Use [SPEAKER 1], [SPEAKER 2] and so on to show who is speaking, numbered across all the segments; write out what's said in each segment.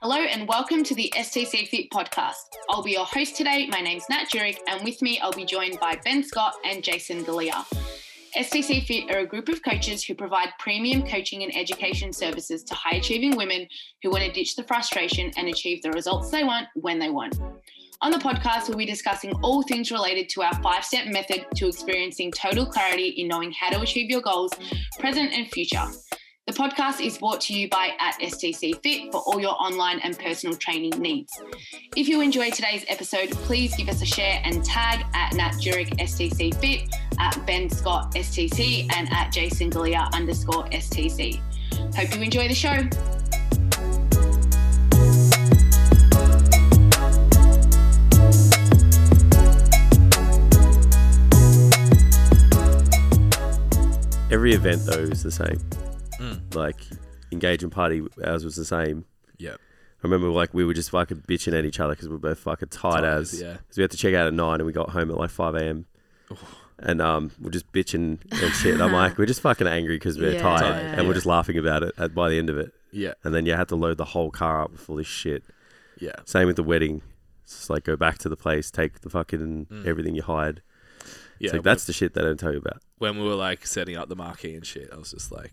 [SPEAKER 1] Hello and welcome to the STC Fit podcast. I'll be your host today. My name's Nat Jurek, and with me, I'll be joined by Ben Scott and Jason Galea. STC Fit are a group of coaches who provide premium coaching and education services to high achieving women who want to ditch the frustration and achieve the results they want when they want. On the podcast, we'll be discussing all things related to our five step method to experiencing total clarity in knowing how to achieve your goals, present and future. The podcast is brought to you by at STC Fit for all your online and personal training needs. If you enjoy today's episode, please give us a share and tag at Nat Jurek STC Fit, at Ben Scott STC, and at Jason Galea underscore STC. Hope you enjoy the show.
[SPEAKER 2] Every event though is the same.
[SPEAKER 3] Mm.
[SPEAKER 2] Like engagement party, ours was the same.
[SPEAKER 3] Yep.
[SPEAKER 2] I remember like we were just fucking bitching at each other because we were both fucking tired
[SPEAKER 3] Tired,
[SPEAKER 2] as.
[SPEAKER 3] yeah.
[SPEAKER 2] 'Cause we had to check out at nine and we got home at like five a.m. And um, we're just bitching and shit. I'm like, we're just fucking angry because we're
[SPEAKER 4] Yeah.
[SPEAKER 2] tired,
[SPEAKER 3] Tired,
[SPEAKER 2] and we're
[SPEAKER 3] yeah.
[SPEAKER 2] just laughing about it at, by the end of it.
[SPEAKER 3] Yeah.
[SPEAKER 2] And then you had to load the whole car up with all this shit.
[SPEAKER 3] Yeah.
[SPEAKER 2] Same with the wedding. It's just like go back to the place, take the fucking everything you hired.
[SPEAKER 3] Mm. Yeah.
[SPEAKER 2] it's like that's the shit they don't tell you about.
[SPEAKER 3] when we were like setting up the marquee and shit, I was just like,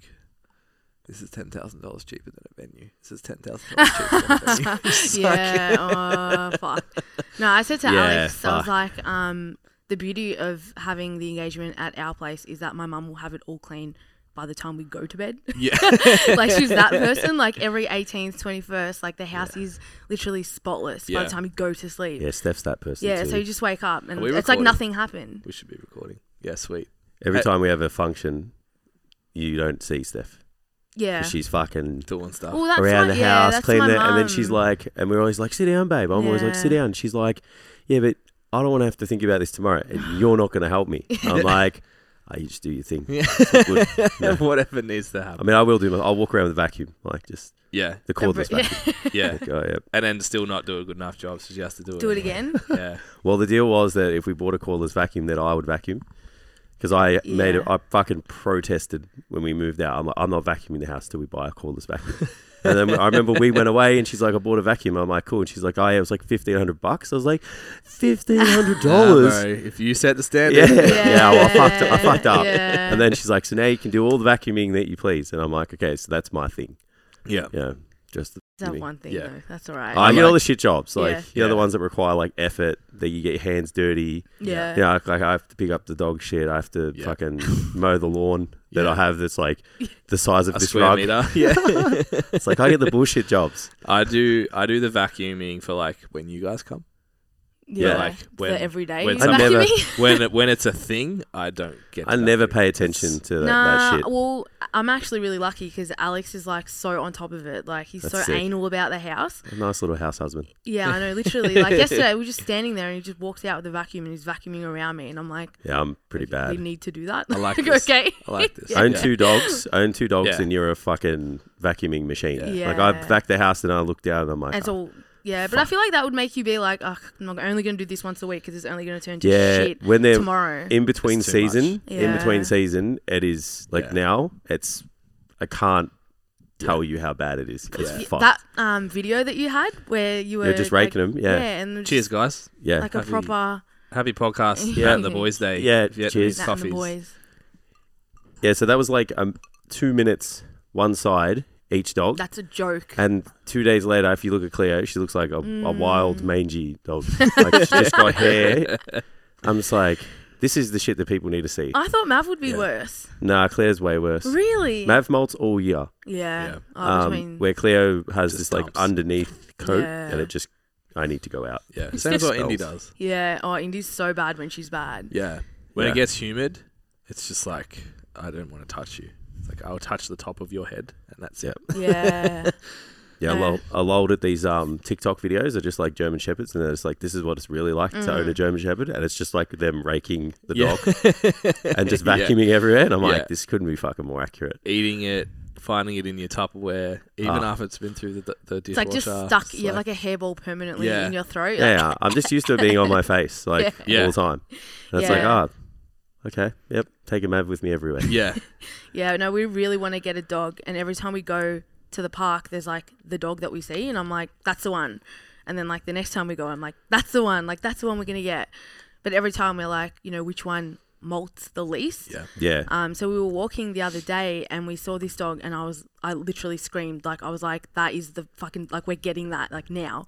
[SPEAKER 3] "This is ten thousand dollars cheaper than a venue. This is ten thousand dollars cheaper than a venue." It's like-
[SPEAKER 4] Yeah. oh, fuck. No, I said to
[SPEAKER 2] Yeah,
[SPEAKER 4] Alex, I was
[SPEAKER 2] fuck.
[SPEAKER 4] like, um, the beauty of having the engagement at our place is that my mum will have it all clean by the time we go to bed.
[SPEAKER 3] yeah.
[SPEAKER 4] like she's that person. Like every 18th, 21st, like the house is literally spotless by
[SPEAKER 3] Yeah.
[SPEAKER 4] the time you go to sleep.
[SPEAKER 2] Yeah, Steph's that person.
[SPEAKER 4] Yeah,
[SPEAKER 2] too.
[SPEAKER 4] so you just wake up and
[SPEAKER 3] Are we
[SPEAKER 4] it's like
[SPEAKER 3] recording?
[SPEAKER 4] nothing happened.
[SPEAKER 3] we should be recording. Yeah, sweet.
[SPEAKER 2] Every
[SPEAKER 3] Uh,
[SPEAKER 2] time we have a function, you don't see Steph.
[SPEAKER 4] Yeah.
[SPEAKER 2] She's fucking
[SPEAKER 3] Doing stuff.
[SPEAKER 4] well, that's
[SPEAKER 2] around
[SPEAKER 4] my,
[SPEAKER 2] the
[SPEAKER 4] yeah,
[SPEAKER 2] house,
[SPEAKER 4] that's
[SPEAKER 2] cleaning
[SPEAKER 4] my
[SPEAKER 2] it, and then she's
[SPEAKER 4] mum.
[SPEAKER 2] like, and we're always like, sit down, babe. I'm always like, sit
[SPEAKER 4] Yeah.
[SPEAKER 2] down. She's like, yeah, but I don't want to have to think about this tomorrow, and you're not going to help me. I'm like, oh, you just do your thing.
[SPEAKER 3] Yeah.
[SPEAKER 2] It's all good. Yeah.
[SPEAKER 3] Whatever needs to
[SPEAKER 2] I
[SPEAKER 3] happen.
[SPEAKER 2] mean, I will do. my- I'll walk around with a vacuum, like just
[SPEAKER 3] Yeah,
[SPEAKER 2] the
[SPEAKER 4] br-
[SPEAKER 2] cordless vacuum.
[SPEAKER 4] yeah.
[SPEAKER 3] yeah.
[SPEAKER 2] Like, oh, yeah.
[SPEAKER 3] And then still not do a good enough job, so she has to do it.
[SPEAKER 4] Do it
[SPEAKER 3] anyway.
[SPEAKER 4] again.
[SPEAKER 3] Yeah.
[SPEAKER 2] Well, the deal was that if we bought a cordless vacuum, that I would vacuum. Because I made it,
[SPEAKER 4] Yeah.
[SPEAKER 2] I fucking protested when we moved out. I'm like, I'm not vacuuming the house till we buy a cordless vacuum. and then I remember we went away, and she's like, I bought a vacuum. I'm like, cool. And she's like, oh, yeah, it was like fifteen hundred bucks. I was like, fifteen hundred
[SPEAKER 3] Nah,
[SPEAKER 2] dollars.
[SPEAKER 3] bro, if you set the
[SPEAKER 2] Yeah,
[SPEAKER 3] standard.
[SPEAKER 2] yeah. well, I fucked, up- I
[SPEAKER 4] Yeah.
[SPEAKER 2] fucked up.
[SPEAKER 4] Yeah.
[SPEAKER 2] And then she's like, so now you can do all the vacuuming that you please. And I'm like, okay, so that's my thing.
[SPEAKER 3] Yeah.
[SPEAKER 2] You know, just the
[SPEAKER 4] That's
[SPEAKER 2] vacuuming.
[SPEAKER 4] one thing,
[SPEAKER 3] Yeah.
[SPEAKER 4] though. That's all right.
[SPEAKER 2] I get all
[SPEAKER 3] like-
[SPEAKER 2] the shit jobs, like
[SPEAKER 4] Yeah.
[SPEAKER 2] you know the
[SPEAKER 3] Yeah.
[SPEAKER 2] ones that require like effort that you get your hands dirty.
[SPEAKER 4] yeah.
[SPEAKER 2] Yeah, like, like I have to pick up the dog shit. I have to
[SPEAKER 3] Yeah.
[SPEAKER 2] fucking mow the lawn that
[SPEAKER 3] Yeah.
[SPEAKER 2] I have that's like the size of
[SPEAKER 3] A
[SPEAKER 2] this
[SPEAKER 3] square
[SPEAKER 2] rug.
[SPEAKER 3] meter. Yeah.
[SPEAKER 2] It's like I get the bullshit jobs.
[SPEAKER 3] I do. I do the vacuuming for like when you guys come.
[SPEAKER 2] Yeah,
[SPEAKER 3] like, when-
[SPEAKER 4] for every day.
[SPEAKER 3] when
[SPEAKER 4] you
[SPEAKER 2] some- I never-
[SPEAKER 4] vacuuming?
[SPEAKER 3] When it, when it's a thing, I don't get. to
[SPEAKER 2] I never
[SPEAKER 3] vacuum.
[SPEAKER 2] pay attention to that, that
[SPEAKER 4] Nah,
[SPEAKER 2] shit.
[SPEAKER 4] well, I'm actually really lucky because Alex is like so on top of it. Like he's
[SPEAKER 2] That's
[SPEAKER 4] so
[SPEAKER 2] sick.
[SPEAKER 4] anal about the house.
[SPEAKER 2] A nice little house husband.
[SPEAKER 4] Yeah, I know. Literally, like yesterday, we were just standing there and he just walks out with a vacuum and he's vacuuming around me, and I'm like,
[SPEAKER 2] Yeah, I'm pretty
[SPEAKER 4] you
[SPEAKER 2] bad.
[SPEAKER 4] need to do that.
[SPEAKER 3] I like this.
[SPEAKER 4] okay.
[SPEAKER 3] I like this.
[SPEAKER 2] Own
[SPEAKER 3] Yeah.
[SPEAKER 2] two dogs, own two dogs,
[SPEAKER 3] Yeah.
[SPEAKER 2] and you're a fucking vacuuming machine.
[SPEAKER 4] Yeah.
[SPEAKER 2] Like I
[SPEAKER 4] Yeah.
[SPEAKER 2] vac the house and I look down and I'm like,
[SPEAKER 4] And
[SPEAKER 2] "Oh,
[SPEAKER 4] so, yeah, but I feel like that would make you be like, oh, I'm only going to do this once a week because it's only going to turn to
[SPEAKER 2] yeah.
[SPEAKER 4] shit
[SPEAKER 2] When they're
[SPEAKER 4] tomorrow.
[SPEAKER 2] in between
[SPEAKER 3] It's too much.
[SPEAKER 2] season, in
[SPEAKER 4] Yeah.
[SPEAKER 2] between season, it is like
[SPEAKER 3] Yeah.
[SPEAKER 2] now. It's I can't tell you how bad it is. It's
[SPEAKER 4] Y-
[SPEAKER 2] fucked.
[SPEAKER 4] that um, video that you had where you were
[SPEAKER 2] You're just raking
[SPEAKER 4] like,
[SPEAKER 2] them. Yeah, yeah.
[SPEAKER 4] and just,
[SPEAKER 3] Cheers, guys.
[SPEAKER 4] like a
[SPEAKER 3] Happy-
[SPEAKER 4] proper
[SPEAKER 3] Happy podcast.
[SPEAKER 4] Yeah.
[SPEAKER 3] Yeah, the boys' day.
[SPEAKER 2] Yeah,
[SPEAKER 3] Vietnamese
[SPEAKER 2] cheers.
[SPEAKER 4] that and the
[SPEAKER 3] coffees.
[SPEAKER 4] boys.
[SPEAKER 2] Yeah, so that was like um, two minutes one side each dog,
[SPEAKER 4] That's a joke.
[SPEAKER 2] and two days later, if you look at Cleo, she looks like a,
[SPEAKER 4] Mm.
[SPEAKER 2] a wild mangy dog. like she just got hair. I'm just like, this is the shit that people need to see.
[SPEAKER 4] I thought Mav would be worse.
[SPEAKER 2] nah, Cleo's way worse.
[SPEAKER 4] Oh. Really?
[SPEAKER 2] Mav molts all year,
[SPEAKER 4] Yeah.
[SPEAKER 3] Yeah.
[SPEAKER 4] Oh,
[SPEAKER 2] um,
[SPEAKER 4] between-
[SPEAKER 2] where Cleo has
[SPEAKER 3] Just
[SPEAKER 2] this like
[SPEAKER 3] dumps.
[SPEAKER 2] underneath coat,
[SPEAKER 4] Yeah.
[SPEAKER 2] and it just, I need to go out.
[SPEAKER 3] Yeah, sounds what Indy
[SPEAKER 2] Spells.
[SPEAKER 3] does.
[SPEAKER 4] yeah. Oh, Indy's so bad when she's bad.
[SPEAKER 3] Yeah, when
[SPEAKER 2] Yeah.
[SPEAKER 3] it gets humid, it's just like I don't want to touch you. It's like I'll touch the top of your head, and that's
[SPEAKER 2] Yeah.
[SPEAKER 3] it.
[SPEAKER 4] Yeah.
[SPEAKER 2] Yeah, I
[SPEAKER 4] Yeah.
[SPEAKER 2] lol- I lolled at these um, TikTok videos are just like German shepherds, and it's like this is what it's really like to
[SPEAKER 4] Mm.
[SPEAKER 2] own a German shepherd, and it's just like them raking the
[SPEAKER 3] Yeah.
[SPEAKER 2] dog and just
[SPEAKER 3] Yeah.
[SPEAKER 2] vacuuming everywhere. And I'm
[SPEAKER 3] Yeah.
[SPEAKER 2] like, this couldn't be fucking more accurate.
[SPEAKER 3] Eating it, finding it in your Tupperware, even
[SPEAKER 2] Ah.
[SPEAKER 3] after it's been through the, the
[SPEAKER 4] it's
[SPEAKER 3] dishwasher.
[SPEAKER 4] like just stuck.
[SPEAKER 3] it's
[SPEAKER 4] You have like a hairball permanently
[SPEAKER 3] Yeah.
[SPEAKER 4] in your throat.
[SPEAKER 2] Yeah, I'm just used to it being on my face like
[SPEAKER 3] Yeah.
[SPEAKER 2] all the time. And it's like,
[SPEAKER 4] Yeah.
[SPEAKER 2] ah, Okay. Yep. Take a Mav with me everywhere.
[SPEAKER 3] Yeah.
[SPEAKER 4] Yeah, no, we really want to get a dog. And every time we go to the park, there's like the dog that we see, and I'm like, that's the one. And then like the next time we go, I'm like, that's the one. Like that's the one we're gonna get. But every time we're like, you know, which one molts the least?
[SPEAKER 3] Yeah.
[SPEAKER 2] Yeah.
[SPEAKER 4] Um, so we were walking the other day and we saw this dog and I was I literally screamed like I was like that is the fucking like we're getting that like now.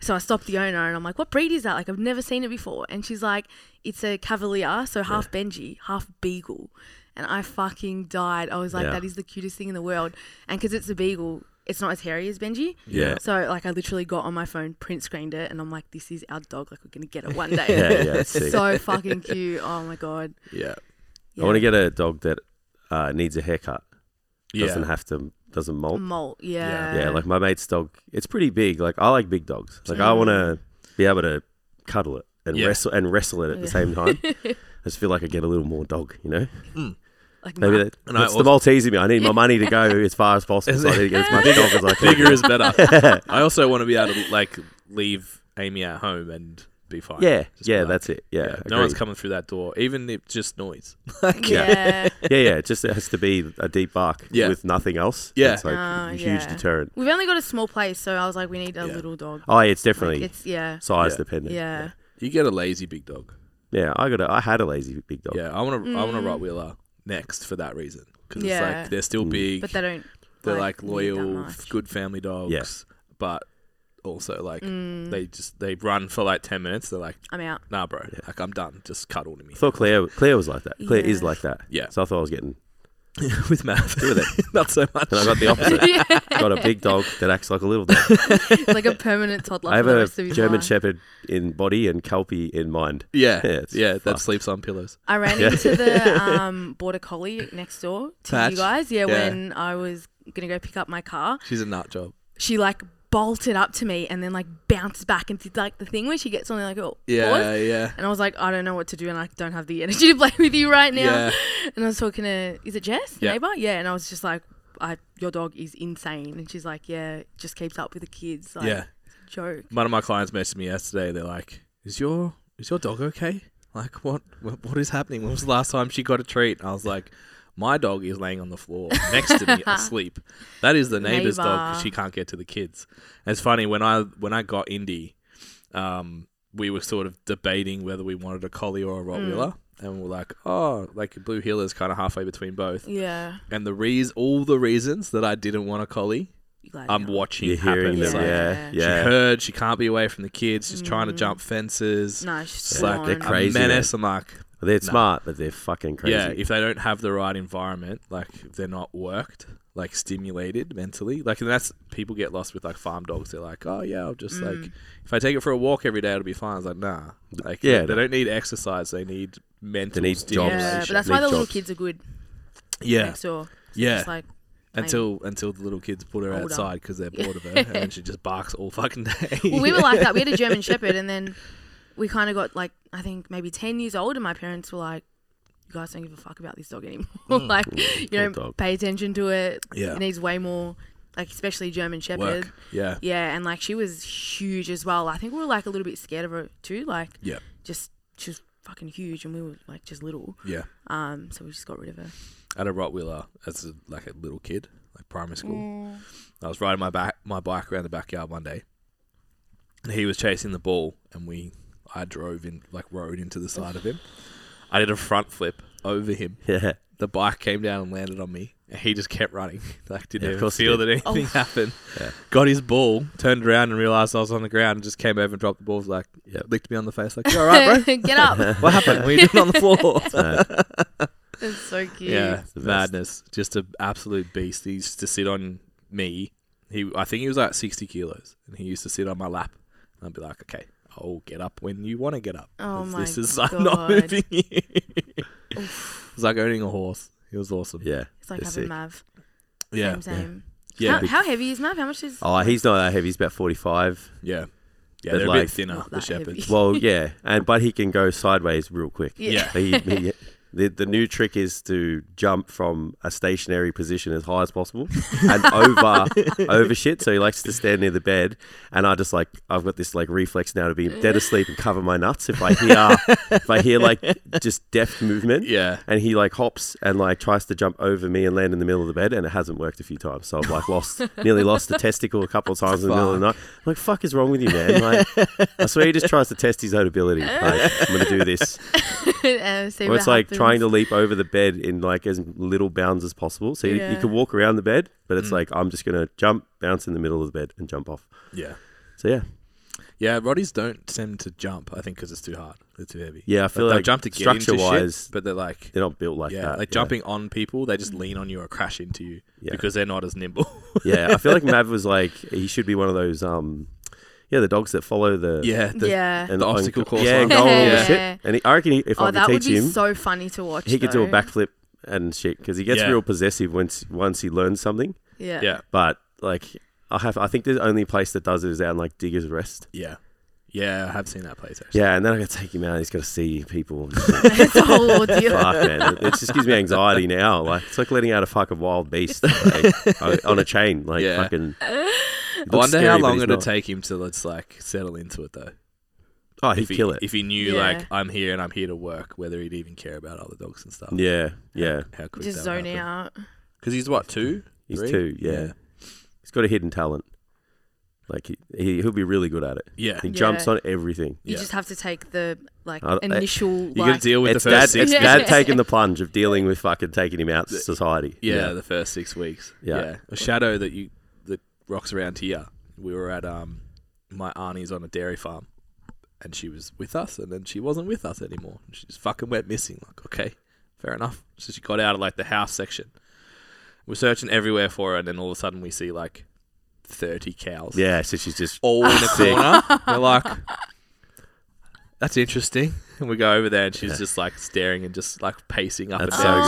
[SPEAKER 4] So I stopped the owner and I'm like, what breed is that? Like I've never seen it before. And she's like, it's a cavalier, so half Benji, half beagle. And I fucking died. I was like,
[SPEAKER 2] Yeah.
[SPEAKER 4] that is the cutest thing in the world. And because it's a beagle, it's not as hairy as Benji.
[SPEAKER 2] Yeah.
[SPEAKER 4] So like I literally got on my phone, print screened it, and I'm like, this is our dog. Like we're gonna get it one day.
[SPEAKER 2] yeah. Yeah. It's sick.
[SPEAKER 4] So fucking cute. Oh my god.
[SPEAKER 3] Yeah.
[SPEAKER 2] I want to get a dog that uh, needs a haircut.
[SPEAKER 3] Yeah.
[SPEAKER 2] Doesn't have to. Doesn't molt.
[SPEAKER 4] molt. Yeah.
[SPEAKER 3] Yeah.
[SPEAKER 2] Yeah, like my mate's dog, it's pretty big. Like I like big dogs. Like I want to be able to cuddle it and
[SPEAKER 3] Mm. Yeah.
[SPEAKER 2] wrestle and wrestle it at the same time. I just feel like I get a little more dog, you know.
[SPEAKER 4] like
[SPEAKER 2] Maybe
[SPEAKER 4] Matt.
[SPEAKER 2] that,
[SPEAKER 3] And I
[SPEAKER 2] that's the
[SPEAKER 3] also-
[SPEAKER 2] Maltese in me. I need my money to go as far as possible. So I need to get as much dog as I can.
[SPEAKER 3] Bigger is better. I also want to be able to like leave Amy at home and be fine.
[SPEAKER 2] Yeah,
[SPEAKER 3] Just be
[SPEAKER 2] yeah,
[SPEAKER 3] like-
[SPEAKER 2] that's it. Yeah,
[SPEAKER 3] Yeah, no one's
[SPEAKER 2] agreed.
[SPEAKER 3] coming through that door, even if just noise.
[SPEAKER 4] Yeah.
[SPEAKER 2] Yeah, yeah. It just has to be a deep bark
[SPEAKER 3] Yeah.
[SPEAKER 2] with nothing else.
[SPEAKER 3] Yeah.
[SPEAKER 2] it's like
[SPEAKER 4] Oh,
[SPEAKER 2] a huge
[SPEAKER 4] yeah.
[SPEAKER 2] deterrent.
[SPEAKER 4] We've only got a small place, so I was like, we need a
[SPEAKER 3] Yeah.
[SPEAKER 4] little dog.
[SPEAKER 2] Oh, yeah, it's definitely
[SPEAKER 4] It's yeah.
[SPEAKER 2] size
[SPEAKER 3] Yeah.
[SPEAKER 2] dependent.
[SPEAKER 4] Yeah.
[SPEAKER 3] You get a lazy big dog.
[SPEAKER 2] yeah. I got. A, I had a lazy big dog.
[SPEAKER 3] Yeah, I want to. I want a Rottweiler next for that reason because it's
[SPEAKER 4] Mm. Yeah.
[SPEAKER 3] like they're
[SPEAKER 2] Mm.
[SPEAKER 3] still big.
[SPEAKER 4] But they don't
[SPEAKER 3] they're like,
[SPEAKER 4] need that
[SPEAKER 3] loyal,
[SPEAKER 4] much.
[SPEAKER 3] f- good family dogs. But also like
[SPEAKER 4] Mm.
[SPEAKER 3] they just they run for like ten minutes. They're like,
[SPEAKER 4] I'm out.
[SPEAKER 3] nah, bro, like I'm done. Just cuddle to me
[SPEAKER 2] I thought Claire. Claire was like that. Claire is
[SPEAKER 4] Yeah.
[SPEAKER 2] like that.
[SPEAKER 3] Yeah.
[SPEAKER 2] So I thought I was getting
[SPEAKER 3] with math. Not so much.
[SPEAKER 2] And I got the opposite. Got a big dog that acts like a little dog.
[SPEAKER 4] like a permanent toddler
[SPEAKER 2] I have
[SPEAKER 4] for the
[SPEAKER 2] a
[SPEAKER 4] rest of his
[SPEAKER 2] German
[SPEAKER 4] life.
[SPEAKER 2] Shepherd in body and Kelpie in mind.
[SPEAKER 3] yeah,
[SPEAKER 2] Yeah,
[SPEAKER 3] yeah,
[SPEAKER 2] it's
[SPEAKER 3] that
[SPEAKER 2] fucked.
[SPEAKER 3] sleeps on pillows.
[SPEAKER 4] I ran into the um, border collie next door to
[SPEAKER 3] Patch?
[SPEAKER 4] you guys. Yeah,
[SPEAKER 3] Yeah.
[SPEAKER 4] when I was gonna go pick up my car,
[SPEAKER 3] She's a nut job.
[SPEAKER 4] she like bolted up to me and then like bounced back and did like the thing where she gets on like a
[SPEAKER 3] Yeah,
[SPEAKER 4] pause.
[SPEAKER 3] yeah.
[SPEAKER 4] And I was like, I don't know what to do, and I don't have the energy to play with you right now.
[SPEAKER 3] Yeah.
[SPEAKER 4] And I was talking to, is it Jess, the
[SPEAKER 3] Yeah.
[SPEAKER 4] neighbor? Yeah. And I was just like, I, your dog is insane. And she's like, yeah, just keeps up with the kids. Like,
[SPEAKER 3] Yeah.
[SPEAKER 4] Joke.
[SPEAKER 3] One of my clients messaged me yesterday. They're like, "Is your is your dog okay? Like, what what, what is happening? When was the last time she got a treat?" And I was like, "My dog is laying on the floor next to me asleep. That is the neighbor's dog 'cause
[SPEAKER 4] Neighbor.
[SPEAKER 3] she can't get to the kids." And it's funny when I when I got Indy, um, we were sort of debating whether we wanted a collie
[SPEAKER 4] Hmm.
[SPEAKER 3] or a rottweiler, and we were like, "Oh, like Blue Hill is kind of halfway between both."
[SPEAKER 4] Yeah.
[SPEAKER 3] And the reas all the reasons that I didn't want a collie,
[SPEAKER 4] You glad
[SPEAKER 3] I'm
[SPEAKER 4] now.
[SPEAKER 3] watching
[SPEAKER 2] You're
[SPEAKER 3] happen.
[SPEAKER 2] hearing
[SPEAKER 3] It's
[SPEAKER 2] them.
[SPEAKER 3] like-
[SPEAKER 2] Yeah.
[SPEAKER 4] Yeah.
[SPEAKER 3] she
[SPEAKER 2] Yeah.
[SPEAKER 3] heard she can't be away from the kids. She's trying to jump fences.
[SPEAKER 4] Mm. No, she's
[SPEAKER 3] It's
[SPEAKER 4] just
[SPEAKER 3] like
[SPEAKER 2] they're
[SPEAKER 4] gone.
[SPEAKER 3] a
[SPEAKER 2] Crazy,
[SPEAKER 3] menace. I'm like,
[SPEAKER 2] They're smart, but they're fucking crazy.
[SPEAKER 3] yeah. If they don't have the right environment, like if they're not worked, like stimulated mentally, like and that's people get lost with like farm dogs. They're like, oh yeah, I'll just
[SPEAKER 4] Mm.
[SPEAKER 3] like if I take it for a walk every day, it'll be fine. I was like, nah. Like
[SPEAKER 2] Yeah,
[SPEAKER 3] they
[SPEAKER 2] no.
[SPEAKER 3] don't need exercise. They need mental.
[SPEAKER 2] need
[SPEAKER 3] stimulation.
[SPEAKER 4] Yeah,
[SPEAKER 2] jobs.
[SPEAKER 4] but that's why the
[SPEAKER 2] Big
[SPEAKER 4] little
[SPEAKER 2] jobs.
[SPEAKER 4] kids are good
[SPEAKER 3] Yeah,
[SPEAKER 4] next door.
[SPEAKER 3] yeah.
[SPEAKER 4] Just like,
[SPEAKER 3] until until the little kids put her
[SPEAKER 4] Older.
[SPEAKER 3] outside because they're bored of her, and then she just barks all fucking day.
[SPEAKER 4] well, we were like that. We had a German Shepherd, and then we kind of got like, I think maybe 10 years old, and my parents were like, you guys don't give a fuck about this dog anymore. like, you don't
[SPEAKER 2] dog.
[SPEAKER 4] pay attention to it.
[SPEAKER 3] Mm. Yeah.
[SPEAKER 4] It needs way more, like, especially German Shepherd.
[SPEAKER 3] work. Yeah,
[SPEAKER 4] Yeah, and like she was huge as well. I think we were like a little bit scared of her too. Like,
[SPEAKER 3] yeah,
[SPEAKER 4] just she was fucking huge, and we were like just little.
[SPEAKER 3] yeah.
[SPEAKER 4] Um, so we just got rid of her.
[SPEAKER 3] I had a Rottweiler as a, like a little kid, like primary school. I was riding my back my bike around the backyard one day. And he was chasing the ball, and we I drove in like rode into the side of him. I did a front flip over him.
[SPEAKER 2] Yeah.
[SPEAKER 3] The bike came down and landed on me, and he just kept running. Like didn't
[SPEAKER 2] Yeah, of
[SPEAKER 3] even
[SPEAKER 2] course he
[SPEAKER 3] feel
[SPEAKER 2] did.
[SPEAKER 3] that anything happened. Got his ball, turned around and realized I was on the ground, and just came over and dropped the ball. Was like
[SPEAKER 2] Yep.
[SPEAKER 3] licked me on the face, like you all right, bro?
[SPEAKER 4] Get up.
[SPEAKER 3] what happened? What are you doing on the floor?
[SPEAKER 4] That's so cute.
[SPEAKER 3] Yeah,
[SPEAKER 2] the best.
[SPEAKER 3] madness. Just an absolute beast. He used to sit on me. He, I think he was like sixty kilos, and he used to sit on my lap. And I'd be like, "Okay, I'll get up when you want to get up.
[SPEAKER 4] Oh
[SPEAKER 3] 'cause
[SPEAKER 4] my
[SPEAKER 3] this is I'm not
[SPEAKER 4] God.
[SPEAKER 3] moving." you." it was like owning a horse. It was awesome.
[SPEAKER 2] Yeah.
[SPEAKER 4] It's like
[SPEAKER 2] they're
[SPEAKER 4] having
[SPEAKER 2] sick.
[SPEAKER 4] Mav.
[SPEAKER 3] yeah,
[SPEAKER 4] Same, same.
[SPEAKER 3] yeah,
[SPEAKER 4] How, how heavy is Mav? How much is?
[SPEAKER 2] Oh, he's not that heavy. He's about forty-five.
[SPEAKER 3] yeah, yeah.
[SPEAKER 2] But
[SPEAKER 3] They're a
[SPEAKER 2] like-
[SPEAKER 3] bit thinner,
[SPEAKER 4] Not
[SPEAKER 3] the
[SPEAKER 4] that heavy.
[SPEAKER 3] shepherds.
[SPEAKER 2] Well, yeah, and but he can go sideways real quick.
[SPEAKER 4] Yeah.
[SPEAKER 2] Like, he, he, The, the new trick is to jump from a stationary position as high as possible and over over shit. So he likes to stand near the bed, and I just like I've got this like reflex now to be dead asleep and cover my nuts if I hear if I hear like just deft movement.
[SPEAKER 3] Yeah.
[SPEAKER 2] and he like hops and like tries to jump over me and land in the middle of the bed, and it hasn't worked a few times. So I've like lost nearly lost a testicle a couple of times in the middle of the night. I'm like fuck is wrong with you, man? Like I swear he just tries to test his own ability. Like I'm gonna do this.
[SPEAKER 4] Uh, see
[SPEAKER 2] Or
[SPEAKER 4] what
[SPEAKER 2] it's like
[SPEAKER 4] happens.
[SPEAKER 2] trying to leap over the bed in like as little bounds as possible. So you, you
[SPEAKER 4] Yeah. Mm.
[SPEAKER 2] can walk around the bed, but it's like I'm just gonna jump, bounce in the middle of the bed, and jump off.
[SPEAKER 3] Yeah.
[SPEAKER 2] So yeah,
[SPEAKER 3] Yeah, Roddies don't seem to jump. I think because it's too hard. They're too heavy.
[SPEAKER 2] Yeah, I feel
[SPEAKER 3] they'll
[SPEAKER 2] like
[SPEAKER 3] jump to get into shit,
[SPEAKER 2] structure-wise-
[SPEAKER 3] but they're like,
[SPEAKER 2] they're not built like
[SPEAKER 3] yeah,
[SPEAKER 2] that.
[SPEAKER 3] like jumping on people, they just lean on you or crash into you
[SPEAKER 2] Yeah.
[SPEAKER 3] because they're not as nimble.
[SPEAKER 2] Yeah, I feel like Mav was like he should be one of those um, yeah, the dogs that follow the
[SPEAKER 3] yeah, the-
[SPEAKER 4] yeah.
[SPEAKER 2] and
[SPEAKER 3] The obstacle course
[SPEAKER 2] Yeah,
[SPEAKER 3] one.
[SPEAKER 2] and go along with
[SPEAKER 4] Yeah.
[SPEAKER 2] shit. And he, I reckon he, if
[SPEAKER 4] oh,
[SPEAKER 2] I
[SPEAKER 4] that
[SPEAKER 2] could
[SPEAKER 4] would
[SPEAKER 2] teach
[SPEAKER 4] be
[SPEAKER 2] him,
[SPEAKER 4] so funny to watch.
[SPEAKER 2] he could do a
[SPEAKER 4] though.
[SPEAKER 2] backflip and shit because he gets
[SPEAKER 3] Yeah.
[SPEAKER 2] real possessive once once he learns something.
[SPEAKER 4] Yeah.
[SPEAKER 3] yeah,
[SPEAKER 2] But like I have, I think the only place that does it is out in like Digger's Rest.
[SPEAKER 3] yeah, yeah. I have seen that place actually.
[SPEAKER 2] Yeah, and then I gotta take him out. He's gotta see people.
[SPEAKER 4] it's a whole ordeal.
[SPEAKER 2] Fuck, man, it, it just gives me anxiety now. Like it's like letting out a fucking wild beast like, o- on a chain. Like
[SPEAKER 3] Yeah.
[SPEAKER 2] fucking.
[SPEAKER 3] I wonder how long it'll
[SPEAKER 2] it'll
[SPEAKER 3] take him to let's like settle into it though.
[SPEAKER 2] Oh, he'd
[SPEAKER 3] if he,
[SPEAKER 2] kill it.
[SPEAKER 3] if he knew
[SPEAKER 4] Yeah.
[SPEAKER 3] like I'm here and I'm here to work, whether he'd even care about other dogs and stuff.
[SPEAKER 2] yeah, yeah.
[SPEAKER 3] how quick
[SPEAKER 4] Just zone out.
[SPEAKER 3] because he's what two?
[SPEAKER 2] He's
[SPEAKER 3] Three?
[SPEAKER 2] two. Yeah. he's got a hidden talent. Like he, he he'll be really good at it.
[SPEAKER 3] yeah.
[SPEAKER 2] He
[SPEAKER 3] yeah.
[SPEAKER 2] jumps
[SPEAKER 4] Yeah.
[SPEAKER 2] on everything.
[SPEAKER 4] You
[SPEAKER 3] Yeah.
[SPEAKER 4] just have to take the like
[SPEAKER 2] Uh, I- I-
[SPEAKER 4] initial
[SPEAKER 3] You
[SPEAKER 4] like
[SPEAKER 3] gotta deal with
[SPEAKER 2] it's
[SPEAKER 3] the first
[SPEAKER 2] dad,
[SPEAKER 3] six.
[SPEAKER 2] it's
[SPEAKER 4] Yeah.
[SPEAKER 2] dad
[SPEAKER 4] weeks.
[SPEAKER 2] taking the plunge of dealing with fucking taking him out to society.
[SPEAKER 3] Yeah, the first six weeks.
[SPEAKER 2] Yeah.
[SPEAKER 3] a shadow that you that rocks around here. We were at um my auntie's on a dairy farm, and she was with us, and then she wasn't with us anymore. She just fucking went missing. Like, okay, fair enough. So she got out of like the house section. We're searching everywhere for her, and then all of a sudden we see like thirty cows.
[SPEAKER 2] yeah. So she's just
[SPEAKER 3] all in a
[SPEAKER 2] Sick.
[SPEAKER 3] corner. We're like, that's interesting. And we go over there and she's just like staring and just like pacing up
[SPEAKER 2] That's so
[SPEAKER 3] and down.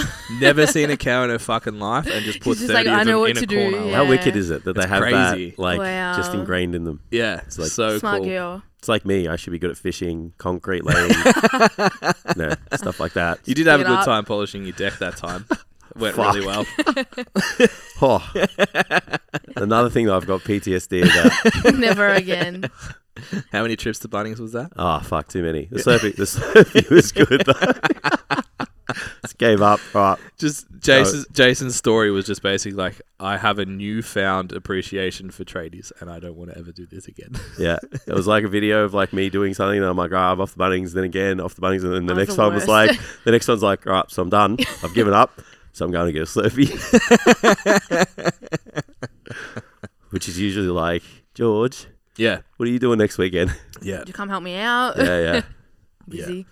[SPEAKER 2] good.
[SPEAKER 4] Oh,
[SPEAKER 3] Never seen a cow in her fucking life and just put
[SPEAKER 4] She's
[SPEAKER 3] 30
[SPEAKER 4] just like,
[SPEAKER 3] of
[SPEAKER 4] "I know
[SPEAKER 3] them
[SPEAKER 4] what
[SPEAKER 3] in a
[SPEAKER 4] to do,"
[SPEAKER 3] corner.
[SPEAKER 4] yeah.
[SPEAKER 3] Yeah.
[SPEAKER 2] how wicked is it that they
[SPEAKER 3] It's
[SPEAKER 2] have
[SPEAKER 3] crazy.
[SPEAKER 2] that like just
[SPEAKER 4] Wow.
[SPEAKER 2] ingrained in them.
[SPEAKER 3] It's
[SPEAKER 2] like-
[SPEAKER 3] so
[SPEAKER 4] smart
[SPEAKER 3] cool.
[SPEAKER 4] girl.
[SPEAKER 2] It's like me. I should be good at fishing, concrete laying, no stuff like that.
[SPEAKER 3] You did have a
[SPEAKER 4] Speed
[SPEAKER 3] good
[SPEAKER 4] up.
[SPEAKER 3] time polishing your deck that time. It went
[SPEAKER 2] Fuck.
[SPEAKER 3] really well.
[SPEAKER 2] Oh. Another thing that I've got PTSD about.
[SPEAKER 4] Never again.
[SPEAKER 3] How many trips to Bunnings was that?
[SPEAKER 2] Ah, fuck, too many. The surfing, the surfing was good though. just gave up. All right.
[SPEAKER 3] Just Jason's, Jason's story was just basically like, I have a newfound appreciation for tradies and I don't want to ever do this again.
[SPEAKER 2] Yeah, it was like a video of like me doing something, and I'm like, "Ah, I'm off the Bunnings, then again off the Bunnings, and then the
[SPEAKER 4] That was
[SPEAKER 2] next
[SPEAKER 4] Oh, the
[SPEAKER 2] one was
[SPEAKER 4] worst.
[SPEAKER 2] like, the next one's like, all right, so I'm done, I've given up, so I'm going to get a Slurpee, which is usually like, George,
[SPEAKER 3] yeah.
[SPEAKER 2] what are you doing next weekend?
[SPEAKER 3] Yeah.
[SPEAKER 4] You come help me out.
[SPEAKER 2] yeah, yeah,
[SPEAKER 4] Busy.
[SPEAKER 2] yeah.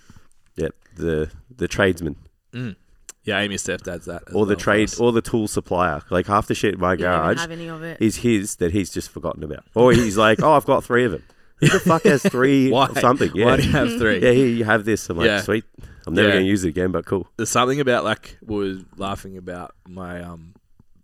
[SPEAKER 2] The the tradesman
[SPEAKER 3] Yeah, Amy's stepdad's that. as
[SPEAKER 2] or the
[SPEAKER 3] well for
[SPEAKER 2] trade
[SPEAKER 3] us.
[SPEAKER 2] or the tool supplier, like half the shit in my
[SPEAKER 4] You don't even
[SPEAKER 2] garage
[SPEAKER 4] have any of it.
[SPEAKER 2] is his that he's just forgotten about, or he's like, oh, I've got three of them. Who the fuck has three
[SPEAKER 3] Why?
[SPEAKER 2] or something? Yeah,
[SPEAKER 3] Why do you have three?
[SPEAKER 2] yeah, here you have this. I'm like,
[SPEAKER 3] Yeah.
[SPEAKER 2] sweet. I'm never
[SPEAKER 3] Yeah.
[SPEAKER 2] going to use it again, but cool.
[SPEAKER 3] There's something about like we were laughing about my um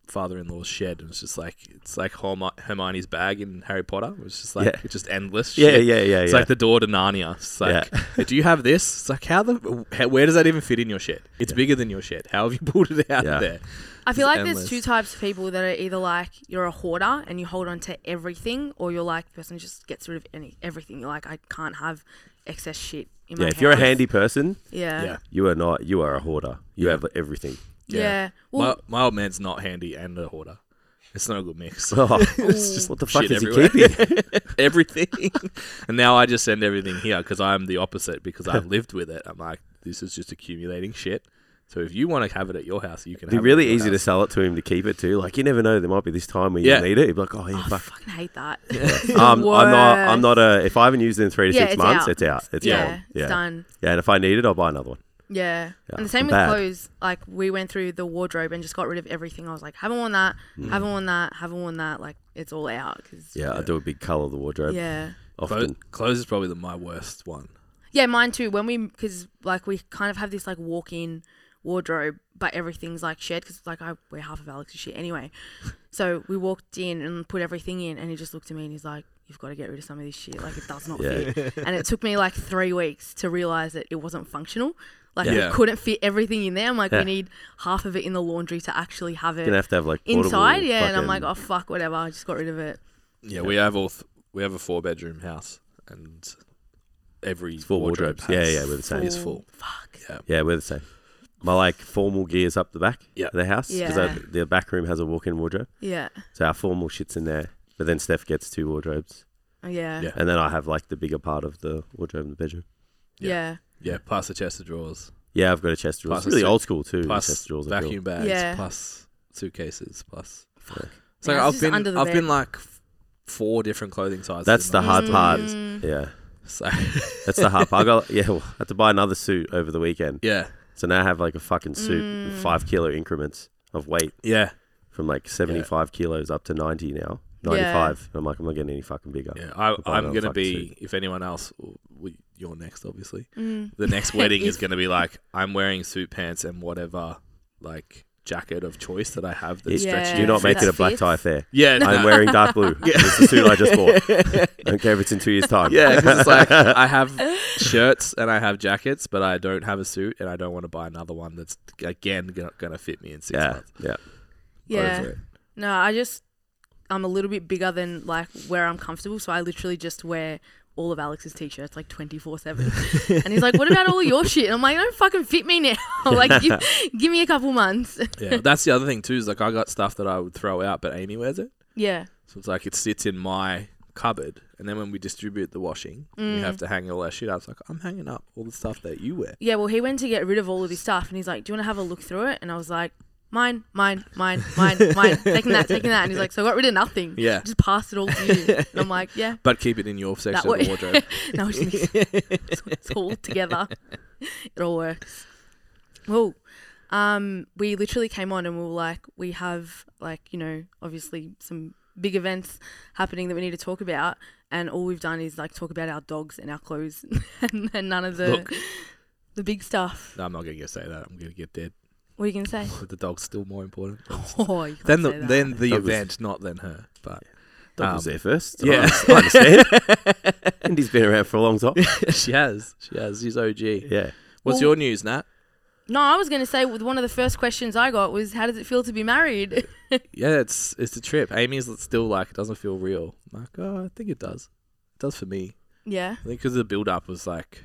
[SPEAKER 3] father-in-law's shed, and it's just like it's like Herm- Hermione's bag in Harry Potter. It's just like
[SPEAKER 2] Yeah.
[SPEAKER 3] it's just endless.
[SPEAKER 2] Yeah,
[SPEAKER 3] shit.
[SPEAKER 2] yeah, yeah,
[SPEAKER 3] It's
[SPEAKER 2] yeah.
[SPEAKER 3] like the door to Narnia. It's like,
[SPEAKER 2] Yeah.
[SPEAKER 3] "Hey, do you have this? It's like how the how, where does that even fit in your shed? It's bigger than your shed. How have you pulled it out
[SPEAKER 2] Yeah.
[SPEAKER 3] there?
[SPEAKER 4] I feel
[SPEAKER 3] It's
[SPEAKER 4] like
[SPEAKER 3] endless.
[SPEAKER 4] there's two types of people that are either like you're a hoarder and you hold on to everything, or you're like the person who just gets rid of any everything. You're like I can't have excess shit. In my
[SPEAKER 2] Yeah, if you're a
[SPEAKER 4] house."
[SPEAKER 2] handy person,
[SPEAKER 4] Yeah.
[SPEAKER 3] Yeah.
[SPEAKER 4] Yeah.
[SPEAKER 2] you are not. You are a hoarder. You have everything.
[SPEAKER 4] Well,
[SPEAKER 3] my, my old man's not handy and a hoarder. It's not a good mix.
[SPEAKER 2] Oh, it's just what the fuck
[SPEAKER 3] shit
[SPEAKER 2] is he
[SPEAKER 3] everywhere.
[SPEAKER 2] keeping?
[SPEAKER 3] everything. and now I just send everything here because I'm the opposite because I've lived with it. I'm like, this is just accumulating shit. So if you want to have it at your house, you can.
[SPEAKER 2] It'd be
[SPEAKER 3] have it
[SPEAKER 2] really
[SPEAKER 3] at your
[SPEAKER 2] easy to
[SPEAKER 3] house.
[SPEAKER 2] sell it to him to keep it too. Like you never know, there might be this time where you
[SPEAKER 3] Yeah.
[SPEAKER 2] need it. You'd be like, oh yeah,
[SPEAKER 4] I
[SPEAKER 2] fuck.
[SPEAKER 4] fucking hate that.
[SPEAKER 2] Um, I'm not.
[SPEAKER 4] worst.
[SPEAKER 2] I'm not a. If I haven't used it in three to
[SPEAKER 4] Yeah,
[SPEAKER 2] six
[SPEAKER 4] it's
[SPEAKER 2] months,
[SPEAKER 4] out.
[SPEAKER 2] it's out. It's
[SPEAKER 4] Yeah,
[SPEAKER 2] gone.
[SPEAKER 4] it's done.
[SPEAKER 2] Yeah, and if I need it, I'll buy another one.
[SPEAKER 4] Yeah. And the
[SPEAKER 2] I'm
[SPEAKER 4] same with
[SPEAKER 2] bad.
[SPEAKER 4] clothes. Like we went through the wardrobe and just got rid of everything. I was like, haven't worn that, haven't worn that, haven't worn that. Like it's all out. 'cause-
[SPEAKER 2] Mm. Yeah, I do a big color of the wardrobe.
[SPEAKER 4] yeah.
[SPEAKER 3] Clo-
[SPEAKER 2] often.
[SPEAKER 3] Clothes is probably the, my worst one.
[SPEAKER 4] Yeah, mine too. When we, because like we kind of have this like walk-in wardrobe, but everything's like shared because like I wear half of Alex's shit anyway. So we walked in and put everything in, and he just looked at me and he's like, "You've got to get rid of some of this shit. Like it does not
[SPEAKER 2] Yeah.
[SPEAKER 4] fit." And it took me like three weeks to realize that it wasn't functional. Like
[SPEAKER 3] Yeah.
[SPEAKER 4] we couldn't fit everything in there. I'm like,
[SPEAKER 2] Yeah.
[SPEAKER 4] we need half of it in the laundry to actually have it
[SPEAKER 2] Gonna have to have like portable
[SPEAKER 4] inside. Yeah, and I'm
[SPEAKER 2] fucking-
[SPEAKER 4] like, oh fuck, whatever. I just got rid of it.
[SPEAKER 3] Yeah, we have all th- we have a four bedroom house, and every
[SPEAKER 2] four
[SPEAKER 3] wardrobe
[SPEAKER 2] wardrobes. Yeah,
[SPEAKER 3] has-
[SPEAKER 2] yeah, we're the same.
[SPEAKER 3] Is full.
[SPEAKER 4] Fuck.
[SPEAKER 2] Yeah, we're the same. My like formal gear's up the back
[SPEAKER 3] Yeah.
[SPEAKER 2] of the house because
[SPEAKER 4] Yeah.
[SPEAKER 2] the back room has a walk-in wardrobe,
[SPEAKER 4] Yeah.
[SPEAKER 2] so our formal shit's in there. But then Steph gets two wardrobes,
[SPEAKER 4] Yeah.
[SPEAKER 3] Yeah.
[SPEAKER 4] Yeah.
[SPEAKER 2] and then I have like the bigger part of the wardrobe in the bedroom.
[SPEAKER 4] Yeah.
[SPEAKER 3] Yeah, plus the chest of drawers,
[SPEAKER 2] Yeah, I've got a chest of drawers.
[SPEAKER 3] Plus
[SPEAKER 2] It's really
[SPEAKER 3] a-
[SPEAKER 2] old school too. the
[SPEAKER 3] plus
[SPEAKER 2] chest of drawers. I feel.
[SPEAKER 3] vacuum bags,
[SPEAKER 4] Yeah.
[SPEAKER 3] plus suitcases, plus.
[SPEAKER 2] Fuck.
[SPEAKER 3] It's like
[SPEAKER 4] Yeah, it's
[SPEAKER 3] I've
[SPEAKER 4] just
[SPEAKER 3] been
[SPEAKER 4] under the
[SPEAKER 3] I've
[SPEAKER 4] bed.
[SPEAKER 3] been like f- four different clothing sizes.
[SPEAKER 2] That's
[SPEAKER 3] in
[SPEAKER 2] the
[SPEAKER 3] my
[SPEAKER 2] hard
[SPEAKER 3] house.
[SPEAKER 2] part.
[SPEAKER 4] Mm.
[SPEAKER 2] Yeah,
[SPEAKER 3] So
[SPEAKER 2] that's the hard part. I got yeah. Well, I had to buy another suit over the weekend,
[SPEAKER 3] yeah,
[SPEAKER 2] so now I have like a fucking suit, in
[SPEAKER 4] Mm.
[SPEAKER 2] five kilo increments of weight
[SPEAKER 3] yeah,
[SPEAKER 2] from like seventy five kilos up to ninety now.
[SPEAKER 4] Yeah.
[SPEAKER 2] 95. And I'm like, I'm not getting any fucking bigger.
[SPEAKER 3] yeah. I,
[SPEAKER 2] buy
[SPEAKER 3] I'm
[SPEAKER 2] another
[SPEAKER 3] gonna
[SPEAKER 2] fucking
[SPEAKER 3] be
[SPEAKER 2] suit.
[SPEAKER 3] if anyone else, w- w- you're next, obviously.
[SPEAKER 4] Mm.
[SPEAKER 3] The next wedding is
[SPEAKER 4] If-
[SPEAKER 3] gonna be like I'm wearing suit pants and whatever like jacket of choice that I have that's
[SPEAKER 2] It-
[SPEAKER 3] stretchy.
[SPEAKER 2] Do
[SPEAKER 4] Yeah,
[SPEAKER 2] not
[SPEAKER 4] so
[SPEAKER 2] make it
[SPEAKER 4] that
[SPEAKER 2] a black
[SPEAKER 4] fits.
[SPEAKER 2] tie affair.
[SPEAKER 3] Yeah,
[SPEAKER 2] I'm
[SPEAKER 3] no.
[SPEAKER 2] wearing dark blue. It's the suit I just bought. I don't care if it's in two years' time.
[SPEAKER 3] Yeah, 'cause it's like I have shirts and I have jackets, but I don't have a suit, and I don't want to buy another one that's again go- gonna fit me in six
[SPEAKER 2] yeah,
[SPEAKER 3] months.
[SPEAKER 2] yeah.
[SPEAKER 4] Yeah.
[SPEAKER 3] Over it.
[SPEAKER 4] No, I just I'm a little bit bigger than like where I'm comfortable, so I literally just wear all of Alex's t-shirts like 24/7. and he's like, "What about all your shit?" And I'm like, "Don't fucking fit me now. like give, give me a couple months."
[SPEAKER 3] Yeah, that's the other thing too. Is like I got stuff that I would throw out, but Amy wears it,
[SPEAKER 4] yeah.
[SPEAKER 3] so it's like it sits in my cupboard, and then when we distribute the washing,
[SPEAKER 4] Mm.
[SPEAKER 3] we have to hang all our shit out. It's like I'm hanging up all the stuff that you wear.
[SPEAKER 4] Yeah, well, he went to get rid of all of his stuff and he's like, Do you want to have a look through it? And I was like, Mine, mine, mine, mine, mine, taking that, taking that. And he's like, So I got rid of nothing.
[SPEAKER 3] Yeah.
[SPEAKER 4] Just passed it all to you. And I'm like, Yeah.
[SPEAKER 3] But keep it in your
[SPEAKER 4] That
[SPEAKER 3] section of
[SPEAKER 4] works.
[SPEAKER 3] the wardrobe.
[SPEAKER 4] no, it's, it's, it's all together. It all works. Well, um, we literally came on and we were like, we have like you know obviously some big events happening that we need to talk about, and all we've done is like talk about our dogs and our clothes and, and none of the
[SPEAKER 3] Look.
[SPEAKER 4] the big stuff.
[SPEAKER 3] no, I'm not gonna go say that. I'm gonna get dead.
[SPEAKER 4] What are you gonna say?
[SPEAKER 3] But the dog's still more important.
[SPEAKER 4] Oh, you can't
[SPEAKER 3] Then the
[SPEAKER 4] say that.
[SPEAKER 3] then the
[SPEAKER 2] Dog was-
[SPEAKER 3] event, not then her. But
[SPEAKER 2] Dog
[SPEAKER 3] Um,
[SPEAKER 2] was there first.
[SPEAKER 3] yeah.
[SPEAKER 2] I understand. and he's been around for a long time.
[SPEAKER 3] she has, she has. She's OG.
[SPEAKER 2] Yeah.
[SPEAKER 3] What's
[SPEAKER 4] Well-
[SPEAKER 3] your news, Nat?
[SPEAKER 4] no, I was gonna say with one of the first questions I got was, "How does it feel to be married?"
[SPEAKER 3] Yeah, it's it's a trip. Amy's still like it doesn't feel real. I'm like, oh, I think it does. It does for me.
[SPEAKER 4] yeah.
[SPEAKER 3] I think because the build up was like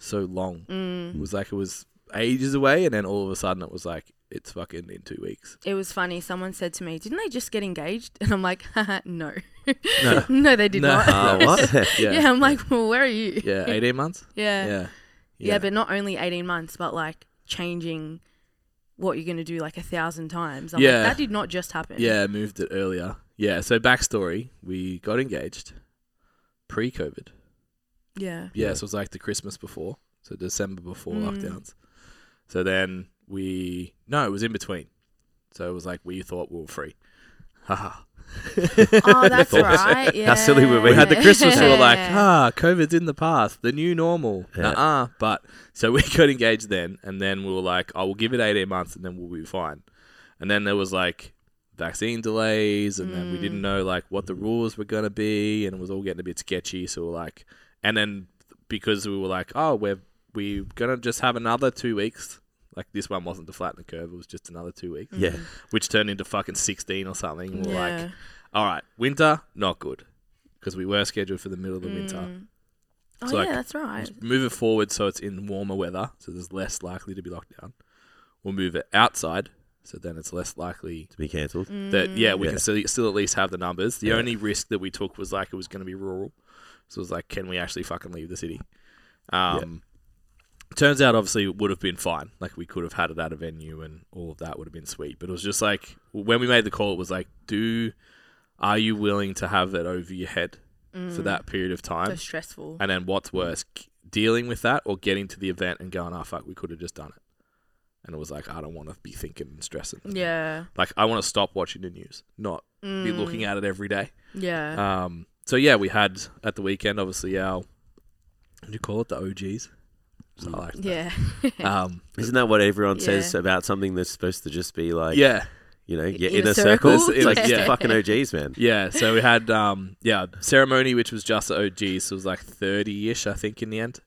[SPEAKER 3] so long.
[SPEAKER 4] Mm.
[SPEAKER 3] It was like it was ages away, and then all of a sudden it was like it's fucking in two weeks.
[SPEAKER 4] it was funny. Someone said to me, "Didn't they just get engaged?" And I'm like, Haha, "No,
[SPEAKER 3] No.
[SPEAKER 4] no, they did
[SPEAKER 3] No.
[SPEAKER 4] not."
[SPEAKER 2] Uh, what?
[SPEAKER 3] Yeah.
[SPEAKER 4] yeah.
[SPEAKER 3] yeah,
[SPEAKER 4] I'm like, "Well, where are you?" Yeah.
[SPEAKER 3] eighteen months.
[SPEAKER 4] Yeah.
[SPEAKER 3] Yeah. yeah,
[SPEAKER 4] but not only 18 months, but like changing what you're gonna do like a thousand times. I'm
[SPEAKER 3] Yeah.
[SPEAKER 4] like, that did not just happen.
[SPEAKER 3] yeah, moved it earlier. Yeah, so backstory: we got engaged pre-COVID.
[SPEAKER 4] yeah,
[SPEAKER 3] Yeah,
[SPEAKER 2] Yeah.
[SPEAKER 3] so it was like the Christmas before, so December before
[SPEAKER 4] Mm.
[SPEAKER 3] lockdowns. So then we no, it was in between. So it was like we thought we were free. Haha.
[SPEAKER 4] Oh, that's
[SPEAKER 2] Thoughts?
[SPEAKER 4] right. Yeah,
[SPEAKER 2] How silly were
[SPEAKER 3] We had the Christmas. We were like,
[SPEAKER 4] Yeah.
[SPEAKER 3] ah, COVID's in the past, the new normal.
[SPEAKER 2] Yeah.
[SPEAKER 3] Uh-uh. But so we got engaged then, and then we were like, oh, we'll give it 18 months, and then we'll be fine. And then there was like vaccine delays, and then we
[SPEAKER 4] Mm.
[SPEAKER 3] didn't know like what the rules were gonna be, and it was all getting a bit sketchy. So we're like, and then because we were like, oh, we're we're gonna just have another two weeks. Like this one wasn't to flatten the curve; it was just another two weeks,
[SPEAKER 2] Yeah.
[SPEAKER 3] which turned into fucking 16 or something. And we're
[SPEAKER 4] Yeah.
[SPEAKER 3] like, all right, winter, not good. Because we were scheduled for the middle of the winter.
[SPEAKER 4] Oh
[SPEAKER 3] So,
[SPEAKER 4] yeah,
[SPEAKER 3] like,
[SPEAKER 4] that's right.
[SPEAKER 3] Move it forward so it's in warmer weather, so there's less likely to be locked down. We'll move it outside, so then it's less likely
[SPEAKER 2] To be cancelled.
[SPEAKER 3] that, yeah, we
[SPEAKER 2] Yeah.
[SPEAKER 3] can still, still at least have the numbers. The only risk that we took was like it was going to be rural. So it was like, can we actually fucking leave the city? Um, Turns out, obviously, it would have been fine. Like, we could have had it at a venue and all of that would have been sweet. But it was just like, when we made the call, it was like, do, are you willing to have it over your head for that period of time?
[SPEAKER 4] So stressful.
[SPEAKER 3] And then what's worse, k- dealing with that or getting to the event and going, oh, fuck, we could have just done it. And it was like, I don't want to be thinking and stressing.
[SPEAKER 4] yeah,
[SPEAKER 3] Like, I want to stop watching the news, not
[SPEAKER 4] Mm.
[SPEAKER 3] be looking at it every day.
[SPEAKER 4] yeah.
[SPEAKER 3] Um, so, yeah, we had at the weekend, obviously, our, what do you call it? The OGs. So I like that.
[SPEAKER 4] yeah,
[SPEAKER 3] Um,
[SPEAKER 2] Isn't that what everyone
[SPEAKER 4] Yeah.
[SPEAKER 2] says about something that's supposed to just be like,
[SPEAKER 3] yeah.
[SPEAKER 2] you know, your
[SPEAKER 4] Inner
[SPEAKER 2] inner circle?
[SPEAKER 4] circle?
[SPEAKER 2] It's like just
[SPEAKER 3] Yeah.
[SPEAKER 2] the fucking OGs, man.
[SPEAKER 3] Yeah. So we had, um, yeah, ceremony, which was just the OGs. So it was like 30 ish, I think, in the end.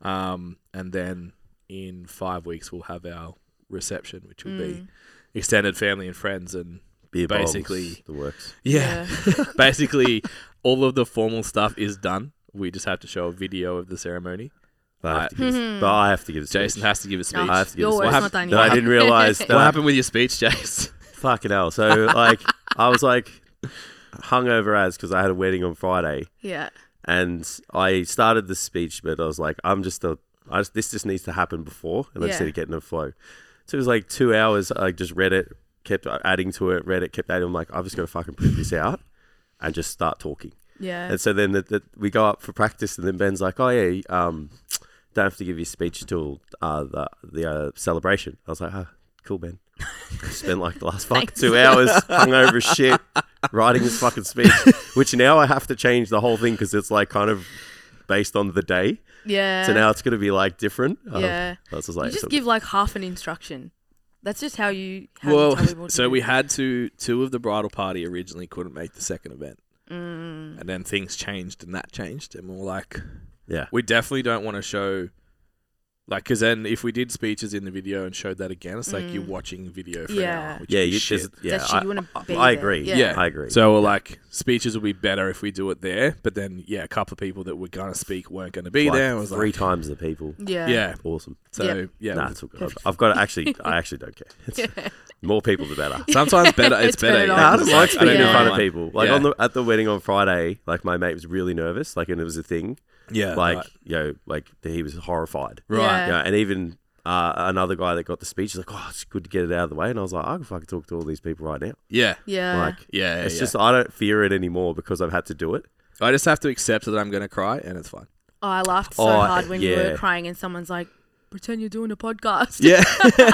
[SPEAKER 3] Um, and then in five weeks we'll have our reception, which will be extended family and friends, and
[SPEAKER 2] Beer bombs,
[SPEAKER 3] Basically-
[SPEAKER 2] the works.
[SPEAKER 3] yeah, basically all of the formal stuff is done. We just have to show a video of the ceremony.
[SPEAKER 2] But I have
[SPEAKER 3] Alright.
[SPEAKER 2] to give, a- but I have to give a speech.
[SPEAKER 3] Jason has to give a speech.
[SPEAKER 2] I have to give
[SPEAKER 4] Your
[SPEAKER 2] a
[SPEAKER 4] work's
[SPEAKER 2] speech.
[SPEAKER 4] not done
[SPEAKER 2] That
[SPEAKER 4] yet.
[SPEAKER 2] I didn't realize that
[SPEAKER 3] What happened with your speech, Jace?
[SPEAKER 2] Fucking hell. So like I was like hungover as because I had a wedding on Friday
[SPEAKER 4] Yeah.
[SPEAKER 2] and I started the speech, but I was like, I'm just a, I just, this just needs to happen before, and I just
[SPEAKER 4] Yeah.
[SPEAKER 2] need to get in the flow. So it was like two hours. I just read it, kept adding to it, read it, kept adding. I'm like, I'm just gonna fucking print this out and just start talking.
[SPEAKER 4] Yeah.
[SPEAKER 2] And so then the, the, we go up for practice, and then Ben's like, "Oh yeah, um, don't have to give your speech till uh, the the uh, celebration." I was like, "Oh, cool, Ben." Spent like the last fucking
[SPEAKER 4] Thanks.
[SPEAKER 2] two hours hungover as shit writing this fucking speech, which now I have to change the whole thing because it's like kind of based on the day.
[SPEAKER 4] yeah.
[SPEAKER 2] So now it's gonna be like different.
[SPEAKER 3] uh,
[SPEAKER 2] Um,
[SPEAKER 4] Yeah.
[SPEAKER 2] I was just like,
[SPEAKER 4] you just
[SPEAKER 2] so-
[SPEAKER 4] give like half an instruction. That's just how you. How you tell people
[SPEAKER 3] Well,
[SPEAKER 4] to
[SPEAKER 3] so
[SPEAKER 4] do
[SPEAKER 3] we
[SPEAKER 4] it.
[SPEAKER 3] had to. Two of the bridal party originally couldn't make the second event, and then things changed, and that changed, and we were like,
[SPEAKER 2] yeah,
[SPEAKER 3] we definitely don't want to show, like, because then if we did speeches in the video and showed that again, it's like you're watching video for
[SPEAKER 4] Yeah.
[SPEAKER 3] an hour, which
[SPEAKER 2] yeah,
[SPEAKER 3] is
[SPEAKER 2] you,
[SPEAKER 3] shit.
[SPEAKER 2] there's- yeah.
[SPEAKER 4] That's
[SPEAKER 2] I,
[SPEAKER 4] shit, you wanna
[SPEAKER 2] I-
[SPEAKER 4] be
[SPEAKER 2] I
[SPEAKER 4] there.
[SPEAKER 2] agree.
[SPEAKER 4] Yeah.
[SPEAKER 3] Yeah.
[SPEAKER 2] I agree.
[SPEAKER 3] So we're like, speeches will be better if we do it there. But then, yeah, a couple of people that were gonna speak weren't gonna be
[SPEAKER 2] like,
[SPEAKER 3] there. I was
[SPEAKER 2] three
[SPEAKER 3] like,
[SPEAKER 2] times the people.
[SPEAKER 4] Yeah.
[SPEAKER 3] yeah.
[SPEAKER 2] Awesome.
[SPEAKER 3] So
[SPEAKER 4] Yeah.
[SPEAKER 3] yeah,
[SPEAKER 2] Nah, it's all good. I've, I've got to actually. I actually don't care. It's, More people, the better.
[SPEAKER 3] sometimes better. It's better.
[SPEAKER 4] Turn
[SPEAKER 3] yeah.
[SPEAKER 4] it
[SPEAKER 2] I
[SPEAKER 4] on.
[SPEAKER 3] It's
[SPEAKER 2] just like
[SPEAKER 3] I don't
[SPEAKER 2] speaking in
[SPEAKER 3] know,
[SPEAKER 2] front of
[SPEAKER 3] like-
[SPEAKER 2] people. Like
[SPEAKER 3] yeah.
[SPEAKER 2] on the at the wedding on Friday, like my mate was really nervous, like and it was a thing.
[SPEAKER 3] yeah,
[SPEAKER 2] like
[SPEAKER 3] right.
[SPEAKER 2] you know, like he was horrified.
[SPEAKER 3] right.
[SPEAKER 4] Yeah.
[SPEAKER 2] Yeah, and even uh, another guy that got the speech is like, oh, it's good to get it out of the way. And I was like, I can fucking talk to all these people right now.
[SPEAKER 3] Yeah,
[SPEAKER 4] Yeah.
[SPEAKER 2] Like
[SPEAKER 3] yeah. yeah,
[SPEAKER 2] it's
[SPEAKER 3] yeah.
[SPEAKER 2] just I don't fear it anymore because I've had to do it.
[SPEAKER 3] I just have to accept that I'm gonna cry, and it's fine.
[SPEAKER 4] oh, I laughed so
[SPEAKER 2] Oh,
[SPEAKER 4] hard when you
[SPEAKER 2] yeah.
[SPEAKER 4] were crying and someone's like, pretend you're doing a podcast.
[SPEAKER 3] Yeah,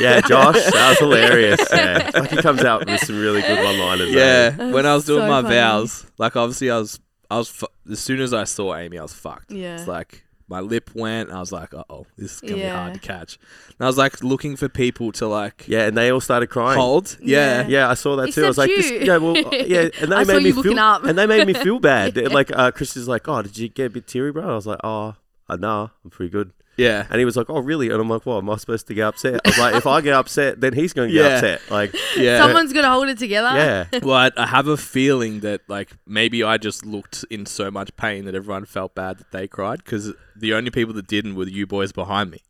[SPEAKER 2] Yeah, Josh, that was hilarious. Yeah, fucking comes out with some really good one-liners.
[SPEAKER 3] yeah.
[SPEAKER 2] though.
[SPEAKER 3] when I was doing
[SPEAKER 4] so
[SPEAKER 3] my
[SPEAKER 4] funny.
[SPEAKER 3] vows, like obviously I was, I was. Fu- as soon as I saw Amy, I was fucked.
[SPEAKER 4] Yeah.
[SPEAKER 3] it's like my lip went. And I was like, uh oh, this is gonna be
[SPEAKER 4] Yeah.
[SPEAKER 3] hard to catch. And I was like looking for people to like
[SPEAKER 2] yeah, and they all started crying.
[SPEAKER 3] hold. Yeah.
[SPEAKER 4] Yeah.
[SPEAKER 2] Yeah, I saw that too. I was like,
[SPEAKER 4] Except
[SPEAKER 2] this,
[SPEAKER 4] you.
[SPEAKER 2] yeah, well, uh, yeah, and they
[SPEAKER 4] I
[SPEAKER 2] made
[SPEAKER 4] saw
[SPEAKER 2] me
[SPEAKER 4] you looking
[SPEAKER 2] feel,
[SPEAKER 4] up.
[SPEAKER 2] and they made me feel bad. And, Like, uh, Chris is like, oh, did you get a bit teary, bro? And I was like, oh, uh, nah, I'm pretty good.
[SPEAKER 3] yeah,
[SPEAKER 2] And he was like, oh, really? And I'm like, well, am I supposed to get upset? I was like, if I get upset, then he's going to get
[SPEAKER 3] Yeah.
[SPEAKER 2] upset. Like,
[SPEAKER 3] yeah.
[SPEAKER 4] Someone's gonna hold it together.
[SPEAKER 2] yeah,
[SPEAKER 3] well, I, I have a feeling that like maybe I just looked in so much pain that everyone felt bad that they cried because the only people that didn't were you boys behind me.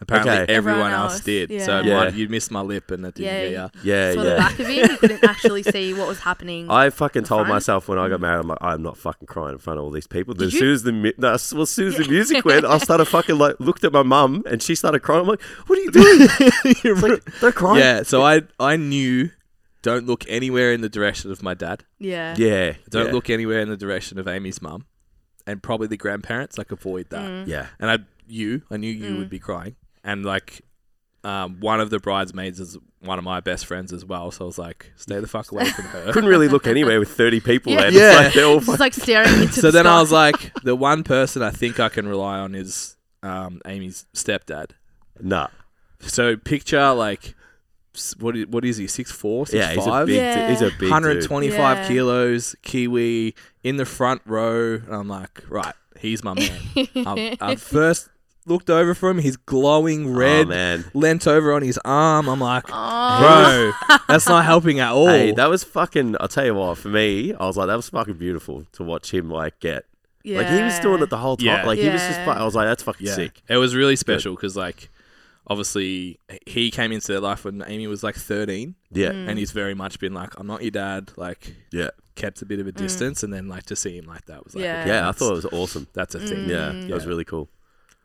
[SPEAKER 3] Apparently,
[SPEAKER 2] Okay.
[SPEAKER 3] everyone,
[SPEAKER 4] Everyone
[SPEAKER 3] else,
[SPEAKER 4] else,
[SPEAKER 3] did. So
[SPEAKER 4] yeah.
[SPEAKER 3] it might-
[SPEAKER 2] Yeah.
[SPEAKER 3] you missed my lip, and that didn't
[SPEAKER 4] Yeah.
[SPEAKER 3] get ya.
[SPEAKER 2] yeah,
[SPEAKER 4] Saw the
[SPEAKER 2] yeah.
[SPEAKER 4] back of him. You couldn't actually see what was happening.
[SPEAKER 2] I fucking told
[SPEAKER 4] front?
[SPEAKER 2] myself when I got married, I'm like, I'm not fucking crying in front of all these people. Then as
[SPEAKER 4] Mm. you?
[SPEAKER 2] soon as the mu- no, as- well, as soon as the music went, I started fucking like looked at my mum and she started crying. I'm like, what are you doing? It's like, don't cry.
[SPEAKER 3] Yeah. So I I knew don't look anywhere in the direction of my dad.
[SPEAKER 4] yeah.
[SPEAKER 2] yeah.
[SPEAKER 3] Don't
[SPEAKER 2] yeah,
[SPEAKER 3] look anywhere in the direction of Amy's mum, and probably the grandparents. Like avoid that.
[SPEAKER 4] Mm.
[SPEAKER 2] Yeah,
[SPEAKER 3] And I you I knew you would be crying, and like. Um, one of the bridesmaids is one of my best friends as well, so I was like, "Stay the fuck away from her."
[SPEAKER 2] couldn't really look anywhere with 30 people
[SPEAKER 4] Yeah.
[SPEAKER 2] there.
[SPEAKER 3] Yeah.
[SPEAKER 2] It's like they're all
[SPEAKER 4] Just like staring into
[SPEAKER 3] so
[SPEAKER 4] the
[SPEAKER 3] then
[SPEAKER 4] sky.
[SPEAKER 3] I was like, the one person I think I can rely on is um, Amy's stepdad.
[SPEAKER 2] Nah.
[SPEAKER 3] So picture like, s- what is, what is he? Six four, six
[SPEAKER 2] Yeah,
[SPEAKER 3] five,
[SPEAKER 2] he's a big.
[SPEAKER 4] Yeah.
[SPEAKER 2] du- he's a big. dude.
[SPEAKER 3] 125
[SPEAKER 4] Yeah.
[SPEAKER 3] kilos, Kiwi in the front row. And I'm like, right, he's my man. I, I first looked over for him. He's glowing red.
[SPEAKER 2] Oh man.
[SPEAKER 3] Lent over on his arm. I'm like,
[SPEAKER 4] Aw.
[SPEAKER 3] bro, that's not helping at all.
[SPEAKER 2] Hey, that was fucking. I'll tell you what. For me, I was like, that was fucking beautiful to watch him like get.
[SPEAKER 4] yeah.
[SPEAKER 2] Like he was doing it the whole time.
[SPEAKER 3] Yeah.
[SPEAKER 2] Like he was just.
[SPEAKER 4] Yeah.
[SPEAKER 2] fu- I was like, that's fucking
[SPEAKER 3] Yeah.
[SPEAKER 2] sick.
[SPEAKER 3] It was really special because, like, obviously he came into their life when Amy was like 13,
[SPEAKER 2] Yeah.
[SPEAKER 4] Mm.
[SPEAKER 3] and he's very much been like, "I'm not your dad," like
[SPEAKER 2] Yeah.
[SPEAKER 3] kept a bit of a distance, and then like to see him like that was like,
[SPEAKER 4] Mm. Yeah. Mm.
[SPEAKER 3] okay,
[SPEAKER 2] Yeah. I
[SPEAKER 3] that's-
[SPEAKER 2] thought it was awesome.
[SPEAKER 3] that's a thing.
[SPEAKER 2] Yeah. That was really cool.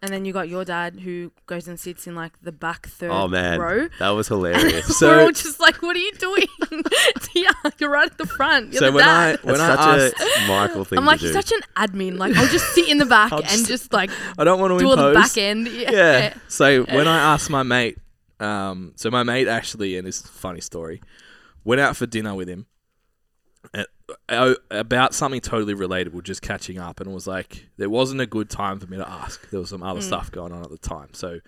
[SPEAKER 4] And then you got your dad who goes and sits in like the back third
[SPEAKER 2] Oh man,
[SPEAKER 4] row.
[SPEAKER 2] that was hilarious.
[SPEAKER 3] So-
[SPEAKER 4] We're all just like, what are you doing? yeah, you're right at the front. You're
[SPEAKER 3] So
[SPEAKER 4] the
[SPEAKER 3] when I
[SPEAKER 4] dad.
[SPEAKER 3] when
[SPEAKER 2] That's
[SPEAKER 3] I
[SPEAKER 2] such
[SPEAKER 3] asked,
[SPEAKER 2] a Michael thing
[SPEAKER 4] I'm like,
[SPEAKER 2] to do.
[SPEAKER 4] you're such an admin. Like, I'll just sit in the back and
[SPEAKER 3] just-
[SPEAKER 4] just, like
[SPEAKER 3] I don't want to
[SPEAKER 4] do all the
[SPEAKER 3] impose.
[SPEAKER 4] back end. Yeah.
[SPEAKER 3] yeah. So when I asked my mate, um, so my mate actually, and it's a funny story, went out for dinner with him at, uh, about something totally relatable, just catching up, and was like, there wasn't a good time for me to ask. There was some other stuff going on at the time. So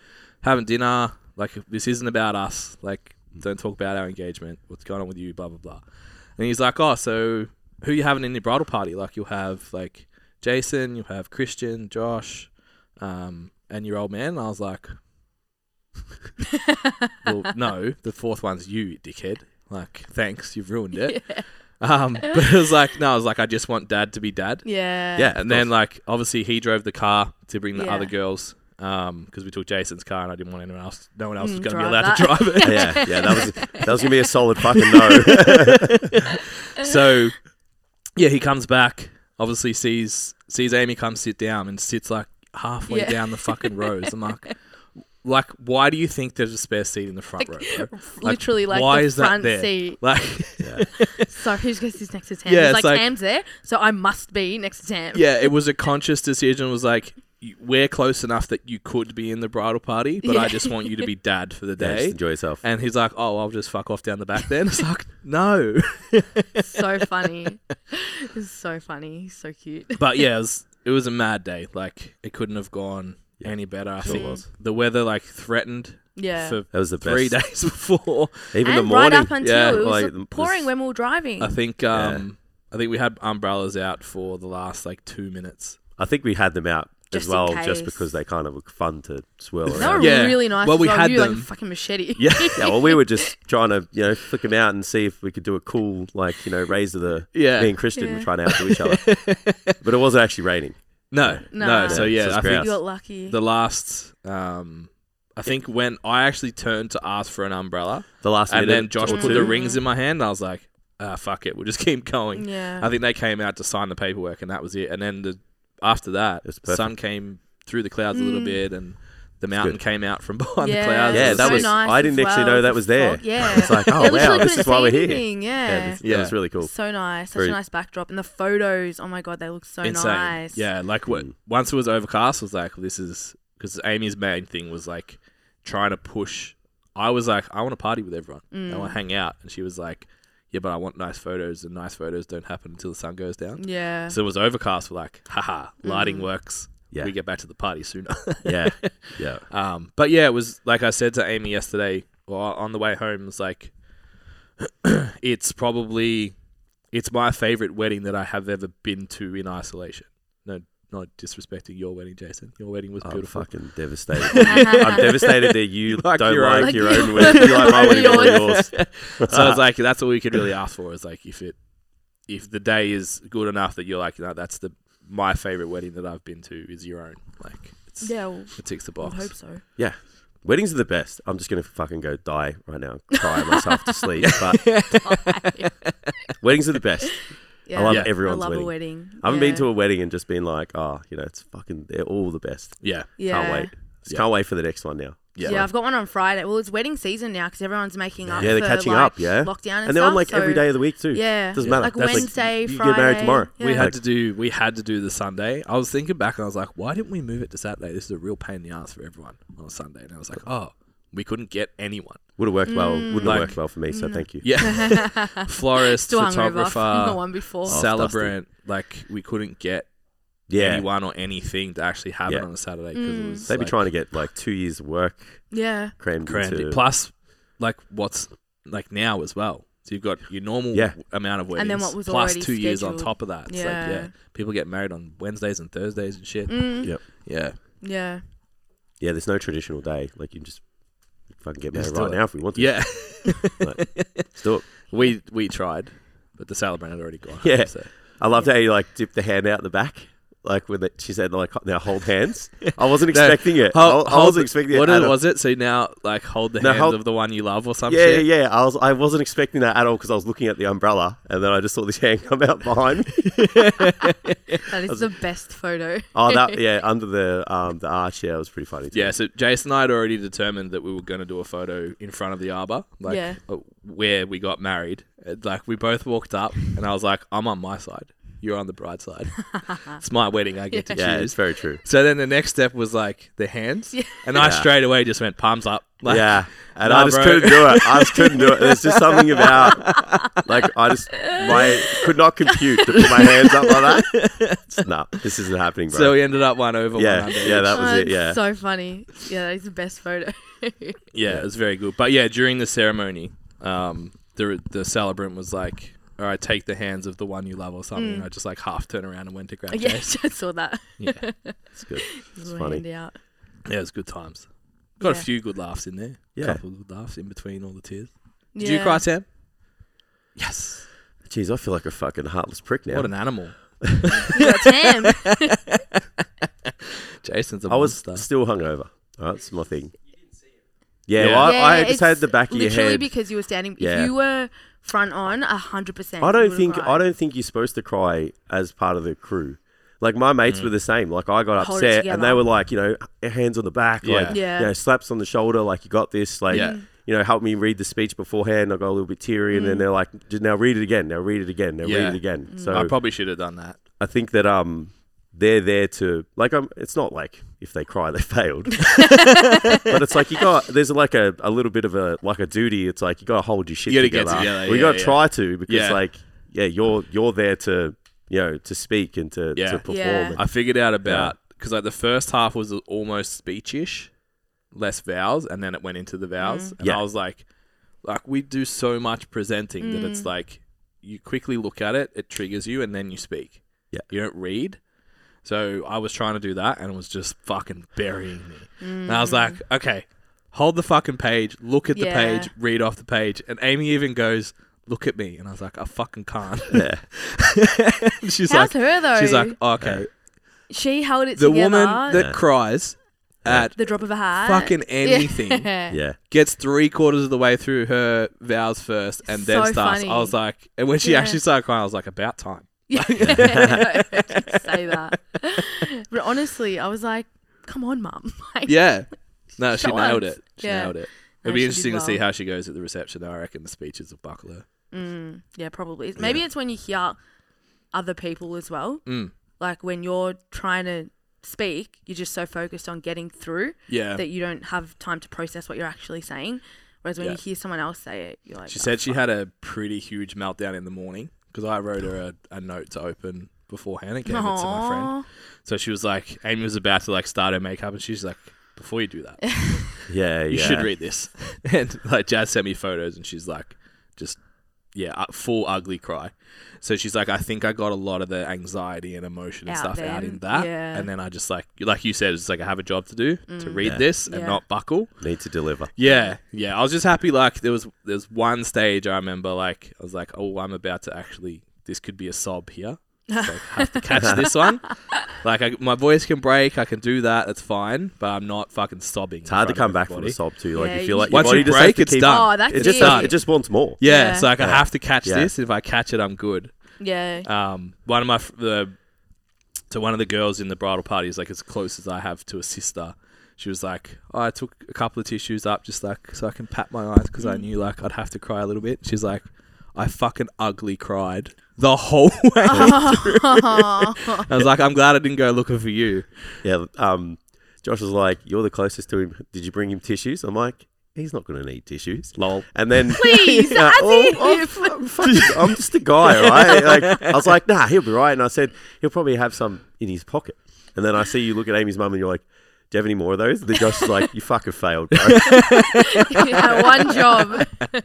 [SPEAKER 3] having dinner, like, this isn't about us. Like, don't talk about our engagement. What's going on with you? Blah blah blah. And he's like, oh, so who you having in your bridal party? Like, you'll have like Jason, you'll have Christian, Josh, um, and your old man. And I was like, well, no, the fourth one's you, dickhead. Like, thanks, you've ruined it. Um, but it was like, no, I was like, I just want dad to be dad.
[SPEAKER 4] Yeah.
[SPEAKER 2] Yeah,
[SPEAKER 3] and then like, obviously, he drove the car to bring the
[SPEAKER 4] Yeah.
[SPEAKER 3] other girls because we took Jason's car, and I didn't want anyone else. No one else was
[SPEAKER 4] Mm,
[SPEAKER 3] going to be
[SPEAKER 4] drive
[SPEAKER 3] allowed
[SPEAKER 4] that.
[SPEAKER 3] to drive it.
[SPEAKER 2] yeah, yeah, that was that was gonna be a solid fucking no.
[SPEAKER 3] so, yeah, he comes back. Obviously, sees sees Amy come sit down and sits like halfway
[SPEAKER 4] Yeah.
[SPEAKER 3] down the fucking rows. I'm like. Like, why do you think there's a spare seat in the front row? bro?
[SPEAKER 4] literally, like,
[SPEAKER 3] why
[SPEAKER 4] the
[SPEAKER 3] is that
[SPEAKER 4] front
[SPEAKER 3] there?
[SPEAKER 4] seat.
[SPEAKER 3] Like,
[SPEAKER 4] So who's goes who's next to Tam?
[SPEAKER 3] Yeah,
[SPEAKER 4] He's
[SPEAKER 3] it's
[SPEAKER 4] like,
[SPEAKER 3] like-
[SPEAKER 4] Tam's there, so I must be next to Tam.
[SPEAKER 3] yeah, it was a conscious decision. It was like you- we're close enough that you could be in the bridal party, but I
[SPEAKER 4] Yeah.
[SPEAKER 3] just want you to be dad for the
[SPEAKER 2] Yeah,
[SPEAKER 3] day.
[SPEAKER 2] just enjoy yourself.
[SPEAKER 3] and he's like, "Oh, I'll just fuck off down the back then." It's like, no.
[SPEAKER 4] so funny. It's so funny. He's so cute.
[SPEAKER 3] But yeah, it was, it was a mad day. Like it couldn't have gone any better. I think
[SPEAKER 2] was.
[SPEAKER 3] the weather like threatened
[SPEAKER 4] Yeah.
[SPEAKER 3] for
[SPEAKER 2] That was the
[SPEAKER 3] three
[SPEAKER 2] best.
[SPEAKER 3] days before.
[SPEAKER 2] Even the
[SPEAKER 4] and right
[SPEAKER 2] morning,
[SPEAKER 4] up until
[SPEAKER 3] yeah,
[SPEAKER 4] it was
[SPEAKER 2] like, it
[SPEAKER 4] pouring
[SPEAKER 2] was-
[SPEAKER 4] when we were driving.
[SPEAKER 3] I think um, I think we had umbrellas out for the last like two minutes.
[SPEAKER 2] I think we had them out
[SPEAKER 4] Just
[SPEAKER 2] as
[SPEAKER 4] in
[SPEAKER 2] well, just
[SPEAKER 4] case.
[SPEAKER 2] because they kind of were fun to swirl
[SPEAKER 4] they were
[SPEAKER 2] around.
[SPEAKER 3] Yeah.
[SPEAKER 4] really nice.
[SPEAKER 3] Well,
[SPEAKER 4] as
[SPEAKER 3] we had
[SPEAKER 4] you were like
[SPEAKER 3] them.
[SPEAKER 4] a fucking machete.
[SPEAKER 3] Yeah.
[SPEAKER 2] Yeah, well, we were just trying to, you know, flick them out and see if we could do a cool, like, you know, raise of the.
[SPEAKER 3] Yeah.
[SPEAKER 2] Me and Christian were
[SPEAKER 4] Yeah.
[SPEAKER 2] trying to outdo each other. but it wasn't actually raining.
[SPEAKER 3] No,
[SPEAKER 4] Nah.
[SPEAKER 3] no. So
[SPEAKER 2] Yeah,
[SPEAKER 3] yeah,
[SPEAKER 2] so it's
[SPEAKER 3] I think
[SPEAKER 2] grouse.
[SPEAKER 4] You got lucky.
[SPEAKER 3] the last um I think when I actually turned to ask for an umbrella
[SPEAKER 2] The last
[SPEAKER 3] and
[SPEAKER 2] minute.
[SPEAKER 3] then Josh
[SPEAKER 2] or
[SPEAKER 3] put
[SPEAKER 2] two.
[SPEAKER 3] the rings in my hand and I was like, ah, fuck it, we'll just keep going.
[SPEAKER 4] yeah.
[SPEAKER 3] I think they came out to sign the paperwork and that was it. And then the after that
[SPEAKER 2] was
[SPEAKER 3] the
[SPEAKER 2] perfect.
[SPEAKER 3] sun came through the clouds a little bit and the mountain came out from behind
[SPEAKER 4] Mm. yeah,
[SPEAKER 3] the clouds.
[SPEAKER 2] Yeah,
[SPEAKER 4] it
[SPEAKER 2] that
[SPEAKER 4] so
[SPEAKER 2] was-
[SPEAKER 4] Nice
[SPEAKER 2] I
[SPEAKER 4] as
[SPEAKER 2] didn't actually
[SPEAKER 4] well.
[SPEAKER 2] know
[SPEAKER 4] It
[SPEAKER 2] that
[SPEAKER 4] was
[SPEAKER 2] was there.
[SPEAKER 4] fog. Yeah,
[SPEAKER 2] It's like, oh,
[SPEAKER 4] Yeah, literally
[SPEAKER 2] wow, this
[SPEAKER 4] couldn't
[SPEAKER 2] is why
[SPEAKER 4] see
[SPEAKER 2] we're here.
[SPEAKER 4] anything,
[SPEAKER 2] Yeah,
[SPEAKER 4] Yeah,
[SPEAKER 2] this-
[SPEAKER 3] Yeah.
[SPEAKER 2] That was really cool.
[SPEAKER 4] so nice. Such
[SPEAKER 2] Very-
[SPEAKER 4] a nice backdrop, and the photos. Oh my god, they look so
[SPEAKER 3] insane.
[SPEAKER 4] nice.
[SPEAKER 3] Yeah, like what
[SPEAKER 2] Mm.
[SPEAKER 3] once it was overcast, I was like, this is because Amy's main thing was like trying to push. I was like, I want to party with everyone. I
[SPEAKER 4] Mm.
[SPEAKER 3] want to hang out, and she was like, Yeah, but I want nice photos, and nice photos don't happen until the sun goes down.
[SPEAKER 4] yeah. Mm.
[SPEAKER 3] So it was overcast. We're like, haha, lighting works.
[SPEAKER 2] Yeah.
[SPEAKER 3] we get back to the party sooner.
[SPEAKER 2] Yeah. Yeah.
[SPEAKER 3] Um, but yeah, it was like I said to Amy yesterday, or on the way home, it was like, it's probably, it's my favorite wedding that I have ever been to in isolation. No, not disrespecting your wedding, Jason. Your wedding was
[SPEAKER 2] I'm
[SPEAKER 3] beautiful.
[SPEAKER 2] fucking devastated. I'm devastated that you
[SPEAKER 3] like
[SPEAKER 2] don't
[SPEAKER 3] your own-
[SPEAKER 2] like your
[SPEAKER 4] Like
[SPEAKER 2] own
[SPEAKER 4] you-
[SPEAKER 2] wedding. You like my
[SPEAKER 4] Like
[SPEAKER 2] wedding more than yours.
[SPEAKER 3] so I was like, that's all we could really ask for is like, if it, if the day is good enough that you're like, no, that's the my favorite wedding that I've been to is your own. Like, it's,
[SPEAKER 4] yeah. Well,
[SPEAKER 3] it ticks the
[SPEAKER 4] I
[SPEAKER 3] box.
[SPEAKER 4] hope so.
[SPEAKER 2] Yeah. Weddings are the best. I'm just gonna fucking go die right now, and cry myself to sleep. But weddings are the best.
[SPEAKER 4] Yeah.
[SPEAKER 2] I love
[SPEAKER 3] Yeah.
[SPEAKER 2] everyone's
[SPEAKER 4] I love
[SPEAKER 2] wedding.
[SPEAKER 4] a wedding.
[SPEAKER 2] I haven't been to a wedding and just been like, oh, you know, it's fucking, they're all the best.
[SPEAKER 3] Yeah.
[SPEAKER 4] Yeah.
[SPEAKER 2] Can't wait. Just Can't wait for the next one now.
[SPEAKER 4] Yeah,
[SPEAKER 3] Yeah.
[SPEAKER 4] I've got one on Friday. Well, it's wedding season now because everyone's making up.
[SPEAKER 2] Yeah, they're
[SPEAKER 4] for,
[SPEAKER 2] catching
[SPEAKER 4] like,
[SPEAKER 2] up. Yeah,
[SPEAKER 4] lockdown and,
[SPEAKER 2] and they're on
[SPEAKER 4] stuff,
[SPEAKER 2] like every
[SPEAKER 4] so-
[SPEAKER 2] day of the week too.
[SPEAKER 4] Yeah.
[SPEAKER 2] doesn't matter.
[SPEAKER 4] Like
[SPEAKER 2] That's
[SPEAKER 4] Wednesday,
[SPEAKER 2] like, You get married
[SPEAKER 4] Friday.
[SPEAKER 2] tomorrow.
[SPEAKER 4] Yeah.
[SPEAKER 3] We had
[SPEAKER 2] Like-
[SPEAKER 3] to do we had to do the Sunday. I was thinking back and I was like, why didn't we move it to Saturday? This is a real pain in the ass for everyone on a Sunday. And I was like, oh, we couldn't get anyone.
[SPEAKER 2] Would have worked well.
[SPEAKER 4] Mm.
[SPEAKER 2] Wouldn't
[SPEAKER 3] Like-
[SPEAKER 2] have worked well for me. So thank you.
[SPEAKER 3] Yeah, florist,
[SPEAKER 4] Still hungover from the
[SPEAKER 3] photographer,
[SPEAKER 4] one before.
[SPEAKER 2] Oh,
[SPEAKER 3] celebrant. Like we couldn't get
[SPEAKER 2] Yeah.
[SPEAKER 3] anyone or anything to actually have it
[SPEAKER 2] Yeah.
[SPEAKER 3] on a Saturday because
[SPEAKER 4] Mm.
[SPEAKER 3] it was
[SPEAKER 2] They'd be
[SPEAKER 3] like,
[SPEAKER 2] trying to get like two years of work
[SPEAKER 4] Yeah.
[SPEAKER 2] crammed,
[SPEAKER 3] crammed
[SPEAKER 2] into.
[SPEAKER 3] it. Plus, like what's like now as well. So you've got your normal
[SPEAKER 2] Yeah.
[SPEAKER 3] amount of weddings,
[SPEAKER 4] And then what was
[SPEAKER 3] plus
[SPEAKER 4] already
[SPEAKER 3] two years on
[SPEAKER 4] scheduled.
[SPEAKER 3] top of that. It's
[SPEAKER 4] Yeah.
[SPEAKER 3] like yeah, people get married on Wednesdays and Thursdays and shit.
[SPEAKER 4] Mm,
[SPEAKER 2] Yep.
[SPEAKER 3] Yeah,
[SPEAKER 4] yeah.
[SPEAKER 2] Yeah. There's no traditional day. Like you can just fucking get married
[SPEAKER 3] Just do
[SPEAKER 2] right
[SPEAKER 3] it.
[SPEAKER 2] now if we want to.
[SPEAKER 3] yeah.
[SPEAKER 2] Let's do it.
[SPEAKER 3] We we tried, but the celebrant had already gone. home,
[SPEAKER 2] Yeah.
[SPEAKER 3] so-
[SPEAKER 2] I loved how you like dipped the hand out the back. Like when they, she said, like, now hold hands. I wasn't expecting it.
[SPEAKER 3] Hold-
[SPEAKER 2] I, I
[SPEAKER 3] hold
[SPEAKER 2] wasn't
[SPEAKER 3] the-
[SPEAKER 2] expecting
[SPEAKER 3] What
[SPEAKER 2] it. at
[SPEAKER 3] it-
[SPEAKER 2] all.
[SPEAKER 3] was it? So now, like, hold the
[SPEAKER 2] No,
[SPEAKER 3] hands
[SPEAKER 2] hold-
[SPEAKER 3] of the one you love or something.
[SPEAKER 2] Yeah, yeah, yeah. I was, I wasn't expecting that at all because I was looking at the umbrella, and then I just saw this hand come out behind me.
[SPEAKER 4] That is the best photo.
[SPEAKER 2] Oh, that yeah, under the um the arch. Yeah, it was pretty funny. Too.
[SPEAKER 3] Yeah, so Jason and I had already determined that we were going to do a photo in front of the arbor, like
[SPEAKER 4] Yeah.
[SPEAKER 3] uh, where we got married. Uh, Like we both walked up, and I was like, "I'm on my side, you're on the bride's side. it's my wedding, I get to
[SPEAKER 2] yeah,
[SPEAKER 3] choose."
[SPEAKER 2] it's very true.
[SPEAKER 3] so then the next step was like the hands, and I straight away just went palms up. Like,
[SPEAKER 2] yeah, and
[SPEAKER 3] nah,
[SPEAKER 2] I just
[SPEAKER 3] bro.
[SPEAKER 2] couldn't do it. I just couldn't do it. There's just something about like I just my could not compute to put my hands up like that. It's- nah, this isn't happening, bro.
[SPEAKER 3] So we ended up one over.
[SPEAKER 2] yeah,
[SPEAKER 3] one under
[SPEAKER 2] yeah,
[SPEAKER 3] each.
[SPEAKER 2] that was
[SPEAKER 4] Oh,
[SPEAKER 2] it.
[SPEAKER 4] it's
[SPEAKER 2] Yeah,
[SPEAKER 4] So funny. Yeah, that is the best photo.
[SPEAKER 3] Yeah, it was very good. But yeah, during the ceremony, um, the the celebrant was like, "All right, take the hands of the one you love," or something. And I just like half turned around and went to grab.
[SPEAKER 4] yeah,
[SPEAKER 3] Jason.
[SPEAKER 4] I saw that.
[SPEAKER 3] yeah,
[SPEAKER 2] it's good.
[SPEAKER 4] It's
[SPEAKER 2] funny.
[SPEAKER 4] Out.
[SPEAKER 3] yeah, it was good times. Got
[SPEAKER 4] Yeah.
[SPEAKER 3] a few good laughs in there.
[SPEAKER 2] Yeah.
[SPEAKER 3] couple of good laughs in between all the tears. Did you
[SPEAKER 4] Yeah.
[SPEAKER 3] cry, Sam? Yes.
[SPEAKER 2] Jeez, I feel like a fucking heartless prick now.
[SPEAKER 3] What an animal.
[SPEAKER 4] You got Tam.
[SPEAKER 3] Jason's a
[SPEAKER 2] I was
[SPEAKER 3] monster.
[SPEAKER 2] still hungover. All right, that's my thing. Yeah,
[SPEAKER 3] Yeah.
[SPEAKER 2] well, I,
[SPEAKER 4] Yeah,
[SPEAKER 2] I
[SPEAKER 4] yeah,
[SPEAKER 2] just had
[SPEAKER 4] it's
[SPEAKER 2] the back of your
[SPEAKER 4] Literally
[SPEAKER 2] head.
[SPEAKER 4] because you were standing.
[SPEAKER 2] Yeah.
[SPEAKER 4] If you were front on, hundred percent.
[SPEAKER 2] I don't think I don't think you're supposed to cry as part of the crew. Like my mates
[SPEAKER 3] Mm.
[SPEAKER 2] were the same. Like I got
[SPEAKER 4] Hold it
[SPEAKER 2] upset and they
[SPEAKER 4] together.
[SPEAKER 2] were like, you know, hands on the back,
[SPEAKER 3] Yeah.
[SPEAKER 2] like
[SPEAKER 4] Yeah.
[SPEAKER 2] you know, slaps on the shoulder, like you got this, like
[SPEAKER 3] Yeah.
[SPEAKER 2] you know, help me read the speech beforehand. I got a little bit teary,
[SPEAKER 4] Mm.
[SPEAKER 2] and then they're like, just now read it again, now read it again, now
[SPEAKER 3] Yeah.
[SPEAKER 2] read it again. So
[SPEAKER 3] I probably should have done that.
[SPEAKER 2] I think that um they're there to like um it's not like if they cry they failed. but it's like you got there's like a, a little bit of a like a duty, it's like you gotta hold your shit
[SPEAKER 3] You gotta get
[SPEAKER 2] together.
[SPEAKER 3] together,
[SPEAKER 2] or you
[SPEAKER 3] yeah,
[SPEAKER 2] gotta
[SPEAKER 3] yeah.
[SPEAKER 2] try to because
[SPEAKER 3] Yeah.
[SPEAKER 2] like yeah, you're you're there to you know, to speak and to,
[SPEAKER 3] Yeah.
[SPEAKER 2] to perform.
[SPEAKER 4] Yeah.
[SPEAKER 2] And-
[SPEAKER 3] I figured out about because like the first half was almost speech-ish, less vowels, and then it went into the vowels, and
[SPEAKER 2] Yeah.
[SPEAKER 3] I was like, like we do so much presenting that it's like you quickly look at it, it triggers you, and then you speak.
[SPEAKER 2] Yeah.
[SPEAKER 3] you don't read. So I was trying to do that, and it was just fucking burying me. And I was like, okay, hold the fucking page, look at
[SPEAKER 4] Yeah.
[SPEAKER 3] the page, read off the page, and Amy even goes. Look at me, and I was like, I fucking can't.
[SPEAKER 2] Yeah.
[SPEAKER 3] she's like,
[SPEAKER 4] How's her though?
[SPEAKER 3] she's like, "Oh, okay,
[SPEAKER 4] she held it
[SPEAKER 3] the
[SPEAKER 4] together.
[SPEAKER 3] woman that cries at
[SPEAKER 4] the drop of a hat.
[SPEAKER 3] fucking anything
[SPEAKER 4] Yeah.
[SPEAKER 2] yeah.
[SPEAKER 3] gets three quarters of the way through her vows first and then
[SPEAKER 4] So
[SPEAKER 3] starts. I
[SPEAKER 4] funny.
[SPEAKER 3] was like, and when she
[SPEAKER 4] Yeah.
[SPEAKER 3] actually started crying, I was like, about time.
[SPEAKER 4] Yeah. I heard you say that. But honestly, I was like, come on, mum. Like,
[SPEAKER 3] Yeah. No, she
[SPEAKER 4] Show
[SPEAKER 3] nailed
[SPEAKER 4] us.
[SPEAKER 3] it. She
[SPEAKER 4] Yeah.
[SPEAKER 3] nailed it.
[SPEAKER 4] No,
[SPEAKER 3] It'll be
[SPEAKER 4] she did
[SPEAKER 3] interesting to see
[SPEAKER 4] well.
[SPEAKER 3] how she goes at the reception. though. I reckon the speeches will buckle her.
[SPEAKER 4] Mm, yeah, probably. Maybe it's when you hear other people as well.
[SPEAKER 3] Mm.
[SPEAKER 4] Like when you're trying to speak, you're just so focused on getting through
[SPEAKER 3] Yeah.
[SPEAKER 4] that you don't have time to process what you're actually saying. Whereas when
[SPEAKER 3] Yeah.
[SPEAKER 4] you hear someone else say it, you're like,
[SPEAKER 3] She
[SPEAKER 4] "Oh,
[SPEAKER 3] said she
[SPEAKER 4] fuck."
[SPEAKER 3] had a pretty huge meltdown in the morning because I wrote her a, a note to open beforehand
[SPEAKER 4] "Oh,
[SPEAKER 3] and gave it to my friend.
[SPEAKER 4] Aw.
[SPEAKER 3] So she was like, Amy was about to like start her makeup and she's like, before you do that,
[SPEAKER 2] Yeah,
[SPEAKER 3] you
[SPEAKER 2] yeah.
[SPEAKER 3] should read this. And like Jazz sent me photos and she's like, just yeah, uh, full ugly cry. So she's like, I think I got a lot of the anxiety and emotion and
[SPEAKER 4] Out
[SPEAKER 3] stuff out
[SPEAKER 4] then,
[SPEAKER 3] in that.
[SPEAKER 4] yeah. Mm.
[SPEAKER 3] And then I just like, like you said, it's like I have a job to do to read this and
[SPEAKER 4] Yeah.
[SPEAKER 3] not buckle.
[SPEAKER 2] Need to deliver.
[SPEAKER 3] Yeah, yeah. I was just happy. Like there was there's one stage I remember. Like I was like, oh, I'm about to actually. This could be a sob here. So I have to catch this one. Like I, my voice can break. I can do that. That's fine. But I'm not fucking sobbing.
[SPEAKER 2] It's hard to come back from a sob too. Like
[SPEAKER 4] Yeah,
[SPEAKER 2] you
[SPEAKER 4] you
[SPEAKER 2] feel like
[SPEAKER 3] Once
[SPEAKER 2] your body
[SPEAKER 3] you
[SPEAKER 2] just has
[SPEAKER 3] break,
[SPEAKER 2] to
[SPEAKER 3] it's
[SPEAKER 2] keep-
[SPEAKER 3] done.
[SPEAKER 4] Oh, that's
[SPEAKER 2] It
[SPEAKER 4] it.
[SPEAKER 2] just
[SPEAKER 3] done.
[SPEAKER 2] has- it just wants more.
[SPEAKER 3] Yeah,
[SPEAKER 4] Yeah.
[SPEAKER 3] so like I have to catch
[SPEAKER 2] Yeah.
[SPEAKER 3] this. If I catch it, I'm good.
[SPEAKER 4] yeah.
[SPEAKER 3] Um, one of my f- the so one of the girls in the bridal party is like as close as I have to a sister. She was like, oh, I took a couple of tissues up just like so I can pat my eyes because I knew like I'd have to cry a little bit. She's like, I fucking ugly cried the whole way. through. I was like, I'm glad I didn't go looking for you.
[SPEAKER 2] Yeah. Um, Josh was like, "You're the closest to him. Did you bring him tissues?" I'm like, "He's not going to need tissues."
[SPEAKER 3] Lol.
[SPEAKER 2] And then,
[SPEAKER 4] Please,
[SPEAKER 2] Yeah,
[SPEAKER 4] as
[SPEAKER 2] oh,
[SPEAKER 4] if.
[SPEAKER 2] oh, fuck, fuck, I'm just a guy, all right? Like, I was like, "Nah, he'll be right." And I said, "He'll probably have some in his pocket." And then I see you look at Amy's mum, and you're like, "Do you have any more of those?" And then Josh is like, "You fucking failed, bro." I
[SPEAKER 4] you had one job.
[SPEAKER 2] was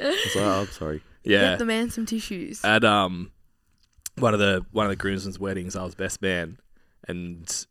[SPEAKER 2] like, oh, "I'm sorry."
[SPEAKER 3] Yeah.
[SPEAKER 4] Get the man some tissues.
[SPEAKER 3] at um one of the one of the groomsmen's weddings. I was best man, and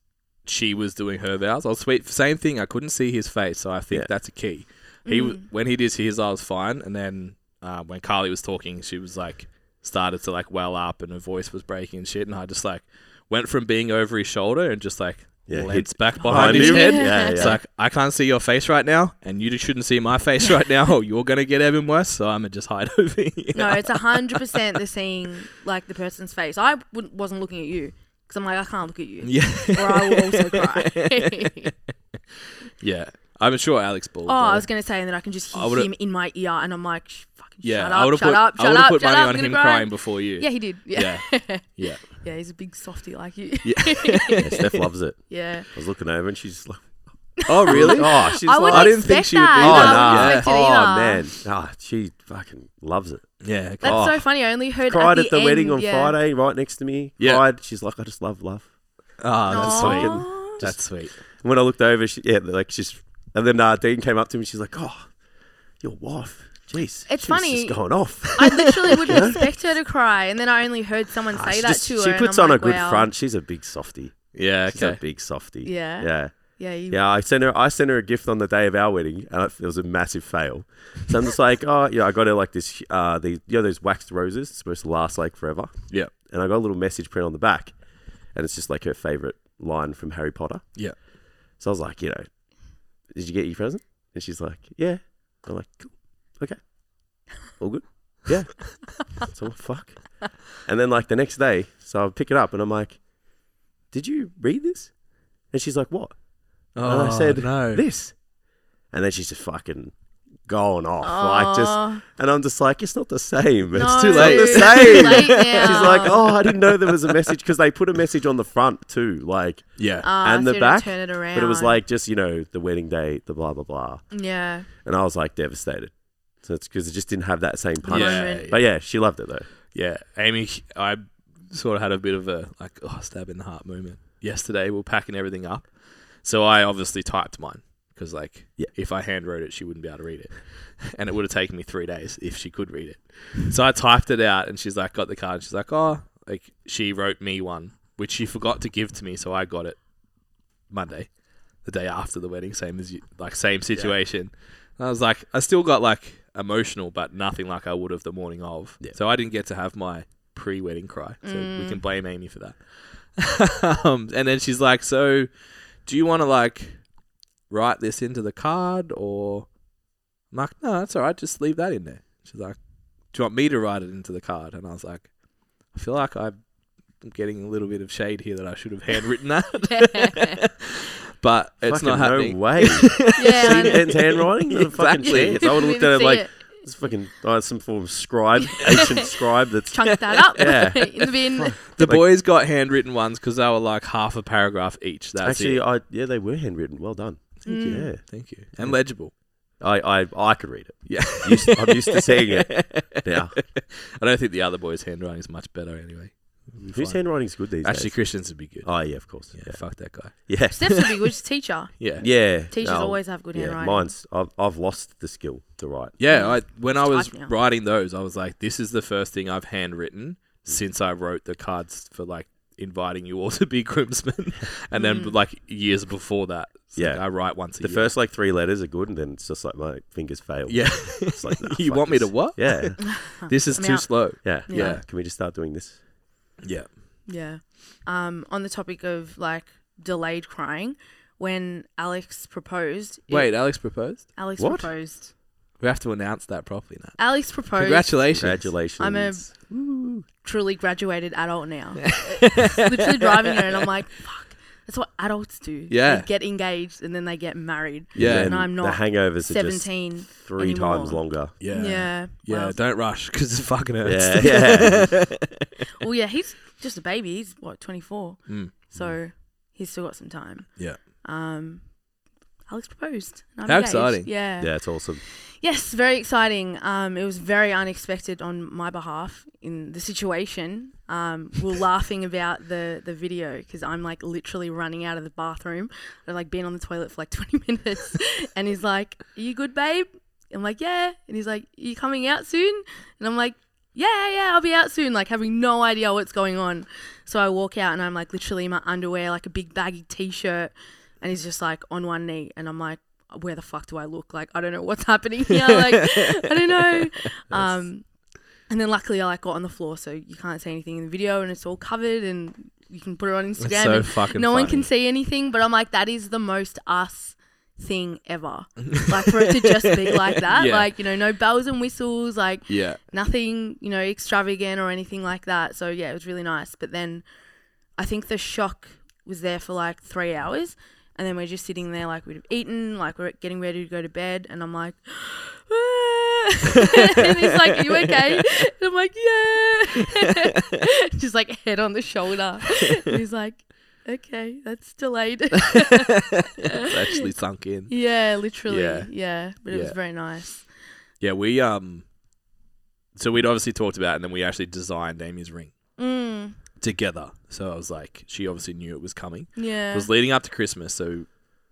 [SPEAKER 3] she was doing her vows. I was sweet. Same thing. I couldn't see his face, so I think
[SPEAKER 2] Yeah.
[SPEAKER 3] that's a key. He w when he did his, I was fine, and then uh, when Carly was talking, she was like started to like well up, and her voice was breaking and shit, and I just like went from being over his shoulder and just like.
[SPEAKER 2] Yeah,
[SPEAKER 3] Yeah,
[SPEAKER 2] hit
[SPEAKER 3] back behind, his
[SPEAKER 2] him.
[SPEAKER 3] head.
[SPEAKER 2] Yeah,
[SPEAKER 3] It's
[SPEAKER 2] yeah.
[SPEAKER 3] like I can't see your face right now, and you shouldn't see my face right now. or You're gonna get even worse, so I'm gonna just hide over here.
[SPEAKER 4] No, it's hundred percent the seeing like the person's face. I wouldn't, wasn't looking at you because I'm like I can't look at you,
[SPEAKER 3] Yeah,
[SPEAKER 4] or I will also cry.
[SPEAKER 3] Yeah, I'm sure Alex Ball.
[SPEAKER 4] oh, I was gonna say, and then I can just
[SPEAKER 3] I
[SPEAKER 4] hear
[SPEAKER 3] would've-
[SPEAKER 4] him in my ear, and I'm like, "Sh- fucking
[SPEAKER 3] yeah,
[SPEAKER 4] shut
[SPEAKER 3] I
[SPEAKER 4] up,
[SPEAKER 3] would've
[SPEAKER 4] shut
[SPEAKER 3] put,
[SPEAKER 4] up,
[SPEAKER 3] I
[SPEAKER 4] shut
[SPEAKER 3] would've
[SPEAKER 4] up,
[SPEAKER 3] put
[SPEAKER 4] shut
[SPEAKER 3] money
[SPEAKER 4] up,
[SPEAKER 3] on
[SPEAKER 4] I'm
[SPEAKER 3] him
[SPEAKER 4] gonna cry."
[SPEAKER 3] crying before you.
[SPEAKER 4] Yeah, he did. Yeah, yeah.
[SPEAKER 3] yeah,
[SPEAKER 4] he's a big softy like you.
[SPEAKER 3] yeah.
[SPEAKER 2] Yeah, Steph loves it.
[SPEAKER 4] Yeah,
[SPEAKER 2] I was looking over, and she's just like,
[SPEAKER 3] oh, really?
[SPEAKER 2] "Oh, she's
[SPEAKER 4] I
[SPEAKER 2] like,
[SPEAKER 4] wouldn't
[SPEAKER 3] I didn't think
[SPEAKER 4] expect
[SPEAKER 3] she would
[SPEAKER 4] that.
[SPEAKER 2] oh,
[SPEAKER 3] do
[SPEAKER 4] No,
[SPEAKER 3] that.
[SPEAKER 4] I
[SPEAKER 2] nah. oh
[SPEAKER 4] wouldn't expect it either.
[SPEAKER 2] man, ah, she fucking loves it."
[SPEAKER 3] yeah, okay.
[SPEAKER 4] That's
[SPEAKER 2] Oh.
[SPEAKER 4] so funny. I only heard
[SPEAKER 2] cried
[SPEAKER 4] at the,
[SPEAKER 2] at the wedding
[SPEAKER 4] end,
[SPEAKER 2] on
[SPEAKER 4] yeah.
[SPEAKER 2] Friday, right next to me.
[SPEAKER 3] Yeah.
[SPEAKER 2] Cried. She's like, I just love love.
[SPEAKER 3] Ah, that's sweet.
[SPEAKER 4] Aw.
[SPEAKER 3] That's sweet.
[SPEAKER 2] And when I looked over, she, yeah, like she's. And then uh, Dean came up to me. She's like, Oh, your wife. Jeez,
[SPEAKER 4] It's
[SPEAKER 2] she's
[SPEAKER 4] funny.
[SPEAKER 2] Just going off.
[SPEAKER 4] I literally wouldn't expect her to cry, and then I only heard someone
[SPEAKER 2] Ah,
[SPEAKER 4] say
[SPEAKER 2] she
[SPEAKER 4] that
[SPEAKER 2] just-
[SPEAKER 4] to her.
[SPEAKER 2] she
[SPEAKER 4] and
[SPEAKER 2] puts
[SPEAKER 4] I'm
[SPEAKER 2] on
[SPEAKER 4] like,
[SPEAKER 2] a good
[SPEAKER 4] "Wow."
[SPEAKER 2] front. She's a big softie.
[SPEAKER 3] Yeah,
[SPEAKER 2] She's a
[SPEAKER 3] okay.
[SPEAKER 2] big softie.
[SPEAKER 4] Yeah.
[SPEAKER 2] Yeah.
[SPEAKER 4] Yeah, you,
[SPEAKER 2] Yeah, I sent her. I sent her a gift on the day of our wedding, and it was a massive fail. So I'm just like, oh, yeah, I got her like this, uh, these, you know, those waxed roses it's supposed to last like forever.
[SPEAKER 3] Yeah.
[SPEAKER 2] And I got a little message print on the back, and it's just like her favorite line from Harry Potter.
[SPEAKER 3] Yeah.
[SPEAKER 2] So I was like, you know, did you get your present? And she's like, yeah. I'm like, cool, okay, all good, yeah. so what fuck? And then like the next day, so I pick it up and I'm like, did you read this? And she's like, what?
[SPEAKER 3] Oh,
[SPEAKER 2] and I said,
[SPEAKER 3] no.
[SPEAKER 2] this. And then she's just fucking going off. Like,
[SPEAKER 4] Aw.
[SPEAKER 2] just, and I'm just like, it's not the same.
[SPEAKER 4] No.
[SPEAKER 2] it's too late.
[SPEAKER 4] It's
[SPEAKER 2] It's
[SPEAKER 4] too
[SPEAKER 2] not the same.
[SPEAKER 4] late now.
[SPEAKER 2] She's like, oh, I didn't know there was a message because they put a message on the front too, like,
[SPEAKER 3] yeah.
[SPEAKER 4] Ah,
[SPEAKER 2] and
[SPEAKER 4] so
[SPEAKER 2] the
[SPEAKER 4] you don't
[SPEAKER 2] back.
[SPEAKER 4] turn it around.
[SPEAKER 2] But it was like, just, you know, the wedding date, the blah, blah, blah.
[SPEAKER 4] yeah,
[SPEAKER 2] And I was like, devastated. So it's because it just didn't have that same punch.
[SPEAKER 3] yeah,
[SPEAKER 4] moment.
[SPEAKER 2] But yeah, she loved it though.
[SPEAKER 3] yeah. Amy, I sort of had a bit of a like oh, stab in the heart moment yesterday. We are packing everything up, so I obviously typed mine because like
[SPEAKER 2] Yeah.
[SPEAKER 3] if I hand wrote it, she wouldn't be able to read it, and it would have taken me three days if she could read it. So I typed it out, and she's like, got the card. And she's like, oh, like she wrote me one, which she forgot to give to me, so I got it Monday, the day after the wedding, same as you, like same situation. And I was like, I still got like emotional, but nothing like I would have the morning of. So I didn't get to have my pre-wedding cry. So we can blame Amy for that. um, and then she's like, so do you want to like write this into the card or? I'm like, no, that's all right. Just leave that in there. She's like, do you want me to write it into the card? And I was like, I feel like I'm getting a little bit of shade here that I should have handwritten that. but it's
[SPEAKER 2] Fucking
[SPEAKER 3] not happening.
[SPEAKER 2] No way.
[SPEAKER 4] yeah. I
[SPEAKER 2] See
[SPEAKER 4] know.
[SPEAKER 2] Dan's handwriting? The fucking
[SPEAKER 3] Exactly.
[SPEAKER 2] chance. I would have
[SPEAKER 4] We
[SPEAKER 2] looked
[SPEAKER 4] can
[SPEAKER 2] at it
[SPEAKER 4] see
[SPEAKER 2] like,
[SPEAKER 4] it.
[SPEAKER 2] it's fucking oh, it's some form of scribe, ancient scribe that's
[SPEAKER 4] chunk that up
[SPEAKER 2] Yeah.
[SPEAKER 4] in the bin.
[SPEAKER 3] The
[SPEAKER 2] Like-
[SPEAKER 3] boys got handwritten ones because they were like half a paragraph each. That's
[SPEAKER 2] Actually,
[SPEAKER 3] it.
[SPEAKER 2] I yeah, they were handwritten. Well done. Thank you.
[SPEAKER 4] Mm.
[SPEAKER 2] Yeah,
[SPEAKER 3] Thank you. And legible.
[SPEAKER 2] I I, I could read it.
[SPEAKER 3] Yeah.
[SPEAKER 2] Used, I'm used to seeing it. Yeah,
[SPEAKER 3] I don't think the other boys' handwriting is much better anyway.
[SPEAKER 2] whose handwriting's good these
[SPEAKER 3] Actually,
[SPEAKER 2] days?
[SPEAKER 3] Christian's would be good.
[SPEAKER 2] Oh yeah, of course.
[SPEAKER 3] yeah, fuck that guy.
[SPEAKER 2] Yeah,
[SPEAKER 4] Steph's would be good. She's a teacher.
[SPEAKER 3] Yeah. Yeah.
[SPEAKER 2] yeah.
[SPEAKER 4] Teachers always have good
[SPEAKER 2] yeah,
[SPEAKER 4] handwriting.
[SPEAKER 2] Mine's I've, I've lost the skill to write.
[SPEAKER 3] I when I was
[SPEAKER 4] type now.
[SPEAKER 3] writing those, I was like, this is the first thing I've handwritten since I wrote the cards for like inviting you all to be groomsmen. and then like years before that, it's like,
[SPEAKER 2] Yeah.
[SPEAKER 3] I write once a
[SPEAKER 2] The
[SPEAKER 3] year.
[SPEAKER 2] first like three letters are good, and then it's just like my fingers fail.
[SPEAKER 3] Yeah.
[SPEAKER 2] It's like, nah,
[SPEAKER 3] you
[SPEAKER 2] fuck
[SPEAKER 3] want me to
[SPEAKER 2] this.
[SPEAKER 3] what?
[SPEAKER 2] Yeah,
[SPEAKER 3] This is
[SPEAKER 4] I'm
[SPEAKER 3] too
[SPEAKER 4] out.
[SPEAKER 3] slow.
[SPEAKER 2] yeah,
[SPEAKER 4] Yeah.
[SPEAKER 2] yeah. Can we just start doing this?
[SPEAKER 3] Yeah.
[SPEAKER 4] Yeah. Um, on the topic of like delayed crying, when Alex proposed, it-
[SPEAKER 3] Wait, Alex proposed?
[SPEAKER 4] Alex
[SPEAKER 2] What?
[SPEAKER 4] proposed.
[SPEAKER 3] We have to announce that properly now.
[SPEAKER 4] Alex proposed.
[SPEAKER 3] Congratulations.
[SPEAKER 2] Congratulations.
[SPEAKER 4] I'm a truly graduated adult now. Literally driving here, and I'm like, fuck. That's what adults do.
[SPEAKER 3] Yeah.
[SPEAKER 4] They get engaged and then they get married.
[SPEAKER 3] Yeah.
[SPEAKER 4] And I'm
[SPEAKER 2] The
[SPEAKER 4] not
[SPEAKER 2] hangovers are just
[SPEAKER 4] 17
[SPEAKER 2] three
[SPEAKER 4] anymore.
[SPEAKER 2] times longer.
[SPEAKER 3] Yeah.
[SPEAKER 4] Yeah,
[SPEAKER 3] Yeah.
[SPEAKER 4] well-
[SPEAKER 3] Don't rush because it fucking hurts.
[SPEAKER 2] Yeah, yeah.
[SPEAKER 4] Well, yeah, he's just a baby. He's what 24, so he's still got some time.
[SPEAKER 3] Yeah.
[SPEAKER 4] Um, Alex proposed. and I'm
[SPEAKER 3] How
[SPEAKER 4] engaged.
[SPEAKER 3] exciting.
[SPEAKER 4] Yeah.
[SPEAKER 2] yeah, it's awesome.
[SPEAKER 4] Yes, very exciting. Um, it was very unexpected on my behalf in the situation. Um, we we're laughing about the the video because I'm like literally running out of the bathroom. I've like been on the toilet for like 20 minutes, and he's like, "Are you good, babe?" I'm like, "Yeah," and he's like, "Are you coming out soon?" And I'm like, "Yeah, yeah, I'll be out soon." Like having no idea what's going on. So I walk out and I'm like literally in my underwear, like a big baggy t-shirt, and he's just like on one knee, and I'm like where the fuck do I look? Like, I don't know what's happening here. Like, I don't know. Um, and then luckily I like got on the floor, so you can't see anything in the video, and it's all covered, and you can put it on Instagram.
[SPEAKER 3] so
[SPEAKER 4] and
[SPEAKER 3] fucking
[SPEAKER 4] no one
[SPEAKER 3] funny.
[SPEAKER 4] can see anything, but I'm like, that is the most us thing ever. like for it to just be like that,
[SPEAKER 3] Yeah.
[SPEAKER 4] like you know, no bells and whistles, like
[SPEAKER 3] Yeah.
[SPEAKER 4] nothing, you know, extravagant or anything like that. So yeah, it was really nice. But then I think the shock was there for like three hours. And then we're just sitting there, like we'd have eaten, like we're getting ready to go to bed. And I'm like, "Ah." and he's like, Are you okay? And I'm like, Yeah. just like head on the shoulder. And he's like, Okay, that's delayed.
[SPEAKER 3] It's actually sunk in.
[SPEAKER 4] yeah, literally.
[SPEAKER 3] Yeah.
[SPEAKER 4] Yeah. But it was
[SPEAKER 3] Yeah.
[SPEAKER 4] very nice.
[SPEAKER 3] Yeah. We, um, so we'd obviously talked about it and then we actually designed Amy's ring
[SPEAKER 4] Mm,
[SPEAKER 3] together. So I was like, she obviously knew it was coming. It
[SPEAKER 4] yeah.
[SPEAKER 3] was leading up to Christmas. So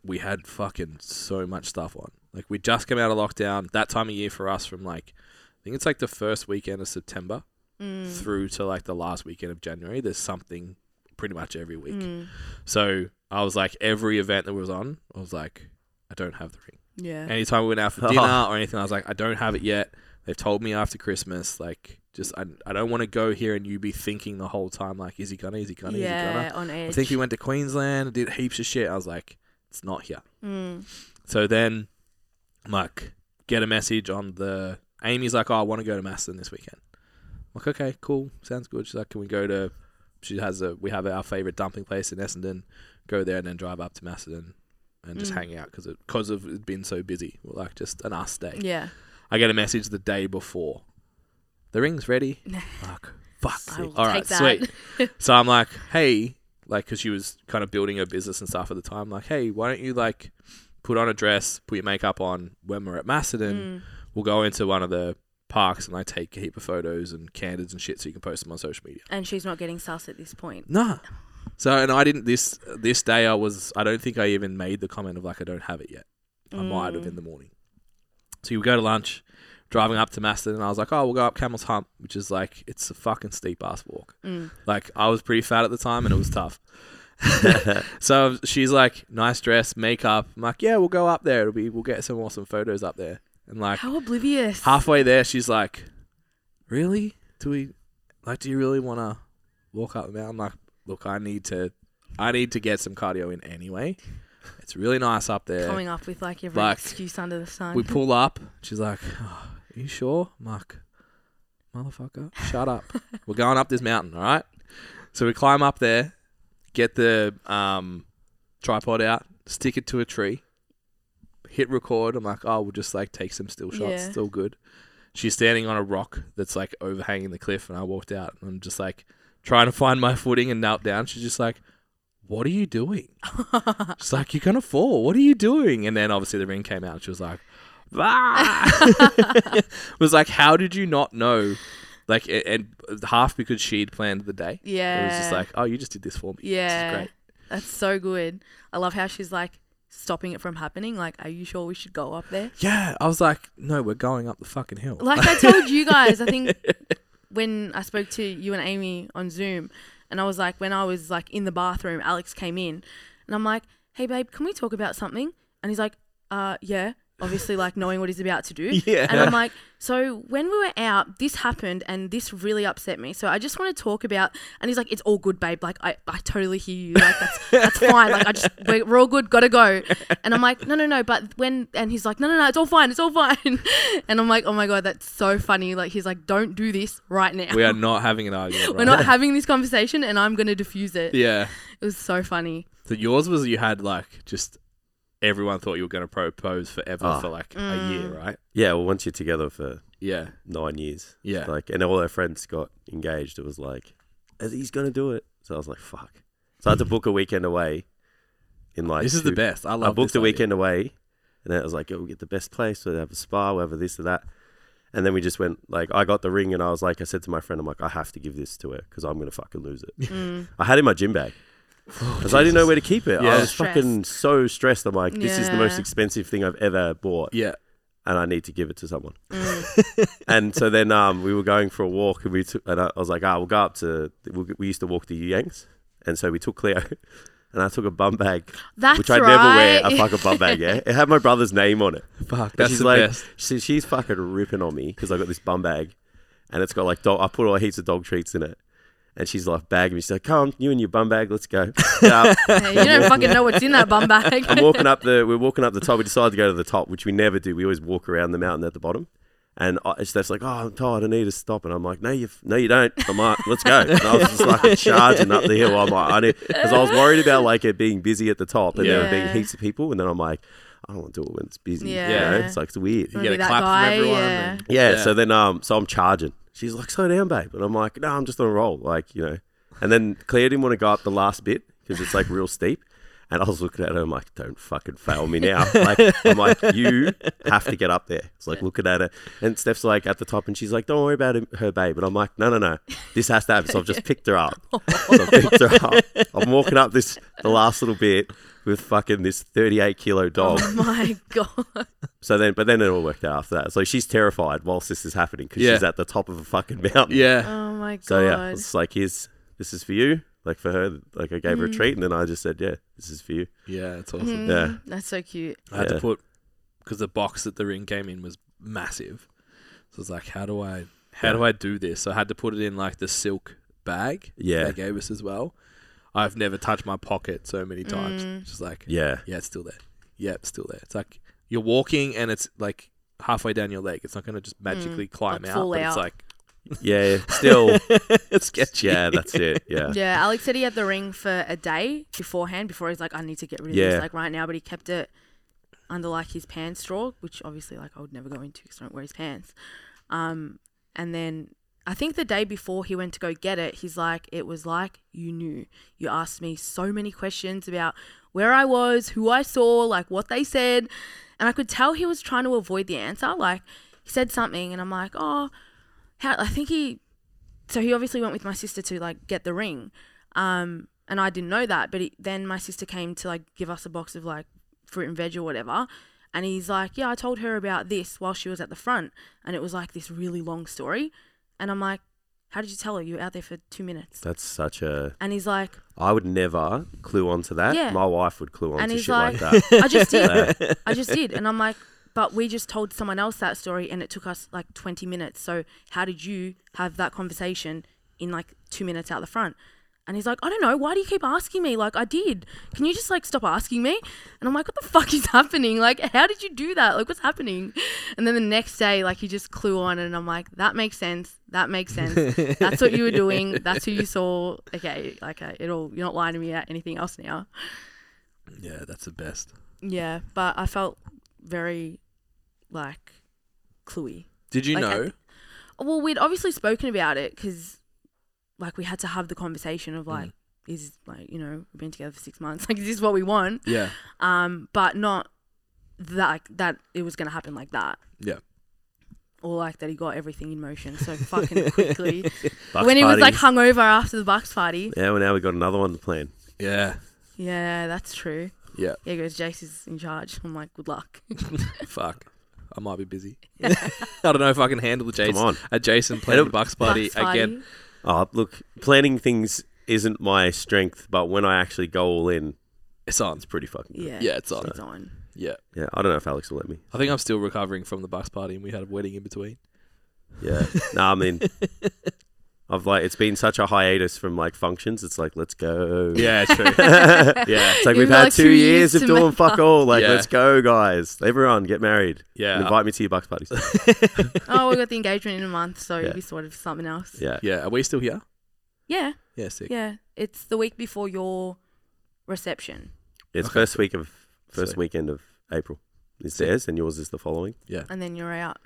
[SPEAKER 3] we had fucking so much stuff on. Like, we just come out of lockdown. That time of year for us from like, I think it's like the first weekend of September
[SPEAKER 4] Mm,
[SPEAKER 3] through to like the last weekend of January. There's something pretty much every week.
[SPEAKER 4] mm.
[SPEAKER 3] So I I was like, every event that was on, I was like, I don't have the ring.
[SPEAKER 4] Yeah.
[SPEAKER 3] Anytime we went out for dinner or anything, I was like, I don't have it yet. They've told me after Christmas, like, just I, I don't want to go here and you be thinking the whole time, like, is he gonna, is he gonna, is he
[SPEAKER 4] yeah,
[SPEAKER 3] gonna?
[SPEAKER 4] on edge.
[SPEAKER 3] I think he went to Queensland, did heaps of shit. I was like, it's not here.
[SPEAKER 4] Mm.
[SPEAKER 3] So then, I'm like, get a message on the. Amy's like, oh, I want to go to Maston this weekend. I'm like, okay, cool, sounds good. She's like, can we go to? She has a. We have our favorite dumpling place in Essendon. Go there and then drive up to Macedon and just
[SPEAKER 4] Mm.
[SPEAKER 3] hang out because because of it been so busy. Like just an us day.
[SPEAKER 4] Yeah.
[SPEAKER 3] I get a message the day before. The ring's ready. Fuck. Fuck.
[SPEAKER 4] I will
[SPEAKER 3] All
[SPEAKER 4] take
[SPEAKER 3] right,
[SPEAKER 4] that.
[SPEAKER 3] sweet. So I'm like, hey, like, because she was kind of building her business and stuff at the time. Like, hey, why don't you like put on a dress, put your makeup on when we're at
[SPEAKER 4] Mm.
[SPEAKER 3] Macedon? We'll go into one of the parks and I take a heap of photos and candids and shit so you can post them on social media.
[SPEAKER 4] And she's not getting sus at this point.
[SPEAKER 3] Nah. So and I didn't this this day I was I don't think I even made the comment of like I don't have it yet. I might have in the morning. So we go to lunch, driving up to Maston, and I was like, oh, we'll go up Camel's Hump, which is like it's a fucking steep ass walk. Like I was pretty fat at the time and it was tough. so she's like, nice dress, makeup. I'm like, yeah, we'll go up there. It'll be we'll get some awesome photos up there. And like
[SPEAKER 4] How oblivious.
[SPEAKER 3] halfway there, she's like, "Really? Do we like? Do you really want to walk up the mountain?" I'm like, "Look, I need to, I need to get some cardio in anyway. It's really nice up there."
[SPEAKER 4] Coming up with like every
[SPEAKER 3] Like,
[SPEAKER 4] excuse under the sun.
[SPEAKER 3] We pull up. She's like, oh, "Are you sure, Mark? Motherfucker, shut up. We're going up this mountain, all right?" So we climb up there, get the um, tripod out, stick it to a tree, hit record. I'm like, "Oh, we'll just like take some still shots.
[SPEAKER 4] Yeah.
[SPEAKER 3] It's all good." She's standing on a rock that's like overhanging the cliff, and I walked out and I'm just like trying to find my footing and knelt down. She's just like, "What are you doing?" She's like, "You're gonna fall. What are you doing?" And then obviously the ring came out. And she was like, "Ah!" was like, "How did you not know?" Like, a- and half because she'd planned the day.
[SPEAKER 4] yeah.
[SPEAKER 3] It was just like, "Oh, you just did this for me."
[SPEAKER 4] yeah.
[SPEAKER 3] This is great.
[SPEAKER 4] That's so good. I love how she's like stopping it from happening. Like, are you sure we should go up there?
[SPEAKER 3] Yeah, I was like, "No, we're going up the fucking hill."
[SPEAKER 4] Like I told you guys, I think when I spoke to you and Amy on Zoom, and I was like, when I was like in the bathroom, Alex came in, and I'm like, "Hey, babe, can we talk about something?" And he's like, "Uh, yeah." Obviously, like knowing what he's about to do.
[SPEAKER 3] Yeah.
[SPEAKER 4] And I'm like, so when we were out, this happened and this really upset me. So I just want to talk about. And he's like, it's all good, babe. Like, I, I totally hear you. Like, that's, that's fine. Like, I just, we're, we're all good. Gotta go. And I'm like, no, no, no. But when, and he's like, no, no, no. It's all fine. It's all fine. And I'm like, oh my God, that's so funny. Like, he's like, don't do this right now.
[SPEAKER 3] we are not having an argument.
[SPEAKER 4] We're
[SPEAKER 3] right
[SPEAKER 4] not
[SPEAKER 3] now.
[SPEAKER 4] having this conversation and I'm going to diffuse it.
[SPEAKER 3] yeah.
[SPEAKER 4] It was so funny.
[SPEAKER 3] So yours was you had like just everyone thought you were going to propose forever
[SPEAKER 2] Ah.
[SPEAKER 3] for like a year, right?
[SPEAKER 2] Yeah, well, once you're together for
[SPEAKER 3] Yeah.
[SPEAKER 2] nine years,
[SPEAKER 3] Yeah.
[SPEAKER 2] like, and all her friends got engaged, it was like, he's gonna do it. So I was like, fuck. So I had to book a weekend away. In like
[SPEAKER 3] this is the
[SPEAKER 2] two-
[SPEAKER 3] best. I love
[SPEAKER 2] I booked
[SPEAKER 3] this
[SPEAKER 2] a
[SPEAKER 3] idea.
[SPEAKER 2] weekend away, and then it was like, oh, we'll get the best place. We'll have a spa, we'll have this or that. And then we just went, like, I got the ring, and I was like, I said to my friend, I'm like, I have to give this to her because I'm going to fucking lose it.
[SPEAKER 4] Mm.
[SPEAKER 2] I had it in my gym bag because I didn't know where to keep it.
[SPEAKER 3] Oh, Yeah.
[SPEAKER 2] I was fucking so stressed. I'm like, this is the most
[SPEAKER 4] Yeah.
[SPEAKER 2] expensive thing I've ever bought,
[SPEAKER 3] Yeah.
[SPEAKER 2] and I need to give it to someone.
[SPEAKER 3] Mm.
[SPEAKER 2] and so then um, we were going for a walk, and we took, and I I was like, ah, we'll go up to, we'll, we used to walk the Yangs. And so we took Cleo, and I took a bum bag
[SPEAKER 4] That's
[SPEAKER 2] which I
[SPEAKER 4] right.
[SPEAKER 2] never wear a fucking bum bag. Yeah, it had my brother's name on it.
[SPEAKER 3] Fuck,
[SPEAKER 2] And
[SPEAKER 3] that's
[SPEAKER 2] she's
[SPEAKER 3] the
[SPEAKER 2] like,
[SPEAKER 3] best.
[SPEAKER 2] She, she's fucking ripping on me because I got this bum bag, and it's got like dog. I put all heaps of dog treats in it, and she's like bagging me. She's like, "Come, on, you and your bum bag, let's go." um, Yeah,
[SPEAKER 4] Hey, you don't fucking know what's in that bum bag.
[SPEAKER 2] I'm walking up the. We're walking up the top. We decided to go to the top, which we never do. We always walk around the mountain at the bottom. And I, Steph's like, "Oh, I'm tired. I need to stop." And I'm like, "No, you, no, you don't." I'm like, "Let's go." And I was just like charging up the hill. I'm like, "I need," because I was worried about like it being busy at the top and there
[SPEAKER 4] Yeah.
[SPEAKER 2] being heaps of people. And then I'm like, "I don't want to do it when it's busy." you
[SPEAKER 4] Yeah.
[SPEAKER 2] know? it's like it's weird.
[SPEAKER 3] You get
[SPEAKER 4] Wanna be
[SPEAKER 3] a
[SPEAKER 4] that
[SPEAKER 3] clap
[SPEAKER 4] guy,
[SPEAKER 3] from everyone.
[SPEAKER 4] yeah.
[SPEAKER 3] and-
[SPEAKER 2] Yeah,
[SPEAKER 3] Yeah.
[SPEAKER 2] So then, um, so I'm charging. She's like, "Slow down, babe," and I'm like, "No, I'm just on a roll." Like, you know. And then Claire didn't want to go up the last bit because it's like real steep. And I was looking at her, I'm like, "Don't fucking fail me now!" Like, I'm like, "You have to get up there." It's like looking at her, and Steph's like at the top, and she's like, "Don't worry about him, her, babe." And I'm like, "No, no, no, this has to happen." So I've just picked her up. So I've picked her up. I'm walking up this the last little bit with fucking this 38 kilo dog.
[SPEAKER 4] Oh my God.
[SPEAKER 2] So then, but then it all worked out after that. So she's terrified whilst this is happening because
[SPEAKER 3] Yeah.
[SPEAKER 2] she's at the top of a fucking mountain.
[SPEAKER 3] Yeah.
[SPEAKER 4] Oh my God.
[SPEAKER 2] So yeah, it's like here's this is for you. Like for her, like I gave her a
[SPEAKER 4] Mm.
[SPEAKER 2] treat, and then I just said, "Yeah, this is for you."
[SPEAKER 3] Yeah, it's awesome.
[SPEAKER 2] Yeah.
[SPEAKER 4] That's so cute.
[SPEAKER 3] I had
[SPEAKER 2] Yeah.
[SPEAKER 3] to put because the box that the ring came in was massive. So it's like, how do I how do I do this? So I had to put it in like the silk bag that
[SPEAKER 2] Yeah.
[SPEAKER 3] they gave us as well. I've never touched my pocket so
[SPEAKER 4] Hmm.
[SPEAKER 3] many times. It's Just like
[SPEAKER 2] Yeah,
[SPEAKER 3] yeah, it's still there. Yeah, it's still there. It's like you're walking and it's like halfway down your leg. It's not gonna just magically climb
[SPEAKER 4] Hmm. Like,
[SPEAKER 3] out,
[SPEAKER 4] fall
[SPEAKER 3] but it's
[SPEAKER 4] out.
[SPEAKER 3] like
[SPEAKER 2] yeah. Still,
[SPEAKER 3] it's sketchy.
[SPEAKER 2] yeah, that's it. Yeah,
[SPEAKER 4] Yeah, Alex said he had the ring for a day beforehand before he's like, I need to get rid of
[SPEAKER 2] Yeah.
[SPEAKER 4] this like right now, but he kept it under like his pants drawer, which obviously like I would never go into because I don't wear his pants. Um, and then I think the day before he went to go get it, he's like, it was like you knew. You asked me so many questions about where I was, who I saw, like what they said, and I could tell he was trying to avoid the answer. Like he said something, and I'm like, oh, how? I think he so he obviously went with my sister to like get the ring um and i didn't know that but he, then my sister came to like give us a box of like fruit and veg or whatever and he's like yeah i told her about this while she was at the front and it was like this really long story and i'm like how did you tell her you were out there for two minutes
[SPEAKER 2] that's such a.
[SPEAKER 4] and he's like
[SPEAKER 2] I would never clue onto that.
[SPEAKER 4] Yeah.
[SPEAKER 2] My wife would clue
[SPEAKER 4] And
[SPEAKER 2] onto
[SPEAKER 4] he's
[SPEAKER 2] shit like,
[SPEAKER 4] like-
[SPEAKER 2] that.
[SPEAKER 4] i just did i just did and i'm like but we just told someone else that story and it took us like 20 minutes so how did you have that conversation in like two minutes out the front and he's like i don't know why do you keep asking me like i did can you just like stop asking me and i'm like what the fuck is happening like how did you do that like what's happening and then the next day like he just clue on and i'm like that makes sense that makes sense that's what you were doing that's who you saw okay like uh, it all you're not lying to me about anything else now
[SPEAKER 3] Yeah, that's the best.
[SPEAKER 4] yeah, but I felt very like cluey.
[SPEAKER 3] Did you
[SPEAKER 4] Like, I-
[SPEAKER 3] know?
[SPEAKER 4] Well, we'd obviously spoken about it because like we had to have the conversation of like, is like you know we've been together for six months, like is this what we want?
[SPEAKER 3] yeah.
[SPEAKER 4] Um, but not that like, that it was gonna happen like that.
[SPEAKER 3] Yeah.
[SPEAKER 4] Or like that he got everything in motion so fucking quickly.
[SPEAKER 2] Bucks
[SPEAKER 4] when he was like
[SPEAKER 2] parties.
[SPEAKER 4] hungover after the Bucks party.
[SPEAKER 2] yeah, well now we got another one to plan.
[SPEAKER 3] Yeah.
[SPEAKER 4] Yeah, that's true.
[SPEAKER 3] Yeah.
[SPEAKER 4] Yeah, he goes, Jace is in charge. I'm like, good luck.
[SPEAKER 3] Fuck. I might be busy. I don't know if I can handle the Jason.
[SPEAKER 2] on.
[SPEAKER 3] A Jason playing Bucks party
[SPEAKER 4] Bucks party.
[SPEAKER 3] again.
[SPEAKER 2] Oh, look, planning things isn't my strength, but when I actually go all in,
[SPEAKER 3] It's on.
[SPEAKER 2] it's pretty fucking good.
[SPEAKER 4] Yeah.
[SPEAKER 3] Yeah, it's on.
[SPEAKER 4] It's on.
[SPEAKER 3] Yeah.
[SPEAKER 2] Yeah, I don't know if Alex will let me.
[SPEAKER 3] I think I'm still recovering from the Bucks party, and we had a wedding in between.
[SPEAKER 2] Yeah. no, I mean, I've like, it's been such a hiatus from like functions. It's like, let's go.
[SPEAKER 3] Yeah, it's true. yeah,
[SPEAKER 2] It's like
[SPEAKER 4] You've
[SPEAKER 2] we've
[SPEAKER 4] got,
[SPEAKER 2] had
[SPEAKER 4] like,
[SPEAKER 2] two,
[SPEAKER 4] two
[SPEAKER 2] years,
[SPEAKER 4] years
[SPEAKER 2] of
[SPEAKER 4] to
[SPEAKER 2] doing
[SPEAKER 4] make
[SPEAKER 2] fuck all. Like,
[SPEAKER 3] Yeah.
[SPEAKER 2] let's go, guys. Everyone, get married.
[SPEAKER 3] Yeah.
[SPEAKER 2] And invite me to your bucks parties.
[SPEAKER 4] oh, we got the engagement in a month, so
[SPEAKER 2] Yeah.
[SPEAKER 4] it'll be sort of something else.
[SPEAKER 2] yeah.
[SPEAKER 3] yeah. Are we still here?
[SPEAKER 4] Yeah,
[SPEAKER 3] Yeah, sick.
[SPEAKER 4] yeah. It's the week before your reception,
[SPEAKER 2] It's
[SPEAKER 3] Okay.
[SPEAKER 2] first week of first
[SPEAKER 3] Sweet.
[SPEAKER 2] weekend of April. It's theirs, and yours is the following.
[SPEAKER 4] and then you're out.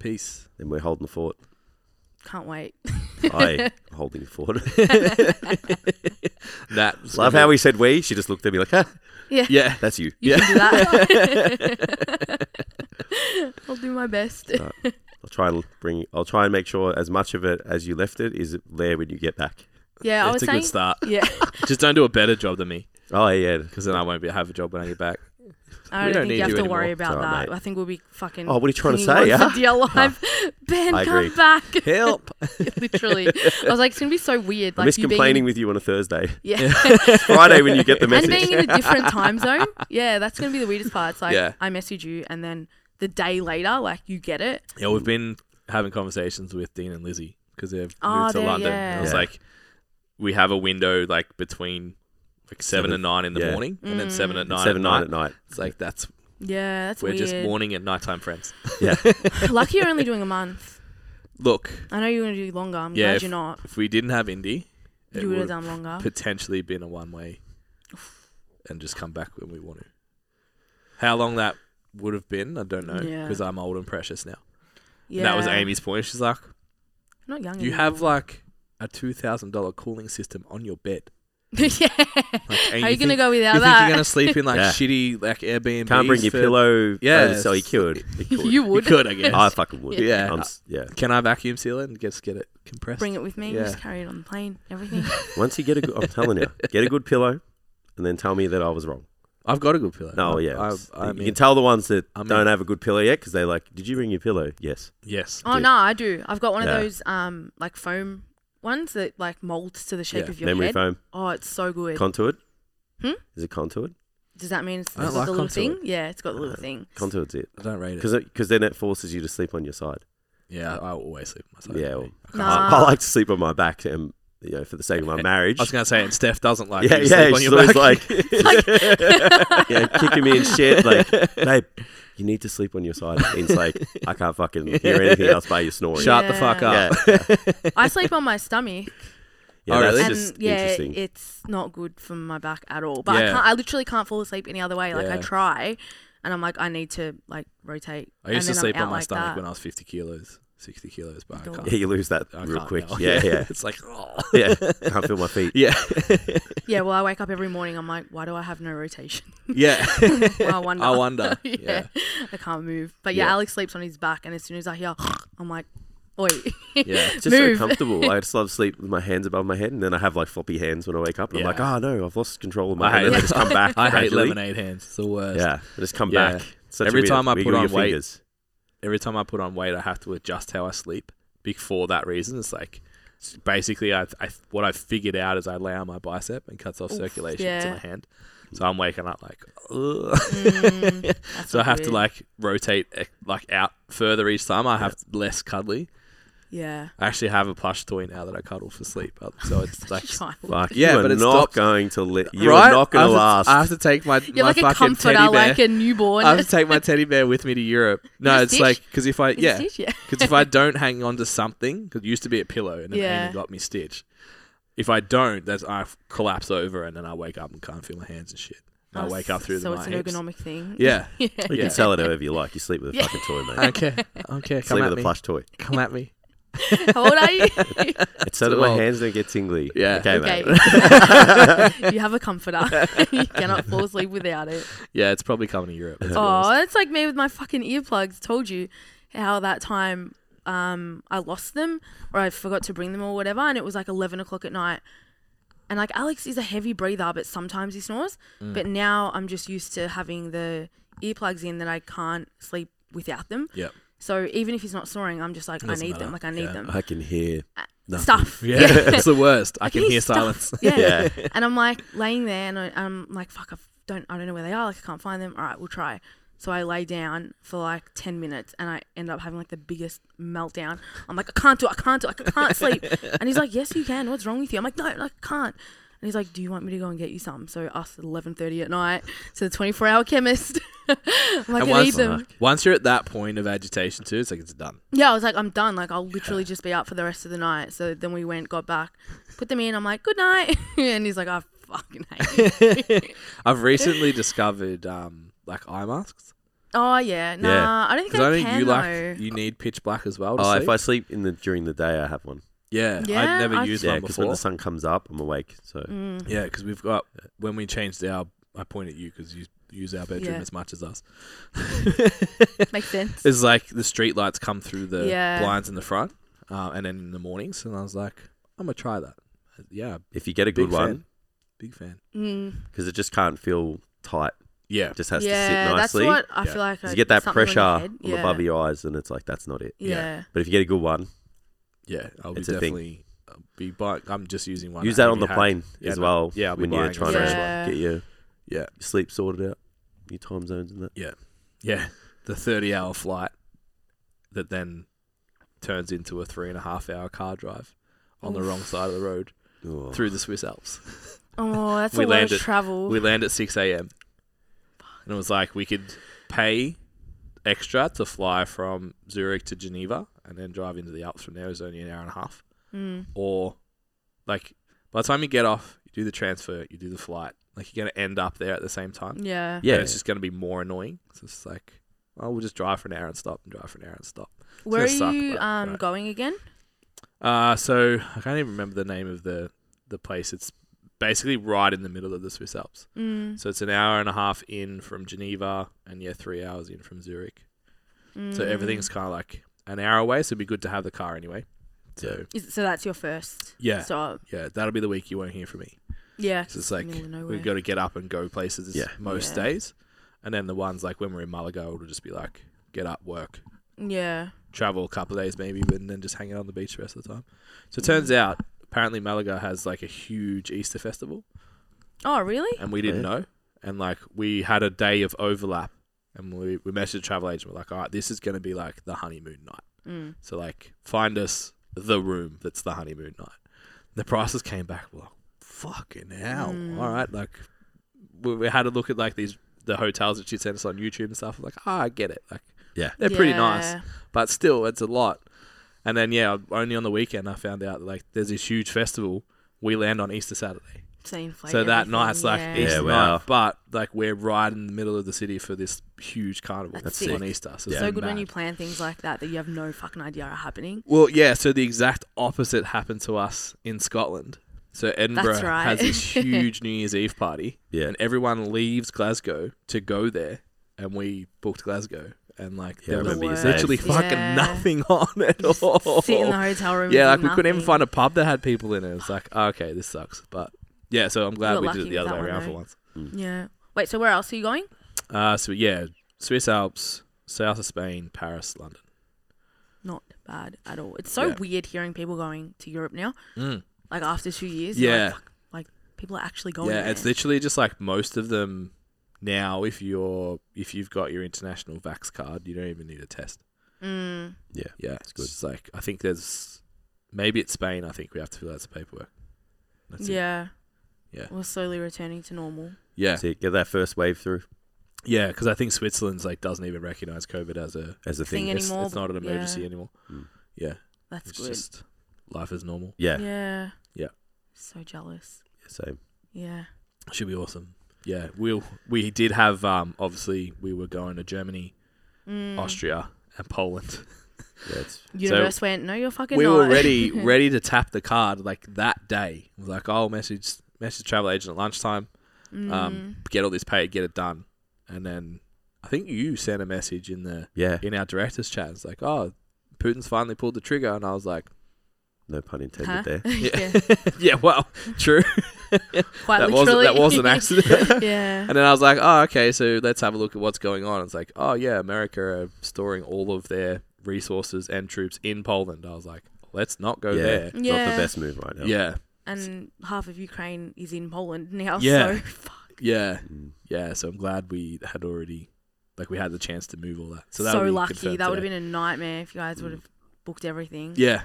[SPEAKER 3] Peace.
[SPEAKER 2] Then we're holding the fort.
[SPEAKER 4] Can't wait.
[SPEAKER 2] I holding the fort.
[SPEAKER 3] That
[SPEAKER 2] Love how we said we. She just looked at me like, huh,
[SPEAKER 4] Yeah,
[SPEAKER 3] Yeah.
[SPEAKER 2] that's you.
[SPEAKER 4] you can do that. I'll do my best.
[SPEAKER 2] I'll try and bring. I'll try and make sure as much of it as you left it is there when you get back.
[SPEAKER 4] Yeah, I
[SPEAKER 3] it's
[SPEAKER 4] was
[SPEAKER 3] a
[SPEAKER 4] saying.
[SPEAKER 3] good start.
[SPEAKER 4] Yeah,
[SPEAKER 3] Just don't do a better job than me,
[SPEAKER 2] Oh yeah.
[SPEAKER 3] because then I won't be have a job when I get back.
[SPEAKER 4] I
[SPEAKER 3] We
[SPEAKER 4] don't,
[SPEAKER 3] don't
[SPEAKER 4] think
[SPEAKER 3] need
[SPEAKER 4] you have
[SPEAKER 3] you
[SPEAKER 4] to worry
[SPEAKER 3] anymore.
[SPEAKER 4] about
[SPEAKER 2] It's all right,
[SPEAKER 4] that. I think we'll be fucking.
[SPEAKER 2] Oh, what are you trying to
[SPEAKER 4] clinging
[SPEAKER 2] say,
[SPEAKER 4] on
[SPEAKER 2] huh?
[SPEAKER 4] Dear life, Ben,
[SPEAKER 2] I
[SPEAKER 4] come
[SPEAKER 2] agree.
[SPEAKER 4] back.
[SPEAKER 3] Help.
[SPEAKER 4] Literally, I was like, it's gonna be so weird.
[SPEAKER 2] I
[SPEAKER 4] Like
[SPEAKER 2] miss
[SPEAKER 4] you being-
[SPEAKER 2] complaining with you on a Thursday,
[SPEAKER 4] Yeah.
[SPEAKER 2] Friday when you get the
[SPEAKER 4] and
[SPEAKER 2] message.
[SPEAKER 4] being in a different time zone. Yeah, that's gonna be the weirdest part. It's like
[SPEAKER 3] Yeah.
[SPEAKER 4] I message you, and then the day later, like you get it.
[SPEAKER 3] Yeah, we've been having conversations with Dean and Lizzie because they've
[SPEAKER 4] Oh,
[SPEAKER 3] moved to
[SPEAKER 4] they're-
[SPEAKER 3] London.
[SPEAKER 4] yeah.
[SPEAKER 3] And I was
[SPEAKER 2] Yeah.
[SPEAKER 3] like, we have a window like between like seven,
[SPEAKER 2] Seven-
[SPEAKER 3] and nine in the
[SPEAKER 2] yeah. Mm.
[SPEAKER 3] morning, and then seven at nine.
[SPEAKER 2] Seven
[SPEAKER 3] at
[SPEAKER 2] nine
[SPEAKER 3] night.
[SPEAKER 2] at night.
[SPEAKER 3] It's like that's
[SPEAKER 4] Yeah, that's
[SPEAKER 3] we're
[SPEAKER 4] weird.
[SPEAKER 3] just morning and nighttime friends.
[SPEAKER 2] Yeah.
[SPEAKER 4] Lucky you're only doing a month.
[SPEAKER 3] Look,
[SPEAKER 4] I know you're gonna do longer. I'm
[SPEAKER 3] Yeah,
[SPEAKER 4] glad
[SPEAKER 3] if-
[SPEAKER 4] you're not.
[SPEAKER 3] if we didn't have Indy, it
[SPEAKER 4] You would have
[SPEAKER 3] would've
[SPEAKER 4] done longer.
[SPEAKER 3] potentially been a one way, and just come back when we want to. How long that would have been, I don't know,
[SPEAKER 4] Yeah.
[SPEAKER 3] because I'm old and precious now.
[SPEAKER 4] Yeah, Mm.
[SPEAKER 3] And that was Amy's point. She's like,
[SPEAKER 4] I'm not young.
[SPEAKER 3] you have like a two thousand dollar cooling system on your bed.
[SPEAKER 4] anymore. yeah.
[SPEAKER 3] and
[SPEAKER 4] How are you gonna
[SPEAKER 3] think-
[SPEAKER 4] go without
[SPEAKER 3] you
[SPEAKER 4] that?
[SPEAKER 3] think you're gonna sleep in like
[SPEAKER 2] Yeah.
[SPEAKER 3] shitty like Airbnb?
[SPEAKER 2] Can't bring your pillow.
[SPEAKER 3] Yeah.
[SPEAKER 2] over, so he cured. He cured.
[SPEAKER 4] you
[SPEAKER 3] You
[SPEAKER 4] would
[SPEAKER 3] could, I guess.
[SPEAKER 2] I fucking would.
[SPEAKER 3] Yeah.
[SPEAKER 2] I'm s- yeah.
[SPEAKER 3] Can I vacuum seal it and just get it compressed?
[SPEAKER 4] bring it with me.
[SPEAKER 3] Yeah.
[SPEAKER 4] Just carry it on the plane. Everything.
[SPEAKER 2] Once you get a good, I'm telling you, get a good pillow, and then tell me that I was wrong.
[SPEAKER 3] I've got a good pillow.
[SPEAKER 2] No,
[SPEAKER 3] Uh, I-
[SPEAKER 2] yeah.
[SPEAKER 3] I,
[SPEAKER 2] it's-
[SPEAKER 3] I,
[SPEAKER 2] you
[SPEAKER 3] mean,
[SPEAKER 2] can tell the ones that
[SPEAKER 3] I'm
[SPEAKER 2] don't
[SPEAKER 3] in.
[SPEAKER 2] have a good pillow yet because they're like, "Did you bring your pillow?" Yes.
[SPEAKER 3] yes.
[SPEAKER 4] oh
[SPEAKER 2] Dude.
[SPEAKER 4] no, I do. I've got one
[SPEAKER 2] Yeah.
[SPEAKER 4] of those um like foam ones that like molds to the shape
[SPEAKER 3] Yeah,
[SPEAKER 4] of your
[SPEAKER 2] memory
[SPEAKER 4] head.
[SPEAKER 2] foam.
[SPEAKER 4] Oh, it's so good.
[SPEAKER 2] Contoured?
[SPEAKER 4] Hmm?
[SPEAKER 2] Is it contoured?
[SPEAKER 4] Does that mean it's,
[SPEAKER 3] I don't
[SPEAKER 4] it's
[SPEAKER 3] like
[SPEAKER 4] the little
[SPEAKER 3] contour. Uh,
[SPEAKER 4] thing? Yeah, it's got the little thing.
[SPEAKER 2] Contoured's it.
[SPEAKER 3] I don't rate it.
[SPEAKER 2] Because then it forces you to sleep on your side.
[SPEAKER 3] Yeah, I I always sleep on my side.
[SPEAKER 2] Yeah. well,
[SPEAKER 3] I can't-
[SPEAKER 4] Nah.
[SPEAKER 2] I, I like to sleep on my back and, you know, for the sake of my marriage.
[SPEAKER 3] I was gonna say, and Steph doesn't like.
[SPEAKER 2] yeah,
[SPEAKER 3] you sleep
[SPEAKER 2] yeah.
[SPEAKER 3] on
[SPEAKER 2] She's
[SPEAKER 3] your
[SPEAKER 2] always
[SPEAKER 3] back.
[SPEAKER 2] like, yeah, kicking me and shit. Like, babe, you need to sleep on your side. It's like, I can't fucking hear anything else by your snoring.
[SPEAKER 3] shut the fuck
[SPEAKER 4] Yeah.
[SPEAKER 2] Yeah,
[SPEAKER 3] up.
[SPEAKER 2] yeah,
[SPEAKER 4] I sleep on my stomach,
[SPEAKER 3] Oh,
[SPEAKER 2] that's
[SPEAKER 3] really?
[SPEAKER 4] and
[SPEAKER 2] just
[SPEAKER 4] yeah,
[SPEAKER 2] interesting.
[SPEAKER 4] it's not good for my back at all. But I
[SPEAKER 3] Yeah.
[SPEAKER 4] can't. I literally can't fall asleep any other way. Like I
[SPEAKER 3] Yeah.
[SPEAKER 4] try, and I'm like, I need to like rotate.
[SPEAKER 3] I used to
[SPEAKER 4] and then I'm
[SPEAKER 3] sleep on
[SPEAKER 4] out
[SPEAKER 3] my
[SPEAKER 4] like
[SPEAKER 3] stomach
[SPEAKER 4] that.
[SPEAKER 3] when I was fifty kilos, sixty kilos, but I
[SPEAKER 4] Don't.
[SPEAKER 3] can't.
[SPEAKER 2] yeah, you lose that
[SPEAKER 3] I
[SPEAKER 2] real
[SPEAKER 3] can't
[SPEAKER 2] quick.
[SPEAKER 3] now.
[SPEAKER 2] Yeah, yeah,
[SPEAKER 3] it's like, oh.
[SPEAKER 2] yeah. Can't feel my feet.
[SPEAKER 3] yeah,
[SPEAKER 4] Yeah, well, I wake up every morning. I'm like, why do I have no rotation?
[SPEAKER 3] yeah.
[SPEAKER 4] well, I wonder.
[SPEAKER 3] I wonder.
[SPEAKER 4] yeah.
[SPEAKER 3] yeah.
[SPEAKER 4] I can't move. But yeah,
[SPEAKER 2] Yeah.
[SPEAKER 4] Alex sleeps on his back, and as soon as I hear, I'm like, oi,
[SPEAKER 3] Yeah.
[SPEAKER 2] It's just
[SPEAKER 4] Move.
[SPEAKER 2] so comfortable. I just love sleep with my hands above my head, and then I have like floppy hands when I wake up. And I'm like,
[SPEAKER 3] Yeah.
[SPEAKER 2] oh no, I've lost control of my
[SPEAKER 3] I
[SPEAKER 2] hand.
[SPEAKER 3] hate
[SPEAKER 2] And I
[SPEAKER 3] it.
[SPEAKER 2] just come back.
[SPEAKER 3] I hate
[SPEAKER 2] gradually.
[SPEAKER 3] lemonade hands. It's the worst.
[SPEAKER 2] Yeah, I just come
[SPEAKER 3] Yeah.
[SPEAKER 2] back. Such a
[SPEAKER 3] Every
[SPEAKER 2] weird-
[SPEAKER 3] time I
[SPEAKER 2] wiggle
[SPEAKER 3] put
[SPEAKER 2] your
[SPEAKER 3] on weight-
[SPEAKER 2] fingers.
[SPEAKER 3] Every time I put on weight, I have to adjust how I sleep. Big for that reason, it's like it's basically I, I what I figured out is I lay on my bicep and cuts off circulation to
[SPEAKER 4] yeah.
[SPEAKER 3] my hand. So I'm waking up like, ugh.
[SPEAKER 4] That's
[SPEAKER 3] so I
[SPEAKER 4] not
[SPEAKER 3] have to
[SPEAKER 4] good.
[SPEAKER 3] like rotate eh, like out further each time. I have less cuddly.
[SPEAKER 4] yeah,
[SPEAKER 3] I actually have a plush toy now that I cuddle for sleep. Uh, So it's like
[SPEAKER 4] child.
[SPEAKER 2] Fuck,
[SPEAKER 3] Yeah,
[SPEAKER 2] you are
[SPEAKER 3] but it
[SPEAKER 2] not
[SPEAKER 3] stops-
[SPEAKER 2] going to li- you
[SPEAKER 3] right.
[SPEAKER 2] are not
[SPEAKER 3] I
[SPEAKER 2] going
[SPEAKER 3] have
[SPEAKER 2] to
[SPEAKER 3] to-
[SPEAKER 2] last.
[SPEAKER 3] I have to take my
[SPEAKER 4] You're
[SPEAKER 3] my
[SPEAKER 4] like a
[SPEAKER 3] fucking
[SPEAKER 4] comforter,
[SPEAKER 3] teddy bear.
[SPEAKER 4] like a newborn.
[SPEAKER 3] I have to take my teddy bear with me to Europe. No,
[SPEAKER 4] Is it
[SPEAKER 3] it's
[SPEAKER 4] Stitch?
[SPEAKER 3] like because if I yeah,
[SPEAKER 4] Stitch? Yeah.
[SPEAKER 3] because if I don't hang on to something, because it used to be a pillow and then
[SPEAKER 4] Yeah.
[SPEAKER 3] Amy got me Stitch. If I don't, that's I f- collapse over and then I wake up and can't feel my hands and shit. And I
[SPEAKER 4] Oh,
[SPEAKER 3] wake up through
[SPEAKER 4] So
[SPEAKER 3] the
[SPEAKER 4] it's
[SPEAKER 3] night
[SPEAKER 4] an
[SPEAKER 3] heaps.
[SPEAKER 4] ergonomic thing.
[SPEAKER 3] Yeah,
[SPEAKER 4] Yeah.
[SPEAKER 2] you
[SPEAKER 3] Yeah.
[SPEAKER 2] can sell it however you like. You sleep with a
[SPEAKER 4] Yeah.
[SPEAKER 2] fucking toy,
[SPEAKER 3] I
[SPEAKER 2] mate.
[SPEAKER 3] don't care. I don't care. Come
[SPEAKER 2] sleep
[SPEAKER 3] at
[SPEAKER 2] with a
[SPEAKER 3] me.
[SPEAKER 2] plush toy.
[SPEAKER 3] Come at me.
[SPEAKER 4] How old are you?
[SPEAKER 2] It's so
[SPEAKER 3] Too
[SPEAKER 2] that my
[SPEAKER 3] old.
[SPEAKER 2] hands don't get tingly.
[SPEAKER 3] Yeah.
[SPEAKER 2] Okay,
[SPEAKER 4] okay.
[SPEAKER 2] mate.
[SPEAKER 4] you have a comforter. you cannot fall asleep without it.
[SPEAKER 3] Yeah, it's probably coming to Europe. That's
[SPEAKER 4] Oh, it's like me with my fucking earplugs. Told you how that time um, I lost them or I forgot to bring them or whatever, and it was like eleven o'clock at night. And like Alex is a heavy breather, but sometimes he snores.
[SPEAKER 3] Mm.
[SPEAKER 4] But now I'm just used to having the earplugs in that I can't sleep without them.
[SPEAKER 3] Yep.
[SPEAKER 4] So even if he's not snoring, I'm just like, I
[SPEAKER 3] Doesn't
[SPEAKER 4] need
[SPEAKER 3] matter.
[SPEAKER 4] them. Like I need
[SPEAKER 3] Yeah.
[SPEAKER 4] them.
[SPEAKER 2] I can hear. nothing.
[SPEAKER 4] Stuff.
[SPEAKER 3] Yeah, it's the worst. I can
[SPEAKER 4] He's
[SPEAKER 3] hear
[SPEAKER 4] stuff.
[SPEAKER 3] silence.
[SPEAKER 4] Yeah.
[SPEAKER 2] Yeah.
[SPEAKER 4] and I'm like laying there, and I, I'm like, fuck, I f- don't, I don't know where they are. Like, I can't find them. All right, we'll try. So I lay down for like ten minutes, and I end up having like the biggest meltdown. I'm like, I can't do it. I can't do it. I can't sleep. and he's like, Yes, you can. What's wrong with you? I'm like, No, I can't. And he's like, Do you want me to go and get you some? So us at 11:30 at night to the 24-hour chemist. I'm like,
[SPEAKER 3] And
[SPEAKER 4] I
[SPEAKER 3] once,
[SPEAKER 4] need them.
[SPEAKER 3] once you're at that point of agitation too, it's like it's done.
[SPEAKER 4] Yeah, I was like, I'm done. Like, I'll literally just be up for the rest of the night. So then we went, got back, put them in. I'm like, good night. and he's like, I fucking hate it.
[SPEAKER 3] I've recently discovered um, like eye masks
[SPEAKER 4] oh, yeah. Nah, I don't think
[SPEAKER 3] because
[SPEAKER 4] I,
[SPEAKER 3] I think
[SPEAKER 4] can,
[SPEAKER 3] you
[SPEAKER 4] though.
[SPEAKER 3] like you need pitch black as well. To
[SPEAKER 2] Oh,
[SPEAKER 3] sleep.
[SPEAKER 2] if I sleep in the during the day, I have one.
[SPEAKER 3] Yeah,
[SPEAKER 4] Yeah,
[SPEAKER 3] I've never
[SPEAKER 4] I-
[SPEAKER 3] used
[SPEAKER 2] Yeah,
[SPEAKER 3] one
[SPEAKER 2] because when
[SPEAKER 3] before.
[SPEAKER 2] the sun comes up, I'm awake. So
[SPEAKER 4] Mm.
[SPEAKER 3] Yeah, because we've got when we changed our. I point at you because you use our bedroom
[SPEAKER 4] Yeah.
[SPEAKER 3] as much as us.
[SPEAKER 4] Makes sense.
[SPEAKER 3] It's like the street lights come through the
[SPEAKER 4] Yeah.
[SPEAKER 3] blinds in the front, uh, and then in the mornings. And I was like, I'm gonna try that. Yeah,
[SPEAKER 2] if you get a
[SPEAKER 3] big
[SPEAKER 2] good
[SPEAKER 3] fan.
[SPEAKER 2] one,
[SPEAKER 3] Big fan.
[SPEAKER 4] Mm.
[SPEAKER 2] because it just can't feel tight.
[SPEAKER 3] Yeah,
[SPEAKER 2] It just has to
[SPEAKER 4] Yeah,
[SPEAKER 2] sit
[SPEAKER 4] that's
[SPEAKER 2] nicely.
[SPEAKER 4] what I
[SPEAKER 3] Yeah.
[SPEAKER 4] feel like.
[SPEAKER 2] 'Cause
[SPEAKER 4] I-
[SPEAKER 2] you get that
[SPEAKER 4] something on your
[SPEAKER 2] pressure
[SPEAKER 4] head.
[SPEAKER 2] on
[SPEAKER 4] yeah.
[SPEAKER 2] above your eyes, and it's like that's not it.
[SPEAKER 4] Yeah.
[SPEAKER 2] But if you get a good one,
[SPEAKER 3] yeah. I'll
[SPEAKER 2] It's
[SPEAKER 3] be
[SPEAKER 2] a thing.
[SPEAKER 3] definitely I'll be buying. I'm just using one.
[SPEAKER 2] use
[SPEAKER 3] I
[SPEAKER 2] that on
[SPEAKER 3] already
[SPEAKER 2] the
[SPEAKER 3] had.
[SPEAKER 2] plane
[SPEAKER 3] Yeah,
[SPEAKER 2] as
[SPEAKER 3] no.
[SPEAKER 2] well.
[SPEAKER 3] Yeah, I'll be
[SPEAKER 2] when you're
[SPEAKER 3] buying
[SPEAKER 2] trying
[SPEAKER 4] this
[SPEAKER 2] to
[SPEAKER 4] one.
[SPEAKER 2] get your
[SPEAKER 3] Yeah,
[SPEAKER 2] sleep sorted out, your time zones and that.
[SPEAKER 3] yeah. The 30 hour flight that then turns into a three and a half hour car drive on the wrong side of the road
[SPEAKER 2] Oh.
[SPEAKER 3] through the Swiss Alps.
[SPEAKER 4] Oh, that's
[SPEAKER 3] We
[SPEAKER 4] a lot of
[SPEAKER 3] landed-
[SPEAKER 4] travel.
[SPEAKER 3] We land at 6 a.m. And it was like we could pay extra to fly from Zurich to Geneva and then drive into the Alps from there. It was only an hour and a half.
[SPEAKER 4] Mm.
[SPEAKER 3] Or, like, by the time you get off, you do the transfer, you do the flight, like, you're going to end up there at the same time.
[SPEAKER 4] Yeah.
[SPEAKER 2] Yeah,
[SPEAKER 3] And it's just going to be more annoying. So it's like, oh, we'll just drive for an hour and stop and drive for an hour and stop.
[SPEAKER 4] Where are
[SPEAKER 3] gonna suck,
[SPEAKER 4] you
[SPEAKER 3] but-
[SPEAKER 4] um,
[SPEAKER 3] right.
[SPEAKER 4] going again?
[SPEAKER 3] Uh, so I can't even remember the name of the, the place. It's basically right in the middle of the Swiss Alps.
[SPEAKER 4] Mm.
[SPEAKER 3] So it's an hour and a half in from Geneva, and yeah, three hours in from Zurich.
[SPEAKER 4] Mm.
[SPEAKER 3] So everything's kind of like an hour away. So it'd be good to have the car anyway. So
[SPEAKER 4] Mm. Is, so that's your first
[SPEAKER 3] yeah,
[SPEAKER 4] stop.
[SPEAKER 3] yeah, that'll be the week you won't hear from me.
[SPEAKER 4] Yeah.
[SPEAKER 3] 'Cause it's like
[SPEAKER 4] middle of nowhere.
[SPEAKER 3] we've got to get up and go places
[SPEAKER 2] Yeah.
[SPEAKER 3] most
[SPEAKER 4] Yeah.
[SPEAKER 3] days, and then the ones like when we're in Malaga, it'll just be like get up, work,
[SPEAKER 4] Yeah.
[SPEAKER 3] travel a couple of days maybe, but then just hang out on the beach the rest of the time. So it
[SPEAKER 4] Mm.
[SPEAKER 3] turns out apparently Malaga has like a huge Easter festival,
[SPEAKER 4] Oh, really?
[SPEAKER 3] and we didn't know. And like we had a day of overlap, and we we messaged the travel agent. We're like, all right, this is going to be like the honeymoon night.
[SPEAKER 4] Mm.
[SPEAKER 3] So like, find us the room that's the honeymoon night. The prices came back. Well, fucking hell! All right, like we, we had a look at like these the hotels that she sent us on YouTube and stuff. Like, ah, I get it. Like,
[SPEAKER 2] Yeah.
[SPEAKER 3] they're pretty nice,
[SPEAKER 4] Yeah.
[SPEAKER 3] but still, it's a lot. And then yeah, only on the weekend I found out like there's this huge festival. We land on Easter Saturday,
[SPEAKER 4] Same flavor.
[SPEAKER 3] so that night's like Easter
[SPEAKER 2] Yeah, wow.
[SPEAKER 3] night, but like we're right in the middle of the city for this huge carnival
[SPEAKER 4] That's
[SPEAKER 3] on
[SPEAKER 4] sick.
[SPEAKER 3] Easter. So,
[SPEAKER 4] It's
[SPEAKER 3] it's
[SPEAKER 4] so good when
[SPEAKER 3] mad.
[SPEAKER 4] you plan things like that that you have no fucking idea are happening.
[SPEAKER 3] Well, yeah. So the exact opposite happened to us in Scotland. So Edinburgh
[SPEAKER 4] right.
[SPEAKER 3] has this huge New Year's Eve party,
[SPEAKER 2] Yeah.
[SPEAKER 3] and everyone leaves Glasgow to go there, and we booked Glasgow, and
[SPEAKER 2] Yeah,
[SPEAKER 3] like
[SPEAKER 2] I
[SPEAKER 3] there was
[SPEAKER 2] remember you saying.
[SPEAKER 3] literally fucking
[SPEAKER 4] Yeah.
[SPEAKER 3] nothing on at all.
[SPEAKER 4] Sit in the hotel room.
[SPEAKER 3] Oh. yeah, like
[SPEAKER 4] and do
[SPEAKER 3] we couldn't even
[SPEAKER 4] nothing.
[SPEAKER 3] find a pub that had people in it. It's like oh, okay, this sucks, but yeah. So I'm glad
[SPEAKER 4] got
[SPEAKER 3] we did
[SPEAKER 4] lucky
[SPEAKER 3] it the
[SPEAKER 4] with
[SPEAKER 3] other
[SPEAKER 4] that
[SPEAKER 3] way
[SPEAKER 4] one,
[SPEAKER 3] around for
[SPEAKER 4] right?
[SPEAKER 3] once.
[SPEAKER 4] Yeah. Wait. So where else are you going?
[SPEAKER 3] Uh, so yeah, Swiss Alps, south of Spain, Paris, London.
[SPEAKER 4] Not bad at all. It's so
[SPEAKER 3] Yeah.
[SPEAKER 4] weird hearing people going to Europe now.
[SPEAKER 3] Mm.
[SPEAKER 4] Like after two years. you're
[SPEAKER 3] Yeah.
[SPEAKER 4] Like, "Fuck," like, people are actually going.
[SPEAKER 3] Yeah, it's
[SPEAKER 4] there.
[SPEAKER 3] literally just like most of them now. If you're if you've got your international vax card, you don't even need a test.
[SPEAKER 4] Mm.
[SPEAKER 2] Yeah.
[SPEAKER 3] Yeah, it's
[SPEAKER 2] good.
[SPEAKER 3] just like I think there's maybe it's Spain. I think we have to fill out some paperwork. That's it.
[SPEAKER 4] Yeah.
[SPEAKER 3] Yeah.
[SPEAKER 4] We're slowly returning to normal.
[SPEAKER 3] yeah,
[SPEAKER 2] So you get that first wave through
[SPEAKER 3] yeah. Because I think Switzerland's like doesn't even recognize COVID as a
[SPEAKER 2] as a
[SPEAKER 4] Thing
[SPEAKER 2] thing.
[SPEAKER 4] in-
[SPEAKER 3] it's,
[SPEAKER 4] Anymore,
[SPEAKER 3] it's not an
[SPEAKER 4] yeah.
[SPEAKER 3] emergency anymore.
[SPEAKER 2] Mm.
[SPEAKER 3] Yeah,
[SPEAKER 4] That's
[SPEAKER 3] it's
[SPEAKER 4] good.
[SPEAKER 3] just life is normal.
[SPEAKER 2] Yeah.
[SPEAKER 4] Yeah.
[SPEAKER 3] Yeah.
[SPEAKER 4] So jealous.
[SPEAKER 2] Same.
[SPEAKER 4] Yeah.
[SPEAKER 3] Should be awesome. Yeah, we'll we did have um obviously we were going to Germany,
[SPEAKER 4] Mm.
[SPEAKER 3] Austria, and Poland.
[SPEAKER 2] Yeah. It's,
[SPEAKER 4] Universe went, no, you're fucking
[SPEAKER 3] we
[SPEAKER 4] not.
[SPEAKER 3] were ready ready to tap the card like that day. I was like, I'll message message travel agent at lunchtime,
[SPEAKER 4] Mm.
[SPEAKER 3] um, get all this paid, get it done, and then I think you sent a message in the
[SPEAKER 2] yeah.
[SPEAKER 3] in our directors chat. It's like, oh, Putin's finally pulled the trigger, and I was like,
[SPEAKER 2] No pun intended
[SPEAKER 4] Huh?
[SPEAKER 2] there.
[SPEAKER 4] yeah.
[SPEAKER 3] yeah, well, true.
[SPEAKER 4] Quite
[SPEAKER 3] that was
[SPEAKER 4] literally.
[SPEAKER 3] that was an accident.
[SPEAKER 4] yeah.
[SPEAKER 3] And then I was like, oh, okay, so let's have a look at what's going on. It's like, oh, yeah, America are storing all of their resources and troops in Poland. I was like, let's not go
[SPEAKER 2] yeah.
[SPEAKER 3] there.
[SPEAKER 2] Not
[SPEAKER 4] Yeah.
[SPEAKER 2] the best move right now.
[SPEAKER 3] Yeah,
[SPEAKER 4] And half of Ukraine is in Poland now.
[SPEAKER 3] Yeah.
[SPEAKER 4] So fuck.
[SPEAKER 3] yeah,
[SPEAKER 2] Mm.
[SPEAKER 3] yeah. So I'm glad we had already, like, we had the chance to move all that. So,
[SPEAKER 4] So,
[SPEAKER 3] that
[SPEAKER 4] lucky. That would have been a nightmare if you guys would have booked everything.
[SPEAKER 3] Mm. Yeah,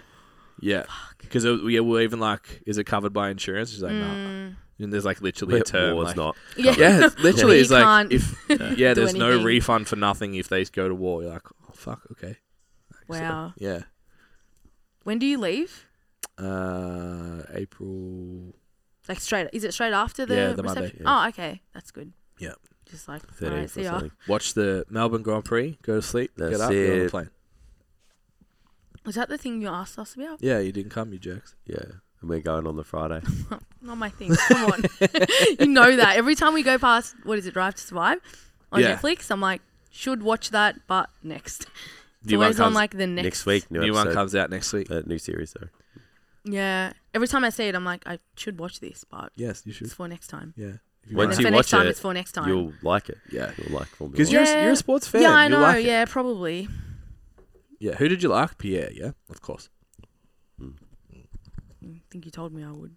[SPEAKER 3] yeah.
[SPEAKER 4] Fuck.
[SPEAKER 3] Because we were even like, is it covered by insurance? She's like, no.
[SPEAKER 4] Mm.
[SPEAKER 3] And there's like literally
[SPEAKER 2] War
[SPEAKER 3] a term.
[SPEAKER 2] is
[SPEAKER 3] like-
[SPEAKER 2] not.
[SPEAKER 4] Yeah.
[SPEAKER 3] Yeah, it's literally,
[SPEAKER 4] You
[SPEAKER 3] it's like,
[SPEAKER 4] can't
[SPEAKER 3] if, yeah,
[SPEAKER 4] do
[SPEAKER 3] there's no
[SPEAKER 4] anything.
[SPEAKER 3] refund for nothing if they go to war. You're like, oh, fuck, okay. So,
[SPEAKER 4] Wow.
[SPEAKER 3] yeah.
[SPEAKER 4] When do you leave?
[SPEAKER 3] Uh, April.
[SPEAKER 4] Like straight? Is it straight after the,
[SPEAKER 3] Yeah, the Monday,
[SPEAKER 4] reception?
[SPEAKER 2] yeah.
[SPEAKER 4] Oh, okay. That's good.
[SPEAKER 3] Yeah.
[SPEAKER 4] Just like,
[SPEAKER 2] 13th
[SPEAKER 4] alright, see
[SPEAKER 2] or
[SPEAKER 4] ya.
[SPEAKER 2] something.
[SPEAKER 3] Watch the Melbourne Grand Prix. Go to sleep.
[SPEAKER 2] That's
[SPEAKER 3] get up. Get on the
[SPEAKER 2] it.
[SPEAKER 3] plane.
[SPEAKER 4] Was that the thing you asked us about?
[SPEAKER 3] Yeah, you didn't come, you jerks.
[SPEAKER 2] Yeah. And we're going on the Friday.
[SPEAKER 4] Not my thing. Come on. you know that. Every time we go past, what is it, Drive to Survive on
[SPEAKER 3] Yeah.
[SPEAKER 4] Netflix, I'm like, should watch that, but next. It's
[SPEAKER 3] New one
[SPEAKER 4] always on
[SPEAKER 3] comes-
[SPEAKER 4] like the next.
[SPEAKER 2] Next, week, new,
[SPEAKER 3] New one
[SPEAKER 2] episode.
[SPEAKER 3] comes out next week.
[SPEAKER 2] Uh, new series, though.
[SPEAKER 4] Yeah. Every time I see it, I'm like, I should watch this, but
[SPEAKER 3] Yes, you should.
[SPEAKER 4] it's for next time.
[SPEAKER 3] Yeah. If
[SPEAKER 2] Once
[SPEAKER 3] you
[SPEAKER 4] And
[SPEAKER 3] want.
[SPEAKER 4] if
[SPEAKER 2] you
[SPEAKER 4] for next
[SPEAKER 2] watch
[SPEAKER 4] time,
[SPEAKER 2] it,
[SPEAKER 4] it's for next time.
[SPEAKER 2] You'll like it.
[SPEAKER 3] yeah.
[SPEAKER 2] You'll like Formula
[SPEAKER 3] Because
[SPEAKER 2] One.
[SPEAKER 3] you're, a s-
[SPEAKER 4] Yeah.
[SPEAKER 3] you're a sports fan.
[SPEAKER 4] yeah, I
[SPEAKER 3] You
[SPEAKER 4] know.
[SPEAKER 3] like it.
[SPEAKER 4] yeah, probably.
[SPEAKER 3] Yeah. Who did you like? Pierre. Yeah. Of course.
[SPEAKER 4] I think you told me I would.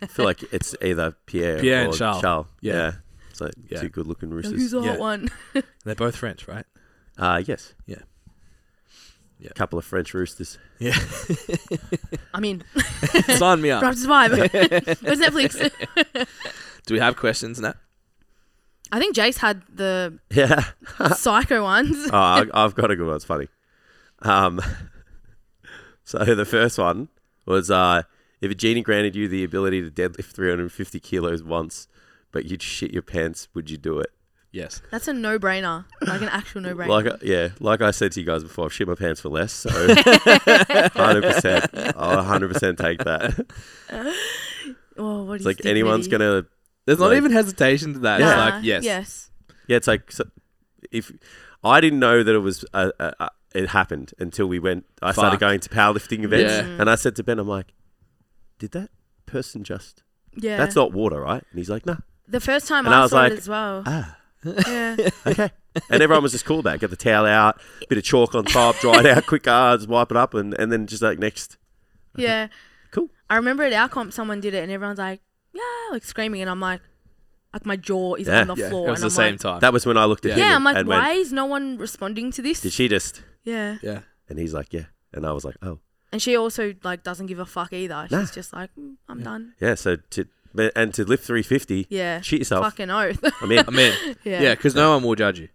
[SPEAKER 2] I feel like it's either Pierre,
[SPEAKER 3] Pierre
[SPEAKER 2] or
[SPEAKER 3] and Charles.
[SPEAKER 2] Yeah.
[SPEAKER 3] Yeah.
[SPEAKER 2] It's like
[SPEAKER 3] Yeah.
[SPEAKER 2] two good looking
[SPEAKER 4] Who's
[SPEAKER 2] roosters.
[SPEAKER 4] the hot
[SPEAKER 3] yeah.
[SPEAKER 4] one?
[SPEAKER 3] They're both French, right?
[SPEAKER 2] Uh, yes.
[SPEAKER 3] Yeah. Yeah.
[SPEAKER 2] couple of French roosters.
[SPEAKER 3] Yeah.
[SPEAKER 4] I mean,
[SPEAKER 3] Sign me up.
[SPEAKER 4] Drive to Survive. Where's Netflix?
[SPEAKER 3] Do we have questions, Nat?
[SPEAKER 4] I think Jace had the
[SPEAKER 2] Yeah.
[SPEAKER 4] psycho ones.
[SPEAKER 2] oh, I- I've got a good one. It's funny. Um, so the first one was uh, if a genie granted you the ability to deadlift 350 kilos once, but you'd shit your pants, would you do it?
[SPEAKER 3] Yes.
[SPEAKER 4] That's a no brainer. Like an actual no brainer.
[SPEAKER 2] Like I- yeah, like I said to you guys before, I've shit my pants for less. So 100%, I'll 100% take that.
[SPEAKER 4] oh, what
[SPEAKER 2] It's like anyone's gonna.
[SPEAKER 3] There's not
[SPEAKER 2] Like-
[SPEAKER 3] even hesitation to that.
[SPEAKER 4] Nah,
[SPEAKER 3] It's like, yes.
[SPEAKER 4] Yes.
[SPEAKER 2] Yeah, it's like so if I didn't know that it was uh, uh, uh, it happened until we went. I started
[SPEAKER 3] Fuck.
[SPEAKER 2] going to powerlifting events,
[SPEAKER 3] Yeah. Mm.
[SPEAKER 2] and I said to Ben, "I'm like, did that person just?
[SPEAKER 4] Yeah.
[SPEAKER 2] That's not water, right?" And he's like, "Nah."
[SPEAKER 4] The first time
[SPEAKER 2] And
[SPEAKER 4] I,
[SPEAKER 2] I was
[SPEAKER 4] saw
[SPEAKER 2] like,
[SPEAKER 4] it as well.
[SPEAKER 2] Ah,
[SPEAKER 4] yeah.
[SPEAKER 2] okay. And everyone was just cool about it. Get the towel out, bit of chalk on top, dry it out, quick cards, wipe it up, and, and then just like next.
[SPEAKER 4] Yeah.
[SPEAKER 2] Cool.
[SPEAKER 4] I remember at our comp, someone did it, and everyone's like, "Yeah," like screaming, and I'm like, like my jaw is
[SPEAKER 2] Yeah.
[SPEAKER 4] on the
[SPEAKER 3] Yeah,
[SPEAKER 4] floor.
[SPEAKER 3] it was
[SPEAKER 4] and
[SPEAKER 3] the
[SPEAKER 4] I'm
[SPEAKER 3] same
[SPEAKER 4] like,
[SPEAKER 3] time.
[SPEAKER 2] That was when I looked at him.
[SPEAKER 4] Yeah, I'm
[SPEAKER 2] and-
[SPEAKER 4] like,
[SPEAKER 2] and went,
[SPEAKER 4] why is no one responding to this?
[SPEAKER 2] Did she just?
[SPEAKER 4] yeah.
[SPEAKER 3] yeah.
[SPEAKER 2] And he's like, yeah. And I was like, oh,
[SPEAKER 4] And she also like doesn't give a fuck either. She's
[SPEAKER 2] Nah.
[SPEAKER 4] just like, "Mm, I'm done.
[SPEAKER 2] yeah. So to but- and to lift 350,
[SPEAKER 4] Yeah.
[SPEAKER 2] shit yourself.
[SPEAKER 4] Fucking oath.
[SPEAKER 2] I mean,
[SPEAKER 3] I mean,
[SPEAKER 4] Yeah.
[SPEAKER 3] yeah, because no one will judge you.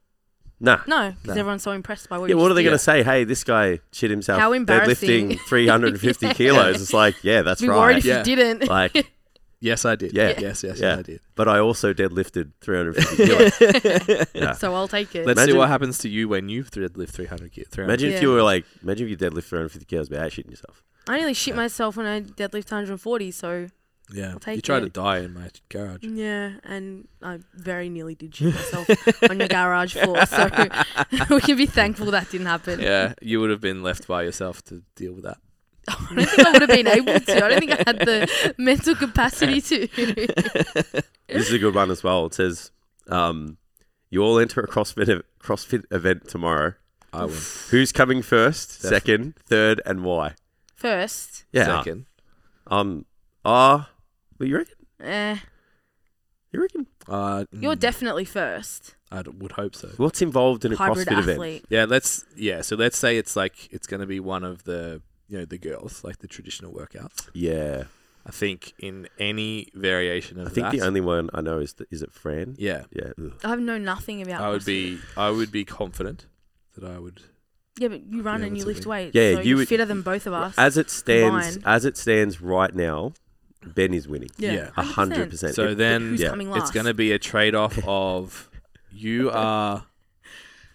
[SPEAKER 2] nah.
[SPEAKER 4] no, because
[SPEAKER 2] Nah.
[SPEAKER 4] everyone's so impressed by what.
[SPEAKER 2] Yeah,
[SPEAKER 4] you
[SPEAKER 2] what are they
[SPEAKER 4] just
[SPEAKER 2] going
[SPEAKER 3] Yeah.
[SPEAKER 2] to say? Hey, this guy shit himself.
[SPEAKER 4] How embarrassing.
[SPEAKER 2] Deadlifting 350 kilos. It's like, yeah, that's
[SPEAKER 4] did. Be worried
[SPEAKER 2] right.
[SPEAKER 4] if
[SPEAKER 3] Yeah.
[SPEAKER 4] you didn't.
[SPEAKER 2] Like,
[SPEAKER 3] Yes, I did.
[SPEAKER 2] Yeah.
[SPEAKER 3] Yes, yes,
[SPEAKER 2] yeah.
[SPEAKER 3] yes, I did.
[SPEAKER 2] But I also deadlifted 350 kilos.
[SPEAKER 4] so I'll take it.
[SPEAKER 3] Let's see
[SPEAKER 2] Imagine-
[SPEAKER 3] what happens to you when you deadlift 300 kilos. 300
[SPEAKER 2] Imagine if
[SPEAKER 4] Yeah.
[SPEAKER 2] you were like, imagine if you deadlift 350 kilos without shitting yourself.
[SPEAKER 4] I nearly shit myself when I deadlift 140. So
[SPEAKER 3] Yeah.
[SPEAKER 4] take
[SPEAKER 3] you tried to
[SPEAKER 4] it.
[SPEAKER 3] die in my garage.
[SPEAKER 2] Mm.
[SPEAKER 4] yeah, and I very nearly did shit myself on your garage floor. So we can be thankful that didn't happen.
[SPEAKER 3] Yeah. You would have been left by yourself to deal with that.
[SPEAKER 4] I don't think I would have been able to. I don't think I had the mental capacity to.
[SPEAKER 2] This is a good one as well. It says, um, you all enter a CrossFit, ev- CrossFit event tomorrow.
[SPEAKER 3] I win.
[SPEAKER 2] Who's coming first,
[SPEAKER 3] Definitely.
[SPEAKER 2] second, third, and why?
[SPEAKER 4] First,
[SPEAKER 2] Yeah.
[SPEAKER 3] Second.
[SPEAKER 2] Um, ah, but you reckon?
[SPEAKER 4] eh,
[SPEAKER 2] You reckon?
[SPEAKER 3] Uh,
[SPEAKER 4] you're
[SPEAKER 2] Hmm.
[SPEAKER 3] mm,
[SPEAKER 4] definitely first.
[SPEAKER 3] I d- would hope so.
[SPEAKER 2] What's involved in a
[SPEAKER 4] Hybrid
[SPEAKER 2] CrossFit
[SPEAKER 4] athlete.
[SPEAKER 2] event?
[SPEAKER 3] Yeah, let's yeah, so let's say it's like it's going to be one of the, you know, the girls, like the traditional workouts.
[SPEAKER 2] Yeah.
[SPEAKER 3] I think in any variation of
[SPEAKER 2] I think
[SPEAKER 3] that.
[SPEAKER 2] the only one I know is, the, is it Fran?
[SPEAKER 3] yeah.
[SPEAKER 2] Yeah. ugh.
[SPEAKER 4] I know nothing about.
[SPEAKER 3] I would
[SPEAKER 4] CrossFit.
[SPEAKER 3] be I would be confident that I would
[SPEAKER 4] Yeah, but you run
[SPEAKER 3] Yeah,
[SPEAKER 4] and you
[SPEAKER 3] that's
[SPEAKER 4] lift
[SPEAKER 3] okay.
[SPEAKER 4] weights.
[SPEAKER 2] Yeah,
[SPEAKER 4] so
[SPEAKER 2] you
[SPEAKER 4] you're
[SPEAKER 2] would-
[SPEAKER 4] fitter than both of us.
[SPEAKER 2] As it stands,
[SPEAKER 4] Combined.
[SPEAKER 2] as it stands right now, Ben is winning.
[SPEAKER 3] yeah.
[SPEAKER 2] A hundred percent.
[SPEAKER 3] So then
[SPEAKER 4] Who's
[SPEAKER 2] Yeah.
[SPEAKER 4] coming last?
[SPEAKER 3] it's going to be a trade off of you are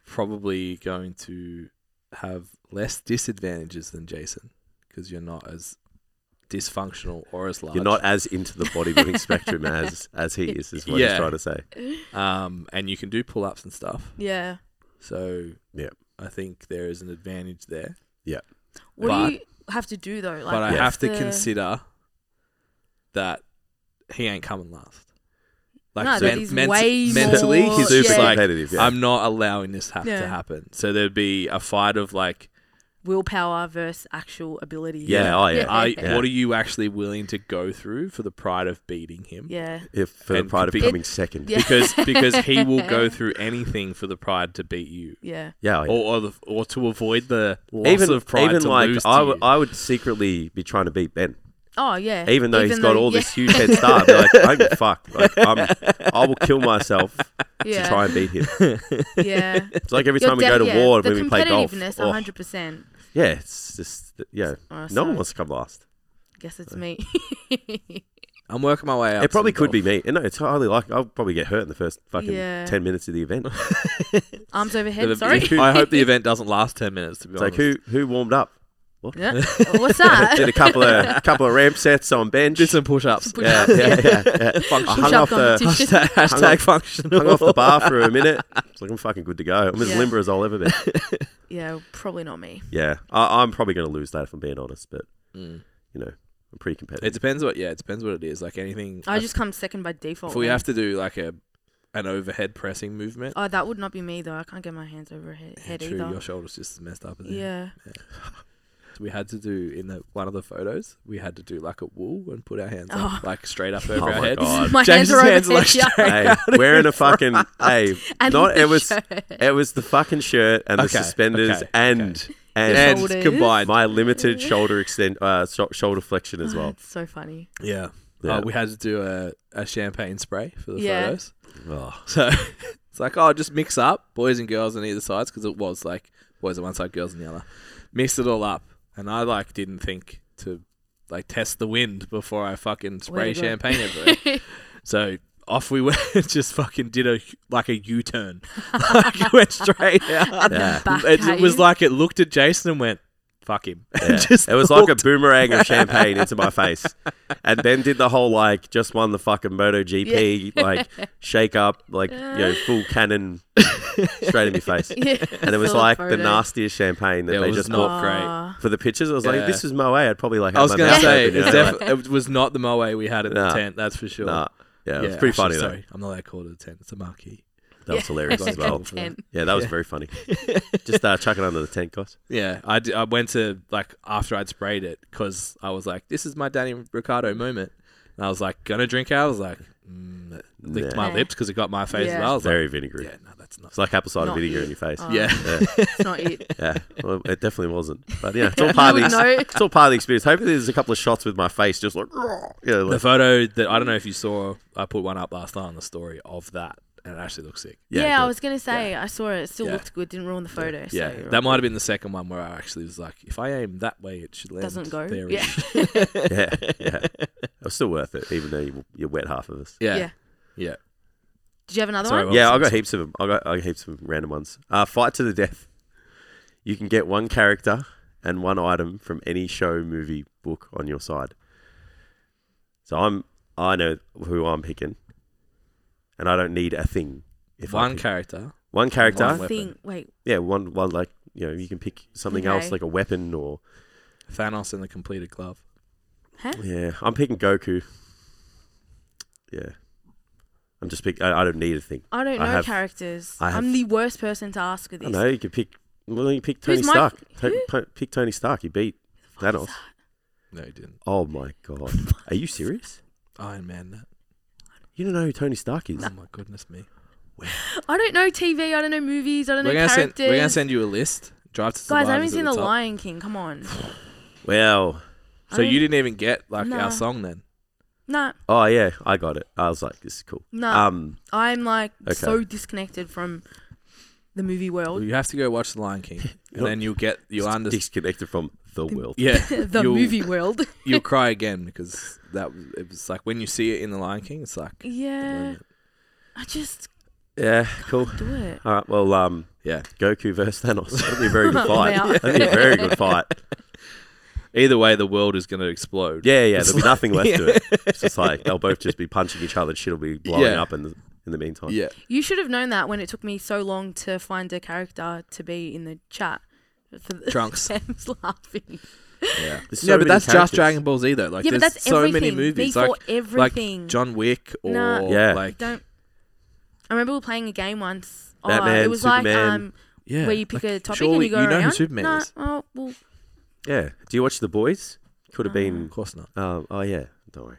[SPEAKER 3] probably going to have less disadvantages than Jason because you're not as dysfunctional or as large.
[SPEAKER 2] You're not as into the bodybuilding spectrum as as he is, is what he's
[SPEAKER 3] Yeah.
[SPEAKER 2] trying to say.
[SPEAKER 3] um, and you can do pull ups and stuff.
[SPEAKER 4] Yeah.
[SPEAKER 3] So
[SPEAKER 2] Yeah.
[SPEAKER 3] I think there is an advantage there.
[SPEAKER 4] What
[SPEAKER 3] But-
[SPEAKER 4] do you have to do though? Like,
[SPEAKER 3] but I
[SPEAKER 4] what's
[SPEAKER 2] Yeah.
[SPEAKER 3] have to
[SPEAKER 4] the-
[SPEAKER 3] consider that he ain't coming last. Like
[SPEAKER 4] No, that is way more-
[SPEAKER 3] mentally, he's
[SPEAKER 4] Super
[SPEAKER 3] just like,
[SPEAKER 2] competitive, yeah.
[SPEAKER 3] I'm not allowing this ha-
[SPEAKER 4] Yeah.
[SPEAKER 3] to happen. So there'd be a fight of like,
[SPEAKER 4] willpower versus actual ability.
[SPEAKER 2] Yeah, oh yeah.
[SPEAKER 4] Yeah.
[SPEAKER 3] Are,
[SPEAKER 2] Yeah.
[SPEAKER 3] What are you actually willing to go through for the pride of beating him?
[SPEAKER 4] Yeah.
[SPEAKER 2] If for the
[SPEAKER 3] And
[SPEAKER 2] pride of
[SPEAKER 3] be-
[SPEAKER 2] coming second.
[SPEAKER 4] Yeah.
[SPEAKER 3] Because because he will go through anything for the pride to beat you,
[SPEAKER 4] Yeah.
[SPEAKER 2] Yeah, oh, yeah.
[SPEAKER 3] or or, the, or to avoid the loss
[SPEAKER 2] even
[SPEAKER 3] of pride
[SPEAKER 2] even
[SPEAKER 3] to
[SPEAKER 2] like
[SPEAKER 3] lose to
[SPEAKER 2] I
[SPEAKER 3] you.
[SPEAKER 2] would I would secretly be trying to beat Ben,
[SPEAKER 4] Oh yeah.
[SPEAKER 2] even though he's got all
[SPEAKER 4] yeah,
[SPEAKER 2] this huge head start. I'd be like I don't fuck, like, I'm, I will kill myself
[SPEAKER 4] yeah,
[SPEAKER 2] to try and beat him.
[SPEAKER 4] Yeah.
[SPEAKER 2] It's like every
[SPEAKER 4] You're
[SPEAKER 2] time we
[SPEAKER 4] de-
[SPEAKER 2] go to
[SPEAKER 4] yeah,
[SPEAKER 2] war
[SPEAKER 4] the
[SPEAKER 2] when we play golf.
[SPEAKER 4] competitiveness,
[SPEAKER 2] oh,
[SPEAKER 4] 100%.
[SPEAKER 2] yeah, it's just yeah.
[SPEAKER 4] Oh,
[SPEAKER 2] No
[SPEAKER 4] sorry.
[SPEAKER 2] one wants to come last.
[SPEAKER 4] Guess it's me.
[SPEAKER 3] I'm working my way out.
[SPEAKER 2] It probably could be me. No, it's highly likely I'll probably get hurt in the first fucking
[SPEAKER 4] Yeah.
[SPEAKER 2] ten minutes of the event.
[SPEAKER 3] Oh,
[SPEAKER 4] Arms overhead. Sorry.
[SPEAKER 3] I hope the event doesn't last ten minutes. To be
[SPEAKER 2] It's like
[SPEAKER 3] honest,
[SPEAKER 2] who who warmed up?
[SPEAKER 4] Yeah. What's that?
[SPEAKER 2] Did a couple of couple of ramp sets on bench.
[SPEAKER 3] did some push-ups?
[SPEAKER 4] Push
[SPEAKER 2] yeah,
[SPEAKER 4] up.
[SPEAKER 2] yeah, yeah, yeah. I
[SPEAKER 4] Push
[SPEAKER 2] hung
[SPEAKER 4] up
[SPEAKER 2] off the
[SPEAKER 4] competition.
[SPEAKER 3] hashtag hashtag
[SPEAKER 2] off-
[SPEAKER 3] functional.
[SPEAKER 2] hung off the bar for a minute. It's like I'm fucking good to go. I'm as
[SPEAKER 4] Yeah.
[SPEAKER 2] limber as I'll ever be.
[SPEAKER 4] Yeah, probably not me.
[SPEAKER 2] Yeah, I, I'm probably going to lose that if I'm being honest, but
[SPEAKER 3] Mm.
[SPEAKER 2] you know, I'm pretty competitive.
[SPEAKER 3] It depends what. Yeah, it depends what it is. Like anything.
[SPEAKER 4] I just come second by default.
[SPEAKER 3] if we
[SPEAKER 4] mate.
[SPEAKER 3] have to do like a an overhead pressing movement.
[SPEAKER 4] Oh, that would not be me though. I can't get my hands over head,
[SPEAKER 3] Yeah,
[SPEAKER 4] head
[SPEAKER 3] true,
[SPEAKER 4] either.
[SPEAKER 3] your shoulders just as messed up. as him.
[SPEAKER 4] Yeah.
[SPEAKER 3] we had to do in the one of the photos. We had to do like a wool and put our hands
[SPEAKER 4] Oh.
[SPEAKER 3] up, like straight up
[SPEAKER 2] Oh
[SPEAKER 3] over our
[SPEAKER 2] my
[SPEAKER 3] head.
[SPEAKER 2] God.
[SPEAKER 4] My hands
[SPEAKER 3] James's
[SPEAKER 4] are
[SPEAKER 3] hands
[SPEAKER 4] over
[SPEAKER 3] are like
[SPEAKER 4] head, yeah.
[SPEAKER 3] straight
[SPEAKER 2] Hey, wearing a fucking hey,
[SPEAKER 4] And
[SPEAKER 2] not
[SPEAKER 4] the
[SPEAKER 2] it was
[SPEAKER 4] shirt.
[SPEAKER 2] it was the fucking shirt and the
[SPEAKER 3] Okay,
[SPEAKER 2] suspenders
[SPEAKER 3] okay,
[SPEAKER 2] and
[SPEAKER 3] okay.
[SPEAKER 2] and
[SPEAKER 3] And
[SPEAKER 4] shoulders.
[SPEAKER 3] combined,
[SPEAKER 2] my limited shoulder extend uh, sho- shoulder flexion as well.
[SPEAKER 4] It's so funny.
[SPEAKER 3] yeah.
[SPEAKER 4] Oh,
[SPEAKER 2] Yeah.
[SPEAKER 3] Uh, we had to do a, a champagne spray for the
[SPEAKER 4] Yeah.
[SPEAKER 3] photos.
[SPEAKER 2] Oh,
[SPEAKER 3] So it's like, oh, just mix up boys and girls on either sides because it was like boys on one side, girls on the other. Mix it all up, and I like didn't think to like test the wind before I fucking spray
[SPEAKER 4] Way to go.
[SPEAKER 3] champagne everywhere. So off we went, just fucking did a like a U turn, like it went straight out.
[SPEAKER 2] Yeah.
[SPEAKER 4] Back
[SPEAKER 3] It,
[SPEAKER 4] at
[SPEAKER 3] was
[SPEAKER 4] you.
[SPEAKER 3] like it looked at Jason and went, "Fuck him."
[SPEAKER 2] yeah.
[SPEAKER 3] And just
[SPEAKER 2] it was like a
[SPEAKER 3] walked-
[SPEAKER 2] boomerang of champagne into my face, and Ben did the whole like just won the fucking Moto GP like shake up like you know
[SPEAKER 4] Uh.
[SPEAKER 2] full cannon straight in my face,
[SPEAKER 4] Yeah,
[SPEAKER 2] and it was
[SPEAKER 4] saw the
[SPEAKER 2] like the
[SPEAKER 4] photo.
[SPEAKER 2] nastiest champaine that
[SPEAKER 3] Yeah, it
[SPEAKER 2] they
[SPEAKER 3] was
[SPEAKER 2] just
[SPEAKER 3] not
[SPEAKER 2] bought
[SPEAKER 3] great.
[SPEAKER 4] Ah.
[SPEAKER 2] for the pictures. I was like,
[SPEAKER 3] Yeah.
[SPEAKER 2] this is Moe. I'd probably like.
[SPEAKER 3] I was
[SPEAKER 2] have my
[SPEAKER 3] gonna
[SPEAKER 2] mouth
[SPEAKER 3] say
[SPEAKER 2] open,
[SPEAKER 3] it's
[SPEAKER 2] you know,
[SPEAKER 3] def- it was not the moe we had in
[SPEAKER 2] Nah.
[SPEAKER 3] the tent. That's for sure.
[SPEAKER 2] Nah. Yeah, it was
[SPEAKER 3] Yeah,
[SPEAKER 2] pretty
[SPEAKER 3] actually,
[SPEAKER 2] funny though.
[SPEAKER 3] Sorry, I'm not allowed to call it a tent. It's a marquee.
[SPEAKER 2] That was hilarious as well.
[SPEAKER 4] Ten.
[SPEAKER 2] Yeah, that was very funny. Just uh, chuck it under the tent, guys.
[SPEAKER 3] Yeah, I, d- I went to like after I'd sprayed it because I was like, this is my Danny Ricardo moment. And I was like, gonna drink out. I was like, mm, it licked my
[SPEAKER 4] Nah.
[SPEAKER 3] lips because it got my face as
[SPEAKER 4] Yeah.
[SPEAKER 3] well. I was
[SPEAKER 2] Very
[SPEAKER 3] like,
[SPEAKER 2] vinegary.
[SPEAKER 3] yeah, no, that's not.
[SPEAKER 2] It's like apple cider
[SPEAKER 4] Not
[SPEAKER 2] vinegar
[SPEAKER 4] it.
[SPEAKER 2] in your face.
[SPEAKER 4] Oh.
[SPEAKER 3] Yeah,
[SPEAKER 4] It's not it.
[SPEAKER 2] Yeah, well, it definitely wasn't. But yeah, it's all part of
[SPEAKER 4] You
[SPEAKER 2] the
[SPEAKER 4] would know.
[SPEAKER 2] it's all part of the experience. Hopefully, there's a couple of shots with my face just like, "Raw," you know,
[SPEAKER 3] the
[SPEAKER 2] like
[SPEAKER 3] photo that I don't know if you saw. I put one up last night on the story of that, and it actually looks sick.
[SPEAKER 4] Yeah,
[SPEAKER 2] Yeah,
[SPEAKER 4] I
[SPEAKER 2] good.
[SPEAKER 4] was gonna say I saw it. It still
[SPEAKER 3] Yeah.
[SPEAKER 4] looked good. Didn't ruin the photo. so
[SPEAKER 3] yeah,
[SPEAKER 4] you're
[SPEAKER 3] that
[SPEAKER 4] right.
[SPEAKER 3] might have been the second one where I actually was like, if I aim that way, it should land.
[SPEAKER 4] doesn't go.
[SPEAKER 3] There it
[SPEAKER 4] Yeah.
[SPEAKER 3] is.
[SPEAKER 2] yeah, yeah. It was still worth it, even though you, you wet half of us.
[SPEAKER 3] yeah,
[SPEAKER 4] Yeah.
[SPEAKER 3] yeah.
[SPEAKER 4] Did you have another
[SPEAKER 3] Sorry,
[SPEAKER 4] one?
[SPEAKER 3] what
[SPEAKER 2] Yeah,
[SPEAKER 3] was
[SPEAKER 2] I
[SPEAKER 3] the
[SPEAKER 2] got heaps of them. I got, I got heaps of random ones. Uh, fight to the death. You can get one character and one item from any show, movie, book on your side. So I'm I know who I'm picking, and I don't need a thing. If I
[SPEAKER 3] one
[SPEAKER 2] pick-
[SPEAKER 3] character.
[SPEAKER 2] one character,
[SPEAKER 3] one weapon.
[SPEAKER 4] Thing. Wait.
[SPEAKER 2] yeah, one one like you know you can pick something
[SPEAKER 4] Okay.
[SPEAKER 2] else like a weapon or
[SPEAKER 3] Thanos and the completed glove.
[SPEAKER 2] yeah. I'm picking Goku. Yeah, I'm just pick. I, I don't need a thing.
[SPEAKER 4] I don't know
[SPEAKER 2] I have-
[SPEAKER 4] characters.
[SPEAKER 2] I have-
[SPEAKER 4] I'm the worst person to ask with
[SPEAKER 2] I
[SPEAKER 4] this.
[SPEAKER 2] don't know. You could pick. Well, you pick Tony
[SPEAKER 4] Who's my-
[SPEAKER 2] Stark. To-
[SPEAKER 4] who?
[SPEAKER 2] po- pick Tony Stark. You beat Thanos.
[SPEAKER 3] No, he didn't.
[SPEAKER 2] Oh my god. Are you serious?
[SPEAKER 3] Iron Man. That.
[SPEAKER 2] You don't know who Tony Stark is?
[SPEAKER 3] Oh my goodness me.
[SPEAKER 4] I don't know TV. I don't know movies. I don't
[SPEAKER 3] We're
[SPEAKER 4] know
[SPEAKER 3] gonna send.
[SPEAKER 4] characters.
[SPEAKER 3] We're gonna send you a list. Drive to
[SPEAKER 4] Guys, I
[SPEAKER 3] Survive
[SPEAKER 4] haven't
[SPEAKER 3] is at
[SPEAKER 4] seen The
[SPEAKER 3] top.
[SPEAKER 4] Lion King. Come on.
[SPEAKER 2] Well,
[SPEAKER 4] I
[SPEAKER 3] So
[SPEAKER 4] don't-
[SPEAKER 3] you didn't even get like
[SPEAKER 4] No.
[SPEAKER 3] our song then.
[SPEAKER 4] Nah,
[SPEAKER 2] oh yeah, I got it. I was like, this is cool.
[SPEAKER 4] No.
[SPEAKER 2] Um,
[SPEAKER 4] I'm like
[SPEAKER 2] Okay.
[SPEAKER 4] so disconnected from the movie
[SPEAKER 3] Well,
[SPEAKER 4] world.
[SPEAKER 3] you have to go watch The Lion King, and then you'll get you'll
[SPEAKER 2] just
[SPEAKER 3] understand.
[SPEAKER 2] disconnected from the world.
[SPEAKER 3] Yeah,
[SPEAKER 4] the
[SPEAKER 3] you'll,
[SPEAKER 4] movie world.
[SPEAKER 3] You'll cry again because that was- it was like when you see it in The Lion King, it's like
[SPEAKER 4] yeah. I just
[SPEAKER 2] Yeah, cool.
[SPEAKER 4] do it.
[SPEAKER 2] All right. Well, um,
[SPEAKER 3] yeah.
[SPEAKER 2] Goku versus Thanos. That'd be a very good fight.
[SPEAKER 4] Yeah.
[SPEAKER 2] That'd be a very good fight.
[SPEAKER 3] Either way, the world is going to explode.
[SPEAKER 2] Yeah, yeah. There'll be nothing left to it. It's just like they'll both just be punching each other. and Shit'll be blowing
[SPEAKER 3] Yeah.
[SPEAKER 2] up in the, in the meantime.
[SPEAKER 3] yeah.
[SPEAKER 4] You should have known that when it took me so long to find a character to be in the chat. For the
[SPEAKER 3] Trunks.
[SPEAKER 4] Sam's laughing.
[SPEAKER 3] Yeah,
[SPEAKER 2] There's so
[SPEAKER 3] no, but
[SPEAKER 2] many
[SPEAKER 3] that's just
[SPEAKER 2] characters.
[SPEAKER 3] Dragon Ball Z though. Like,
[SPEAKER 4] Yeah, but
[SPEAKER 3] there's
[SPEAKER 4] that's
[SPEAKER 3] so many
[SPEAKER 4] everything.
[SPEAKER 3] movies,
[SPEAKER 4] They
[SPEAKER 3] like,
[SPEAKER 4] fought everything.
[SPEAKER 3] like John Wick or
[SPEAKER 4] Nah.
[SPEAKER 2] Yeah.
[SPEAKER 3] like
[SPEAKER 4] Don't. I remember we were playing a game once. oh,
[SPEAKER 2] Batman,
[SPEAKER 4] it was like
[SPEAKER 2] Superman.
[SPEAKER 4] um,
[SPEAKER 3] yeah,
[SPEAKER 4] where you pick
[SPEAKER 3] like,
[SPEAKER 4] a topic and
[SPEAKER 3] surely
[SPEAKER 4] you go
[SPEAKER 3] know
[SPEAKER 4] around.
[SPEAKER 3] who Superman
[SPEAKER 4] Nah,
[SPEAKER 3] is.
[SPEAKER 4] oh well,
[SPEAKER 2] Yeah. Do you watch The Boys? Could
[SPEAKER 4] Uh,
[SPEAKER 2] have been.
[SPEAKER 3] Of course not.
[SPEAKER 2] Um, oh yeah. Don't worry.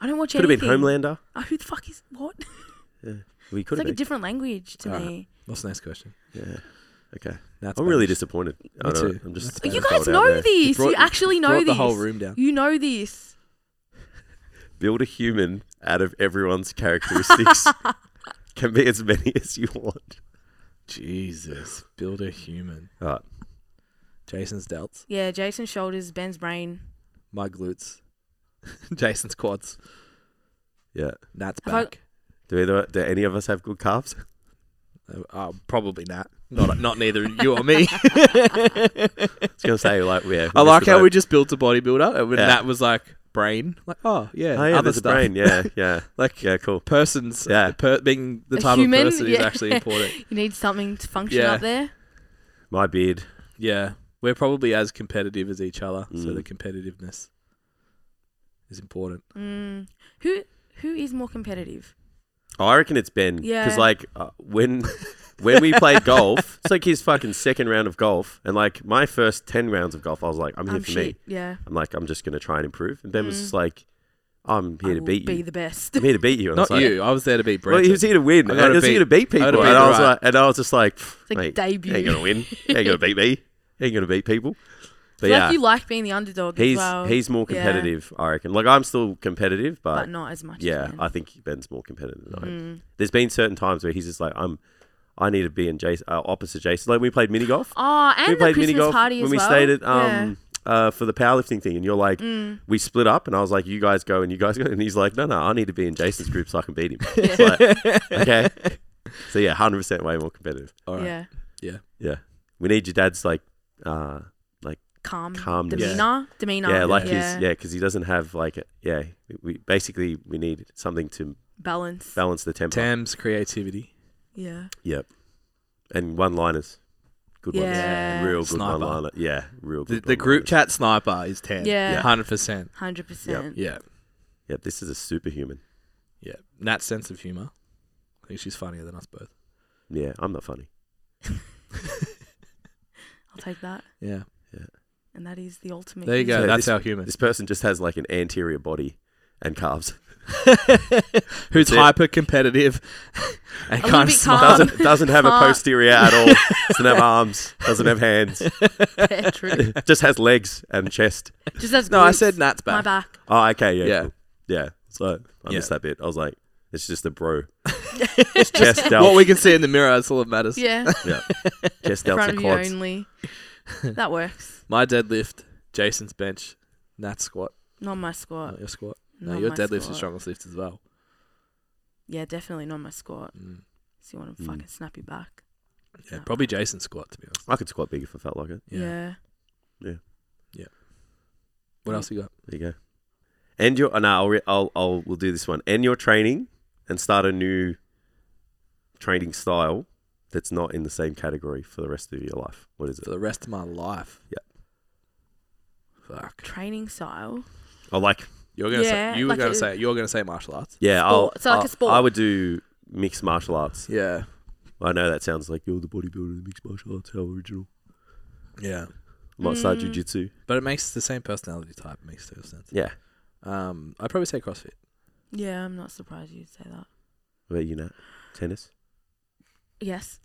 [SPEAKER 4] I don't watch
[SPEAKER 2] Could have been
[SPEAKER 4] anything.
[SPEAKER 2] Homelander.
[SPEAKER 4] Oh, who the fuck is what? It's
[SPEAKER 2] We could
[SPEAKER 4] like a
[SPEAKER 2] have been.
[SPEAKER 4] different language to
[SPEAKER 3] Alright.
[SPEAKER 4] me.
[SPEAKER 3] What's the next question?
[SPEAKER 2] okay.
[SPEAKER 3] That's
[SPEAKER 2] I'm really
[SPEAKER 3] Spanish.
[SPEAKER 2] disappointed. I
[SPEAKER 3] Me
[SPEAKER 2] don't-
[SPEAKER 3] too.
[SPEAKER 2] I'm just.
[SPEAKER 4] you
[SPEAKER 2] just
[SPEAKER 4] guys
[SPEAKER 2] throw it out
[SPEAKER 4] know
[SPEAKER 2] there.
[SPEAKER 4] this.
[SPEAKER 3] brought-
[SPEAKER 4] you actually know
[SPEAKER 3] brought
[SPEAKER 4] this.
[SPEAKER 3] the whole room down.
[SPEAKER 4] You know this.
[SPEAKER 2] Build a human out of everyone's characteristics. Can be as many as you want.
[SPEAKER 3] Jesus, build a human.
[SPEAKER 2] All right.
[SPEAKER 3] Jason's delts,
[SPEAKER 4] Yeah, Jason's shoulders, Ben's brain.
[SPEAKER 3] my glutes, Jason's quads,
[SPEAKER 2] Yeah.
[SPEAKER 3] Nat's
[SPEAKER 4] Have I-
[SPEAKER 3] back.
[SPEAKER 2] Do either? Do any of us have good calves?
[SPEAKER 3] Uh, uh, probably Nat. Not not neither you or me.
[SPEAKER 2] I was gonna say like yeah.
[SPEAKER 3] I
[SPEAKER 2] missed
[SPEAKER 3] like
[SPEAKER 2] the
[SPEAKER 3] how
[SPEAKER 2] boat.
[SPEAKER 3] we just built a bodybuilder, and when
[SPEAKER 2] Yeah.
[SPEAKER 3] Nat was like brain, like oh yeah,
[SPEAKER 2] Oh yeah,
[SPEAKER 3] other
[SPEAKER 2] there's
[SPEAKER 3] stuff.
[SPEAKER 2] a brain. Yeah, yeah.
[SPEAKER 3] Like
[SPEAKER 2] Yeah, cool.
[SPEAKER 3] persons, uh,
[SPEAKER 2] Yeah.
[SPEAKER 3] per- being the
[SPEAKER 4] A
[SPEAKER 3] type
[SPEAKER 4] human?
[SPEAKER 3] of person is
[SPEAKER 4] Yeah.
[SPEAKER 3] actually important.
[SPEAKER 4] You need something to function
[SPEAKER 3] Yeah.
[SPEAKER 4] up there.
[SPEAKER 2] My beard.
[SPEAKER 3] Yeah, we're probably as competitive as each other, so
[SPEAKER 2] Mm.
[SPEAKER 3] the competitiveness is important.
[SPEAKER 4] Mm. Who who is more competitive?
[SPEAKER 2] Oh, I reckon it's Ben.
[SPEAKER 4] Yeah.
[SPEAKER 2] Because like uh, when when we played golf, it's like his fucking second round of golf, and like my first ten rounds of golf, I was like, I'm here
[SPEAKER 4] I'm
[SPEAKER 2] for
[SPEAKER 4] shit.
[SPEAKER 2] me.
[SPEAKER 4] Um, Yeah.
[SPEAKER 2] I'm like, I'm just gonna try and improve. And Ben was just like, I'm here
[SPEAKER 4] I
[SPEAKER 2] to
[SPEAKER 4] will
[SPEAKER 2] beat
[SPEAKER 4] Be
[SPEAKER 2] you.
[SPEAKER 4] the best.
[SPEAKER 2] I'm here to beat you. And I
[SPEAKER 3] Not
[SPEAKER 2] was like-
[SPEAKER 3] you. I was there to beat
[SPEAKER 2] Well,
[SPEAKER 3] Brent.
[SPEAKER 2] he was here to win.
[SPEAKER 3] I gotta
[SPEAKER 2] and He was
[SPEAKER 3] beat-
[SPEAKER 2] here to beat
[SPEAKER 3] I
[SPEAKER 2] people,
[SPEAKER 3] gotta
[SPEAKER 2] and
[SPEAKER 3] beat
[SPEAKER 2] I
[SPEAKER 3] the
[SPEAKER 2] was
[SPEAKER 3] right.
[SPEAKER 2] like, and I was just like, "Pff,
[SPEAKER 4] like
[SPEAKER 2] mate,
[SPEAKER 4] debut."
[SPEAKER 2] Ain't gonna win. Ain't gonna beat me. Ain't gonna beat people. But
[SPEAKER 4] like
[SPEAKER 2] yeah,
[SPEAKER 4] you like being the underdog
[SPEAKER 2] he's
[SPEAKER 4] as well.
[SPEAKER 2] he's more
[SPEAKER 4] Yeah.
[SPEAKER 2] competitive. I reckon. Like I'm still competitive,
[SPEAKER 4] but not as Mm-hmm. much.
[SPEAKER 2] yeah,
[SPEAKER 4] as Ben.
[SPEAKER 2] I think Ben's more competitive than I am. There's been certain times where he's just like, I'm, I need to be in Jason, uh, opposite Jason. Like we played mini golf.
[SPEAKER 4] Oh, and
[SPEAKER 2] we
[SPEAKER 4] the
[SPEAKER 2] played
[SPEAKER 4] Christmas
[SPEAKER 2] mini golf
[SPEAKER 4] party
[SPEAKER 2] when
[SPEAKER 4] as
[SPEAKER 2] we
[SPEAKER 4] well.
[SPEAKER 2] stayed at
[SPEAKER 4] Yeah. Mm.
[SPEAKER 2] um uh, for the powerlifting thing, and you're like, we split up, and I was like, you guys go, and you guys go, and he's like, no, no, I need to be in Jason's group so I can beat him. It's like, okay. So yeah, hundred percent way more competitive.
[SPEAKER 3] All right.
[SPEAKER 4] Yeah.
[SPEAKER 3] yeah.
[SPEAKER 2] Yeah, we need your dad's like, uh, like
[SPEAKER 4] Calm.
[SPEAKER 2] Calmness. Yeah.
[SPEAKER 4] Demeanor. Demeanor.
[SPEAKER 2] yeah, like
[SPEAKER 4] yeah.
[SPEAKER 2] his yeah, because he doesn't have like a, yeah. we- We basically we need something to
[SPEAKER 4] Balance.
[SPEAKER 2] balance the temper.
[SPEAKER 3] Tam's creativity.
[SPEAKER 4] yeah.
[SPEAKER 2] Yep. And one liners. Good
[SPEAKER 4] Yeah.
[SPEAKER 2] ones. Real good
[SPEAKER 3] Sniper.
[SPEAKER 2] one liner. Yeah. Real
[SPEAKER 3] The,
[SPEAKER 2] good.
[SPEAKER 3] the group
[SPEAKER 2] one-liners.
[SPEAKER 3] chat sniper is Tam.
[SPEAKER 4] Yeah. Yeah.
[SPEAKER 3] hundred percent.
[SPEAKER 4] Hundred percent.
[SPEAKER 3] Yeah,
[SPEAKER 2] Yep, this is a superhuman.
[SPEAKER 3] yeah. Nat's sense of humor. I think she's funnier than us both.
[SPEAKER 2] Yeah, I'm not funny.
[SPEAKER 4] I'll take that.
[SPEAKER 3] Yeah.
[SPEAKER 4] And that is the ultimate.
[SPEAKER 3] There you go.
[SPEAKER 2] So
[SPEAKER 3] That's
[SPEAKER 2] this-
[SPEAKER 3] our human.
[SPEAKER 2] This person just has like an anterior body and calves.
[SPEAKER 3] Who's
[SPEAKER 2] That's it.
[SPEAKER 3] hyper competitive and
[SPEAKER 4] A
[SPEAKER 3] can't
[SPEAKER 4] bit
[SPEAKER 3] smile.
[SPEAKER 4] calm.
[SPEAKER 2] Doesn't doesn't have a
[SPEAKER 4] Can't.
[SPEAKER 2] posterior at all. doesn't have arms. Doesn't have hands.
[SPEAKER 4] Yeah, true.
[SPEAKER 2] Just has legs and chest.
[SPEAKER 4] Just as
[SPEAKER 3] No, I
[SPEAKER 4] glutes.
[SPEAKER 3] said Nat's
[SPEAKER 4] my
[SPEAKER 3] back.
[SPEAKER 4] back.
[SPEAKER 2] Oh, okay, yeah,
[SPEAKER 3] Yeah.
[SPEAKER 2] yeah, yeah. So I
[SPEAKER 3] Yeah.
[SPEAKER 2] missed that bit. I was like, it's just a bro. It's chest delts.
[SPEAKER 3] What we can see in the mirror, that's all that matters.
[SPEAKER 4] Yeah,
[SPEAKER 2] yeah, chest delts
[SPEAKER 4] front
[SPEAKER 2] and
[SPEAKER 4] of you
[SPEAKER 2] quads.
[SPEAKER 4] only. That works.
[SPEAKER 3] My deadlift, Jason's bench, Nat's squat,
[SPEAKER 4] Not my squat.
[SPEAKER 3] not your squat. No,
[SPEAKER 4] Not
[SPEAKER 3] your
[SPEAKER 4] my
[SPEAKER 3] deadlift's the
[SPEAKER 4] squat.
[SPEAKER 3] strongest lift as well.
[SPEAKER 4] Yeah, definitely not my squat.
[SPEAKER 3] Mm.
[SPEAKER 4] So you want to fucking snap your back.
[SPEAKER 3] Yeah,
[SPEAKER 4] No.
[SPEAKER 3] probably Jason's squat to be honest.
[SPEAKER 2] I could squat big if I felt like it.
[SPEAKER 4] Yeah.
[SPEAKER 3] What else we got?
[SPEAKER 2] There you go. End your. Oh, no, I'll, re- I'll. I'll. We'll do this one. End your training and start a new training style that's not in the same category for the rest of your life. What is
[SPEAKER 3] For
[SPEAKER 2] it?
[SPEAKER 3] the rest of my life.
[SPEAKER 2] Yeah.
[SPEAKER 3] Fuck.
[SPEAKER 4] Training style.
[SPEAKER 2] Oh, like
[SPEAKER 3] You're gonna
[SPEAKER 4] Yeah,
[SPEAKER 3] say you
[SPEAKER 4] like
[SPEAKER 3] were gonna
[SPEAKER 4] it-
[SPEAKER 3] say you're gonna say martial arts.
[SPEAKER 2] yeah. I'll,
[SPEAKER 4] Sport. So like a
[SPEAKER 2] I'll-
[SPEAKER 4] sport.
[SPEAKER 2] I would do mixed martial arts.
[SPEAKER 3] Yeah.
[SPEAKER 2] I know that sounds like you're the bodybuilder, the mixed martial arts, how original.
[SPEAKER 3] Yeah.
[SPEAKER 2] I might start
[SPEAKER 4] Mm.
[SPEAKER 2] jujitsu.
[SPEAKER 3] But it makes the same personality type makes total sense.
[SPEAKER 2] Yeah.
[SPEAKER 3] Um I'd probably say CrossFit.
[SPEAKER 4] Yeah, I'm not surprised you'd say that.
[SPEAKER 2] What about you, Nat? Tennis.
[SPEAKER 4] Yes.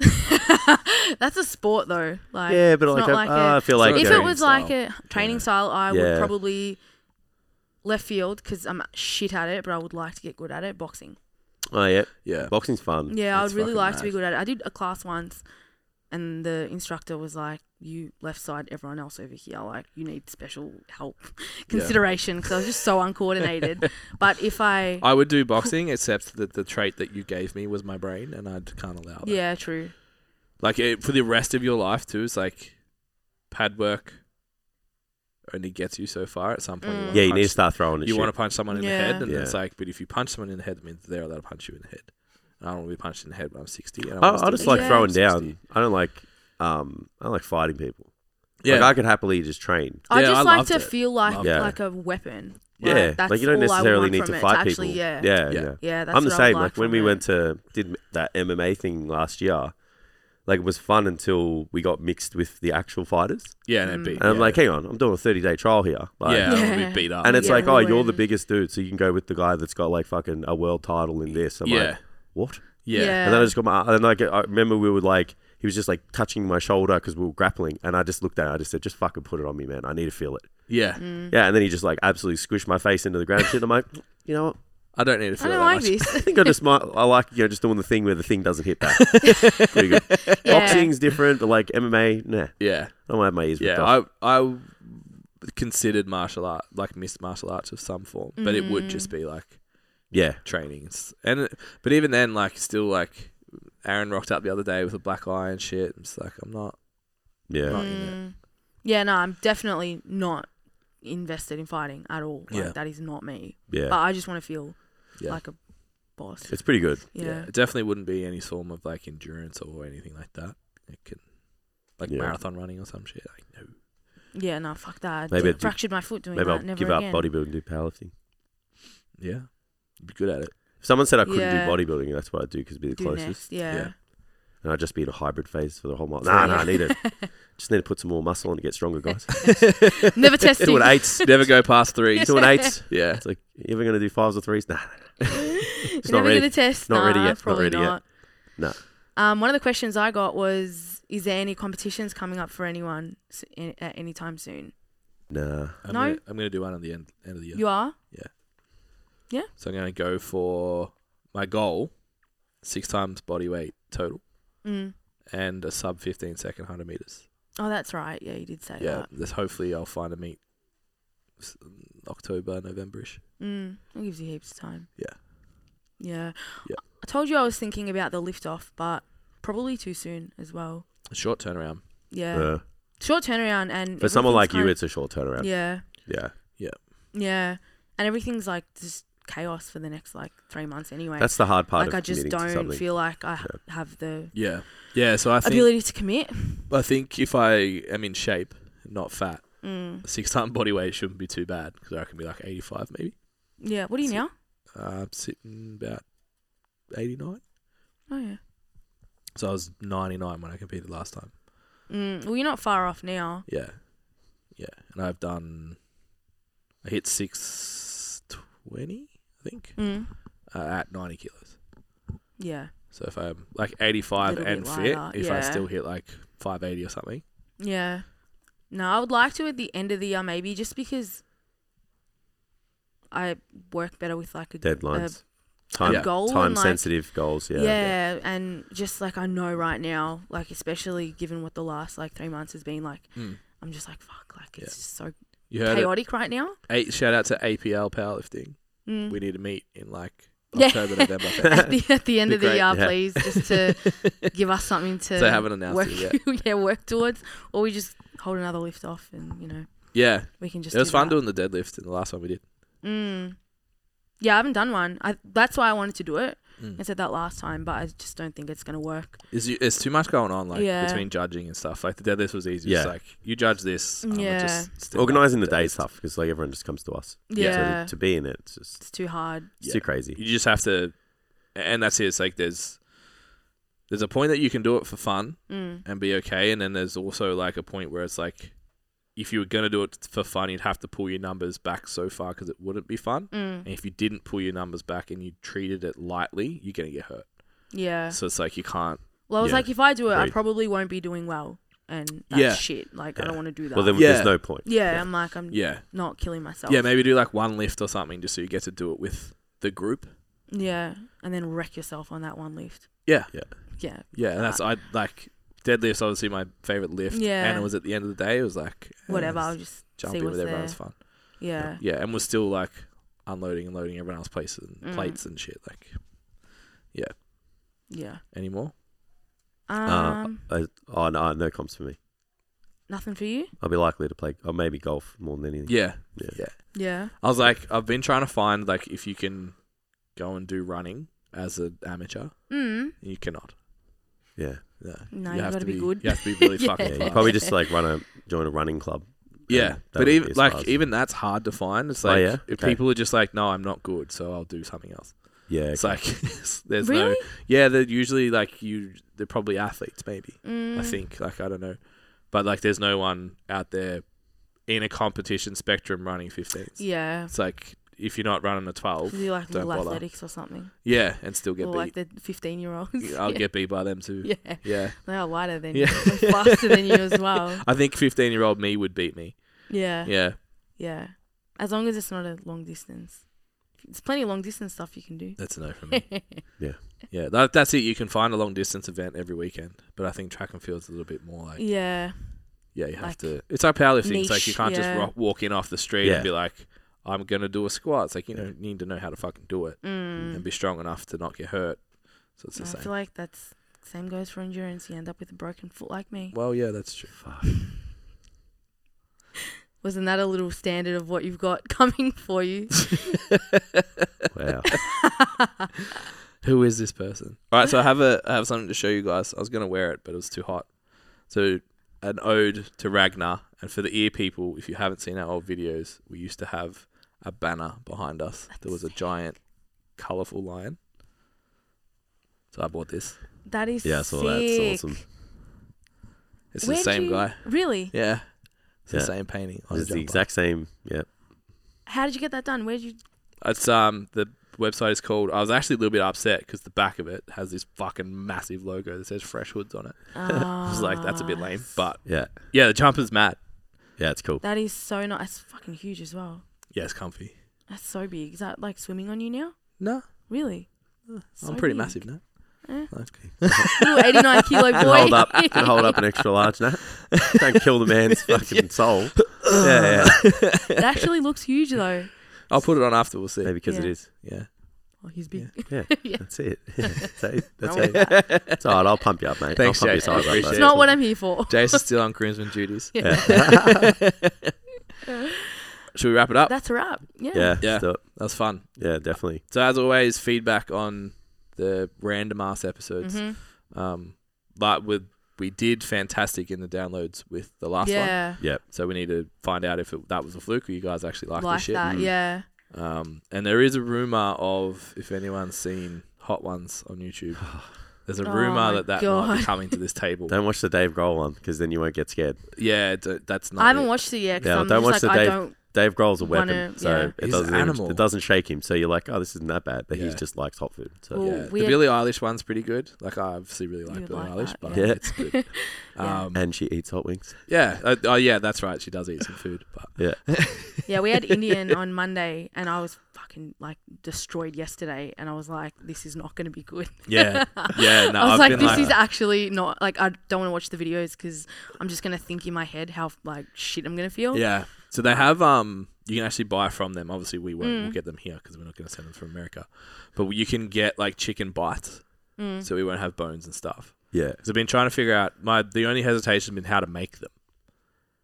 [SPEAKER 4] That's a sport though. Like
[SPEAKER 2] yeah, but
[SPEAKER 4] it's
[SPEAKER 2] like,
[SPEAKER 4] not
[SPEAKER 2] I,
[SPEAKER 4] like
[SPEAKER 2] ah,
[SPEAKER 4] a-
[SPEAKER 2] I feel like
[SPEAKER 3] uh, It's
[SPEAKER 4] if
[SPEAKER 3] not
[SPEAKER 4] it
[SPEAKER 2] okay.
[SPEAKER 3] a-
[SPEAKER 4] was
[SPEAKER 3] Training
[SPEAKER 4] like a training
[SPEAKER 3] Yeah.
[SPEAKER 4] style, I
[SPEAKER 2] Yeah.
[SPEAKER 4] would probably left field because I'm shit at it, but I would like to get good at it. Boxing.
[SPEAKER 2] oh yeah,
[SPEAKER 3] Yeah.
[SPEAKER 2] boxing's fun.
[SPEAKER 4] Yeah, I would
[SPEAKER 3] That's
[SPEAKER 4] really
[SPEAKER 3] fucking
[SPEAKER 4] like to be
[SPEAKER 3] mad.
[SPEAKER 4] good at it. I did a class once, and the instructor was like, "You left side, everyone else over here. Like, you need special help, consideration." Because I was just so uncoordinated. but if I,
[SPEAKER 3] I would do boxing, except that the trait that you gave me was my brain, and I can't allow that.
[SPEAKER 4] yeah, true.
[SPEAKER 3] Like it, for the rest of your life too, it's like pad work only gets you so far. At some point,
[SPEAKER 4] Mm.
[SPEAKER 3] you
[SPEAKER 2] Yeah, you
[SPEAKER 3] wanna
[SPEAKER 2] need to
[SPEAKER 3] punch-
[SPEAKER 2] start throwing.
[SPEAKER 3] You want to punch someone in the head,
[SPEAKER 4] Yeah.
[SPEAKER 3] and
[SPEAKER 2] Yeah.
[SPEAKER 3] it's like, but if you punch someone in the head, it means they're allowed to punch you in the head. And I don't want to be punched in the head when I'm sixty. And
[SPEAKER 2] I,
[SPEAKER 3] wanna
[SPEAKER 2] I
[SPEAKER 3] still
[SPEAKER 2] just
[SPEAKER 3] be
[SPEAKER 2] like
[SPEAKER 4] Yeah.
[SPEAKER 2] throwing
[SPEAKER 3] 60.
[SPEAKER 2] down. I don't like um I don't like fighting people.
[SPEAKER 3] Yeah,
[SPEAKER 2] Like I could happily just train.
[SPEAKER 4] I
[SPEAKER 3] Yeah, I
[SPEAKER 4] just like
[SPEAKER 3] loved
[SPEAKER 4] to
[SPEAKER 3] it.
[SPEAKER 4] feel like
[SPEAKER 3] Loved
[SPEAKER 2] it.
[SPEAKER 4] like a weapon. Like,
[SPEAKER 2] Yeah.
[SPEAKER 4] that's
[SPEAKER 2] like you don't
[SPEAKER 4] all I
[SPEAKER 2] necessarily
[SPEAKER 4] want
[SPEAKER 2] need
[SPEAKER 4] from
[SPEAKER 2] to
[SPEAKER 4] it,
[SPEAKER 2] fight
[SPEAKER 4] actually,
[SPEAKER 2] people.
[SPEAKER 4] Yeah,
[SPEAKER 2] Yeah,
[SPEAKER 3] Yeah.
[SPEAKER 2] yeah.
[SPEAKER 4] yeah. That's
[SPEAKER 2] I'm the
[SPEAKER 4] what I would
[SPEAKER 2] same. Like when
[SPEAKER 4] from
[SPEAKER 2] we
[SPEAKER 4] it.
[SPEAKER 2] went to did that MMA thing last year, like it was fun until we got mixed with the actual fighters.
[SPEAKER 3] yeah, and then beat.
[SPEAKER 2] And I'm
[SPEAKER 3] yeah.
[SPEAKER 2] like, hang on, I'm doing a 30 day trial here. Like,
[SPEAKER 3] yeah, I want to
[SPEAKER 4] Mm. Yeah.
[SPEAKER 3] be beat up.
[SPEAKER 2] And it's
[SPEAKER 4] Yeah,
[SPEAKER 2] like, oh, you're the
[SPEAKER 4] ruined.
[SPEAKER 2] biggest dude, so you can go with the guy that's got like fucking a world title in this. I'm
[SPEAKER 3] yeah,
[SPEAKER 2] like, what?
[SPEAKER 3] yeah, yeah,
[SPEAKER 4] Yeah.
[SPEAKER 2] And then I just got my. uh, And then like, I remember we were like, he was just like touching my shoulder because we were grappling, and I just looked at, it, I just said, just fucking put it on me, man. I need to feel it.
[SPEAKER 4] Mm.
[SPEAKER 2] Yeah, and then he just like absolutely squished my face into the ground. Shit, I'm like, you know what?
[SPEAKER 3] I don't need to feel
[SPEAKER 4] I don't
[SPEAKER 3] that
[SPEAKER 4] like
[SPEAKER 3] much.
[SPEAKER 2] I
[SPEAKER 4] this.
[SPEAKER 2] think I just might. I like you know just doing the thing where the thing doesn't hit back. Pretty good.
[SPEAKER 4] Yeah.
[SPEAKER 2] Boxing's different, but like MMA, nah.
[SPEAKER 3] Yeah,
[SPEAKER 2] I don't have my ears ripped
[SPEAKER 3] yeah.
[SPEAKER 2] off.
[SPEAKER 3] I I considered martial art like mixed martial arts of some form, but it would
[SPEAKER 4] Mm.
[SPEAKER 3] just be like
[SPEAKER 2] yeah,
[SPEAKER 3] trainings. And it- but even then, like still like Aaron rocked up the other day with a black eye and shit. It's like I'm not.
[SPEAKER 2] yeah.
[SPEAKER 4] Mm.
[SPEAKER 3] not in it.
[SPEAKER 4] Yeah, no, I'm definitely not invested in fighting at all. Like,
[SPEAKER 3] Yeah.
[SPEAKER 4] that is not me. But
[SPEAKER 2] Yeah,
[SPEAKER 4] I just want to feel
[SPEAKER 3] Yeah.
[SPEAKER 4] like a boss.
[SPEAKER 2] it's pretty good.
[SPEAKER 4] Yeah.
[SPEAKER 3] Yeah, it definitely wouldn't be any form of like endurance or anything like that. It can like
[SPEAKER 2] Yeah.
[SPEAKER 3] marathon running or some shit. Like no.
[SPEAKER 4] Yeah, no, fuck that. I
[SPEAKER 2] Maybe
[SPEAKER 4] d-
[SPEAKER 2] I'd do-
[SPEAKER 4] fractured my foot doing
[SPEAKER 2] Maybe
[SPEAKER 4] that.
[SPEAKER 2] I'll
[SPEAKER 4] Never
[SPEAKER 2] give
[SPEAKER 4] again.
[SPEAKER 2] up bodybuilding, and do powerlifting.
[SPEAKER 3] Yeah, you'd be good at it.
[SPEAKER 2] If someone said I couldn't
[SPEAKER 4] Yeah.
[SPEAKER 2] do bodybuilding, that's what I'd do because it'd be the
[SPEAKER 4] Do
[SPEAKER 2] closest.
[SPEAKER 4] next. Yeah.
[SPEAKER 3] Yeah.
[SPEAKER 2] And I'd just be in a hybrid phase for the whole month. Nah, nah, I need to just need to put some more muscle on to get stronger, guys.
[SPEAKER 4] Never tested.
[SPEAKER 2] Doing eights,
[SPEAKER 3] Never go past three.
[SPEAKER 2] doing eights.
[SPEAKER 3] yeah,
[SPEAKER 2] It's like you ever gonna do fives or threes? Nah, nah,
[SPEAKER 4] You're
[SPEAKER 2] not
[SPEAKER 4] never
[SPEAKER 2] ready.
[SPEAKER 4] gonna test.
[SPEAKER 2] Not
[SPEAKER 4] nah,
[SPEAKER 2] ready yet. Not
[SPEAKER 4] Probably
[SPEAKER 2] ready yet. nah.
[SPEAKER 4] Um, one of the questions I got was, is there any competitions coming up for anyone s- in- at any time soon?
[SPEAKER 2] Nah.
[SPEAKER 3] I'm
[SPEAKER 4] No.
[SPEAKER 3] Gonna, I'm gonna do one at the end end of the year.
[SPEAKER 4] You are.
[SPEAKER 3] So I'm gonna go for my goal, six times body weight total,
[SPEAKER 4] Mm.
[SPEAKER 3] and a sub 15 second hundred meters.
[SPEAKER 4] Oh, that's right. Yeah, you did say
[SPEAKER 3] yeah,
[SPEAKER 4] that.
[SPEAKER 3] this hopefully I'll find a meet s- October, Novemberish.
[SPEAKER 4] Mm. It gives you heaps of time.
[SPEAKER 3] Yeah.
[SPEAKER 4] Yeah.
[SPEAKER 3] Yeah.
[SPEAKER 4] I told you I was thinking about the lift off, but probably too soon as well.
[SPEAKER 3] A short turnaround.
[SPEAKER 4] Yeah.
[SPEAKER 2] Uh,
[SPEAKER 4] Short turnaround and
[SPEAKER 2] for someone like
[SPEAKER 4] everything's
[SPEAKER 2] you,
[SPEAKER 4] kind-
[SPEAKER 2] it's a short turnaround. Yeah.
[SPEAKER 4] yeah.
[SPEAKER 3] Yeah,
[SPEAKER 4] Yeah, and everything's like just chaos for the next like three months anyway.
[SPEAKER 2] That's the hard part
[SPEAKER 4] like
[SPEAKER 2] of
[SPEAKER 4] I just
[SPEAKER 2] committing to
[SPEAKER 4] don't
[SPEAKER 2] something.
[SPEAKER 4] feel like I have the
[SPEAKER 3] yeah, yeah. So I think
[SPEAKER 4] ability to commit.
[SPEAKER 3] I think if I am in shape, not fat,
[SPEAKER 4] Mm.
[SPEAKER 3] six time body weight shouldn't be too bad because I can be like 85 maybe.
[SPEAKER 4] Yeah, what are you
[SPEAKER 3] See-
[SPEAKER 4] now?
[SPEAKER 3] Uh, I'm sitting about 89.
[SPEAKER 4] Oh yeah,
[SPEAKER 3] So I was 99 when I competed last time.
[SPEAKER 4] Mm, well, you're not far off now.
[SPEAKER 3] Yeah. Yeah. And I've done, I hit 620, I think,
[SPEAKER 4] Mm.
[SPEAKER 3] uh, at 90 kilos.
[SPEAKER 4] Yeah.
[SPEAKER 3] So if I'm like 85
[SPEAKER 4] Little bit
[SPEAKER 3] and fit,
[SPEAKER 4] lighter,
[SPEAKER 3] if I
[SPEAKER 4] yeah.
[SPEAKER 3] still hit like 580 or something,
[SPEAKER 4] Yeah. No, I would like to at the end of the year maybe just because I work better with like a
[SPEAKER 2] Deadlines. Time,
[SPEAKER 3] Yeah.
[SPEAKER 4] goal and,
[SPEAKER 2] time
[SPEAKER 4] like-
[SPEAKER 2] sensitive goals.
[SPEAKER 4] A,
[SPEAKER 2] Yeah.
[SPEAKER 4] yeah, and just like I know right now, like especially given what the last like three months has been like,
[SPEAKER 3] Mm.
[SPEAKER 4] I'm just like fuck, like it's
[SPEAKER 3] Yeah.
[SPEAKER 4] just so
[SPEAKER 3] you heard it.
[SPEAKER 4] chaotic right now.
[SPEAKER 3] Eight, shout out to APL powerlifting.
[SPEAKER 4] Mm.
[SPEAKER 3] We need to meet in like
[SPEAKER 4] Yeah.
[SPEAKER 3] October, November.
[SPEAKER 4] at,
[SPEAKER 3] February.
[SPEAKER 4] the, at the end
[SPEAKER 3] Be
[SPEAKER 4] of the
[SPEAKER 3] great.
[SPEAKER 4] year,
[SPEAKER 2] Yeah.
[SPEAKER 4] please, just to give us something to
[SPEAKER 3] They haven't announced
[SPEAKER 4] work,
[SPEAKER 3] it
[SPEAKER 4] yeah, work towards, or we just hold another lift off, and you know
[SPEAKER 3] yeah.
[SPEAKER 4] we can just.
[SPEAKER 3] It was
[SPEAKER 4] do
[SPEAKER 3] fun
[SPEAKER 4] that.
[SPEAKER 3] doing the deadlift in the last one we did.
[SPEAKER 4] Mm. Yeah, I haven't done one. I, that's why I wanted to do it.
[SPEAKER 3] Mm.
[SPEAKER 4] I said that last time, but I just don't think it's gonna work.
[SPEAKER 3] Is you, it's too much going on, like
[SPEAKER 4] Yeah.
[SPEAKER 3] between judging and stuff. Like the deadlift was easy. It's
[SPEAKER 2] Yeah.
[SPEAKER 3] like you judge this. I'm
[SPEAKER 4] Yeah.
[SPEAKER 3] Just step up
[SPEAKER 2] Organizing the
[SPEAKER 3] and
[SPEAKER 2] day
[SPEAKER 3] deadlift.
[SPEAKER 2] is tough because like everyone just comes to us.
[SPEAKER 4] Yeah,
[SPEAKER 2] So to, to be in it, it's just
[SPEAKER 4] it's too hard.
[SPEAKER 2] it's
[SPEAKER 3] Yeah.
[SPEAKER 2] too crazy.
[SPEAKER 3] You just have to, and that's it. It's like there's there's a point that you can do it for fun
[SPEAKER 4] Mm.
[SPEAKER 3] and be okay, and then there's also like a point where it's like if you were gonna do it for fun, you'd have to pull your numbers back so far because it wouldn't be fun.
[SPEAKER 4] Mm.
[SPEAKER 3] And if you didn't pull your numbers back and you treated it lightly, you're gonna get hurt.
[SPEAKER 4] Yeah.
[SPEAKER 3] So it's like you can't.
[SPEAKER 4] Well, I was
[SPEAKER 2] Yeah.
[SPEAKER 4] like, if I do it, I
[SPEAKER 2] Agreed.
[SPEAKER 4] probably won't be doing well, and that's
[SPEAKER 3] Yeah.
[SPEAKER 4] shit. Like I
[SPEAKER 2] Yeah.
[SPEAKER 4] don't want to do that.
[SPEAKER 2] Well, then
[SPEAKER 3] Yeah.
[SPEAKER 2] there's no point.
[SPEAKER 4] yeah, I'm like, I'm
[SPEAKER 3] Yeah.
[SPEAKER 4] not killing myself.
[SPEAKER 3] Yeah. Maybe do like one lift or something just so you get to do it with the group.
[SPEAKER 4] Yeah, and then wreck yourself on that one lift.
[SPEAKER 3] Yeah.
[SPEAKER 4] Yeah.
[SPEAKER 3] Yeah, and that's I like deadlifts. Obviously, my favorite lift.
[SPEAKER 4] Yeah.
[SPEAKER 3] and it was at the end of the day. It was like eh,
[SPEAKER 4] Whatever. I'll
[SPEAKER 3] let's
[SPEAKER 4] just
[SPEAKER 3] Jump
[SPEAKER 4] see
[SPEAKER 3] in
[SPEAKER 4] what's
[SPEAKER 3] with everyone.
[SPEAKER 4] there.
[SPEAKER 3] It's fun.
[SPEAKER 4] Yeah.
[SPEAKER 3] Yeah, and we're still like unloading and loading everyone else's places and
[SPEAKER 4] Mm.
[SPEAKER 3] plates and shit. Like
[SPEAKER 4] Yeah.
[SPEAKER 3] anymore.
[SPEAKER 4] Um.
[SPEAKER 2] I, oh no, no comps for me.
[SPEAKER 4] nothing for you.
[SPEAKER 2] I'll be likely to play, or maybe golf more than anything.
[SPEAKER 3] Yeah,
[SPEAKER 2] Yeah.
[SPEAKER 3] yeah.
[SPEAKER 4] Yeah.
[SPEAKER 3] I was like, I've been trying to find like if you can go and do running as an amateur,
[SPEAKER 4] Mm.
[SPEAKER 3] you cannot.
[SPEAKER 2] Yeah,
[SPEAKER 3] No,
[SPEAKER 4] No,
[SPEAKER 3] you
[SPEAKER 4] you
[SPEAKER 3] have to
[SPEAKER 4] gotta be good.
[SPEAKER 3] You have to be really
[SPEAKER 4] Yeah.
[SPEAKER 3] fucking.
[SPEAKER 2] yeah. You
[SPEAKER 3] fast.
[SPEAKER 2] probably just like run a join a running club.
[SPEAKER 3] Yeah,
[SPEAKER 2] and that would
[SPEAKER 3] but
[SPEAKER 2] be
[SPEAKER 3] even
[SPEAKER 2] as
[SPEAKER 3] like
[SPEAKER 2] far as-
[SPEAKER 3] even that's hard to find. It's
[SPEAKER 2] Oh,
[SPEAKER 3] like
[SPEAKER 2] yeah?
[SPEAKER 3] if
[SPEAKER 2] Okay.
[SPEAKER 3] people are just like, no, I'm not good, so I'll do something else.
[SPEAKER 2] Yeah,
[SPEAKER 3] It's like there's no
[SPEAKER 4] really?
[SPEAKER 3] Yeah, they're usually like you. They're probably athletes, maybe.
[SPEAKER 4] Mm.
[SPEAKER 3] I think. Like I don't know, but like there's no one out there in a competition spectrum running 15s.
[SPEAKER 4] Yeah.
[SPEAKER 3] It's like if you're not running a 12,
[SPEAKER 4] Do like
[SPEAKER 3] don't
[SPEAKER 4] little
[SPEAKER 3] bother.
[SPEAKER 4] athletics or something,
[SPEAKER 3] yeah, and still get
[SPEAKER 4] or like
[SPEAKER 3] beat.
[SPEAKER 4] the fifteen-year-olds.
[SPEAKER 3] I'll get beat by them too.
[SPEAKER 4] yeah.
[SPEAKER 3] Yeah,
[SPEAKER 4] They are lighter than
[SPEAKER 3] yeah.
[SPEAKER 4] you, They're faster than you as well.
[SPEAKER 3] I think 15 year old me would beat me.
[SPEAKER 4] Yeah, yeah,
[SPEAKER 3] Yeah,
[SPEAKER 4] As long as it's not a long distance, there's plenty of long distance stuff you can do.
[SPEAKER 3] that's a no for me.
[SPEAKER 2] Yeah.
[SPEAKER 3] yeah. That, that's it. You can find a long distance event every weekend, but I think track and field's a little bit more like
[SPEAKER 4] yeah,
[SPEAKER 3] Yeah, you have
[SPEAKER 4] like,
[SPEAKER 3] to. It's like powerlifting. it's like
[SPEAKER 4] niche,
[SPEAKER 3] you can't
[SPEAKER 4] yeah.
[SPEAKER 3] just ro- walk in off the street
[SPEAKER 2] Yeah.
[SPEAKER 3] and be like, "I'm gonna do a squat." It's like you know, you need to know how to fucking do it and
[SPEAKER 4] mm.
[SPEAKER 3] be strong enough to not get hurt. So it's the
[SPEAKER 4] I
[SPEAKER 3] same.
[SPEAKER 4] feel like that's same goes for endurance. You end up with a broken foot like me.
[SPEAKER 3] well, yeah, that's true.
[SPEAKER 4] Wasn't that a little standard of what you've got coming for you?
[SPEAKER 2] wow.
[SPEAKER 3] Who is this person? All right, so I have a I have something to show you guys. I was gonna wear it, but it was too hot. So an ode to Ragnar. And for the ear people, if you haven't seen our old videos, we used to have a banner behind us. There was a giant, colourful lion. So I bought this.
[SPEAKER 4] That is
[SPEAKER 2] Yeah, I
[SPEAKER 4] sick.
[SPEAKER 2] saw that. It's awesome.
[SPEAKER 3] It's
[SPEAKER 4] Where'd
[SPEAKER 3] the same
[SPEAKER 4] you-
[SPEAKER 3] guy.
[SPEAKER 4] Really?
[SPEAKER 3] Yeah. It's
[SPEAKER 2] Yeah.
[SPEAKER 3] the same painting. On a
[SPEAKER 2] It's the
[SPEAKER 3] jumper.
[SPEAKER 2] exact same. Yeah.
[SPEAKER 4] How did you get that done? Where did you?
[SPEAKER 3] It's um the website is called. I was actually a little bit upset because the back of it has this fucking massive logo that says Fresh Hoods on it. I was like, that's a bit
[SPEAKER 4] Ah,
[SPEAKER 3] lame. But
[SPEAKER 2] Yeah.
[SPEAKER 3] yeah, the jumper's matte.
[SPEAKER 2] Yeah. It's cool.
[SPEAKER 4] That is so nice. That's fucking huge as well.
[SPEAKER 3] Yeah, it's comfy.
[SPEAKER 4] That's so big. Is that like swimming on you now?
[SPEAKER 3] No,
[SPEAKER 4] Really?
[SPEAKER 3] I'm
[SPEAKER 4] So
[SPEAKER 3] pretty
[SPEAKER 4] big.
[SPEAKER 3] massive now.
[SPEAKER 4] Eh.
[SPEAKER 3] No,
[SPEAKER 4] Little 89 kilo boy.
[SPEAKER 2] Can hold up. Can hold up an extra large now. Don't kill the man's fucking soul. Yeah. yeah.
[SPEAKER 4] It actually looks huge though.
[SPEAKER 3] I'll put it on after. We'll see.
[SPEAKER 2] Maybe because it
[SPEAKER 4] Yeah.
[SPEAKER 2] is.
[SPEAKER 3] Yeah.
[SPEAKER 4] Oh, he's big.
[SPEAKER 2] Yeah.
[SPEAKER 4] Yeah.
[SPEAKER 2] That's it. that's it. That's
[SPEAKER 4] Wrong with
[SPEAKER 2] it.
[SPEAKER 4] that.
[SPEAKER 2] It's all right. I'll pump you up, mate.
[SPEAKER 3] Thanks,
[SPEAKER 2] I'll pump
[SPEAKER 3] Jason.
[SPEAKER 2] your size up.
[SPEAKER 3] Appreciate
[SPEAKER 4] It's
[SPEAKER 2] mate.
[SPEAKER 3] Yeah,
[SPEAKER 4] not
[SPEAKER 3] so-
[SPEAKER 4] what I'm here for.
[SPEAKER 3] Jace is still on groomsman duties.
[SPEAKER 2] Yeah.
[SPEAKER 3] Should we wrap it up?
[SPEAKER 4] That's a wrap. Yeah.
[SPEAKER 2] yeah.
[SPEAKER 3] Yeah.
[SPEAKER 2] so-
[SPEAKER 3] That was fun.
[SPEAKER 2] yeah. Definitely.
[SPEAKER 3] So as always, feedback on the random ass episodes.
[SPEAKER 4] Mhm.
[SPEAKER 3] Um, but with we did fantastic in the downloads with the last one.
[SPEAKER 4] yeah.
[SPEAKER 3] So we need to find out if it, that was a fluke or you guys actually like,
[SPEAKER 4] Like
[SPEAKER 3] this shit.
[SPEAKER 4] that.
[SPEAKER 2] Mm.
[SPEAKER 4] Yeah.
[SPEAKER 3] Um, and there is a rumor of if anyone's seen Hot Ones on YouTube, There's a
[SPEAKER 4] Oh
[SPEAKER 3] rumor
[SPEAKER 4] my
[SPEAKER 3] that that might be
[SPEAKER 4] God.
[SPEAKER 3] coming to this table.
[SPEAKER 2] Don't watch the Dave Grohl one because then you won't get scared.
[SPEAKER 3] yeah, d- that's not.
[SPEAKER 4] I haven't
[SPEAKER 3] it.
[SPEAKER 4] watched it yet. 'cause
[SPEAKER 2] Yeah,
[SPEAKER 4] I'm
[SPEAKER 2] don't
[SPEAKER 4] just
[SPEAKER 2] watch
[SPEAKER 4] like,
[SPEAKER 2] the
[SPEAKER 4] I
[SPEAKER 2] Dave.
[SPEAKER 4] don't.
[SPEAKER 2] Dave Grohl's a weapon,
[SPEAKER 4] wanna-
[SPEAKER 2] so
[SPEAKER 4] yeah.
[SPEAKER 2] it
[SPEAKER 3] He's
[SPEAKER 2] doesn't
[SPEAKER 3] an
[SPEAKER 2] even-
[SPEAKER 3] animal.
[SPEAKER 2] it doesn't shake him. So you're like, oh, this isn't that bad. But he
[SPEAKER 3] Yeah.
[SPEAKER 2] just likes hot food. So
[SPEAKER 4] Ooh,
[SPEAKER 3] Yeah,
[SPEAKER 4] we
[SPEAKER 3] the
[SPEAKER 4] had-
[SPEAKER 3] Billie Eilish one's pretty good. Like I obviously really like
[SPEAKER 4] You'd
[SPEAKER 3] Billie
[SPEAKER 4] like
[SPEAKER 3] Eilish,
[SPEAKER 4] that,
[SPEAKER 3] but
[SPEAKER 2] yeah. Yeah.
[SPEAKER 3] it's good. Um,
[SPEAKER 2] and she eats hot wings.
[SPEAKER 3] yeah, uh, oh yeah, that's right. She does eat some food, but
[SPEAKER 2] Yeah,
[SPEAKER 4] Yeah, we had Indian on Monday, and I was fucking like destroyed yesterday, and I was like, this is not going to be good.
[SPEAKER 3] yeah, yeah. No,
[SPEAKER 4] I was
[SPEAKER 3] have
[SPEAKER 4] like,
[SPEAKER 3] been
[SPEAKER 4] this
[SPEAKER 3] like
[SPEAKER 4] is actually not like I don't want to watch the videos because I'm just going to think in my head how like shit I'm going to feel.
[SPEAKER 3] Yeah. So they have um you can actually buy from them. Obviously we won't
[SPEAKER 4] Mm.
[SPEAKER 3] we'll get them here because we're not going to send them from America. But you can get like chicken bites.
[SPEAKER 4] Mm.
[SPEAKER 3] So we won't have bones and stuff.
[SPEAKER 2] yeah,
[SPEAKER 3] Cuz I've been trying to figure out my the only hesitation has been how to make them.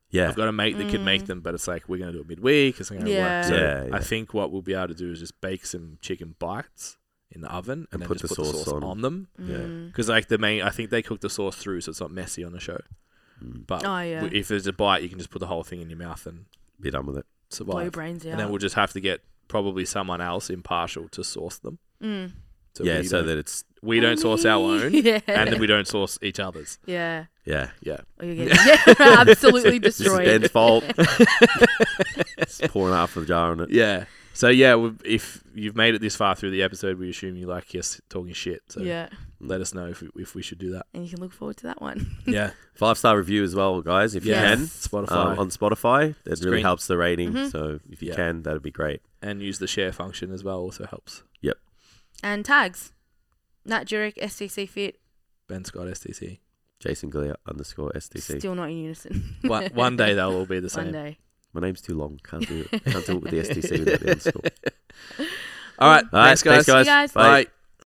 [SPEAKER 2] yeah.
[SPEAKER 3] I've got a mate that can make them, but it's like we're going to do it midweek, it's going to
[SPEAKER 4] Mm. Yeah.
[SPEAKER 3] work. So
[SPEAKER 2] Yeah, yeah.
[SPEAKER 3] I think what we'll be able to do is just bake some chicken bites in the oven and, then
[SPEAKER 2] put the
[SPEAKER 3] just put the
[SPEAKER 2] sauce
[SPEAKER 3] sauce on,
[SPEAKER 2] on.
[SPEAKER 3] them.
[SPEAKER 2] Yeah.
[SPEAKER 4] Mm.
[SPEAKER 3] Cuz like the main I think they cook the sauce through so it's not messy on the show.
[SPEAKER 2] Mm.
[SPEAKER 3] But
[SPEAKER 4] Oh, yeah.
[SPEAKER 3] w- if there's a bite, you can just put the whole thing in your mouth and
[SPEAKER 2] Be done with it.
[SPEAKER 3] survive.
[SPEAKER 4] Blow your brains out.
[SPEAKER 3] And then we'll just have to get probably someone else impartial to source them.
[SPEAKER 4] Mm.
[SPEAKER 3] So
[SPEAKER 2] yeah,
[SPEAKER 3] we
[SPEAKER 2] so
[SPEAKER 3] don't,
[SPEAKER 2] that it's
[SPEAKER 3] we don't source our own,
[SPEAKER 4] yeah.
[SPEAKER 3] and then we don't source each other's.
[SPEAKER 4] yeah.
[SPEAKER 2] yeah.
[SPEAKER 3] Yeah,
[SPEAKER 4] Oh, you get yeah. absolutely
[SPEAKER 2] This is
[SPEAKER 4] destroyed.
[SPEAKER 2] Ben's fault. Just pouring half the jar on it.
[SPEAKER 3] yeah. So yeah, we- if you've made it this far through the episode, we assume you like yes talking shit. So
[SPEAKER 4] Yeah.
[SPEAKER 3] let us know if we, if we should do that.
[SPEAKER 4] And you can look forward to that one.
[SPEAKER 3] Yeah,
[SPEAKER 2] Five star review as well, guys, if
[SPEAKER 4] Yes.
[SPEAKER 2] you can.
[SPEAKER 3] Spotify
[SPEAKER 2] Um, on Spotify, it really
[SPEAKER 3] Screen. Mm-hmm.
[SPEAKER 2] helps the rating. So if you
[SPEAKER 3] Yeah.
[SPEAKER 2] can, that'd be great.
[SPEAKER 3] and use the share function as well. Also helps.
[SPEAKER 4] and tags. Nat Jurek, STC Fit,
[SPEAKER 3] Ben Scott STC.
[SPEAKER 2] Jason Galea underscore STC.
[SPEAKER 4] still not in unison.
[SPEAKER 3] One, one day they'll all be the same.
[SPEAKER 4] One day.
[SPEAKER 2] My name's too long. Can't do it. Can't do it with the STC without the underscore.
[SPEAKER 3] All right,
[SPEAKER 2] All right,
[SPEAKER 3] thanks guys.
[SPEAKER 4] guys.
[SPEAKER 3] Bye.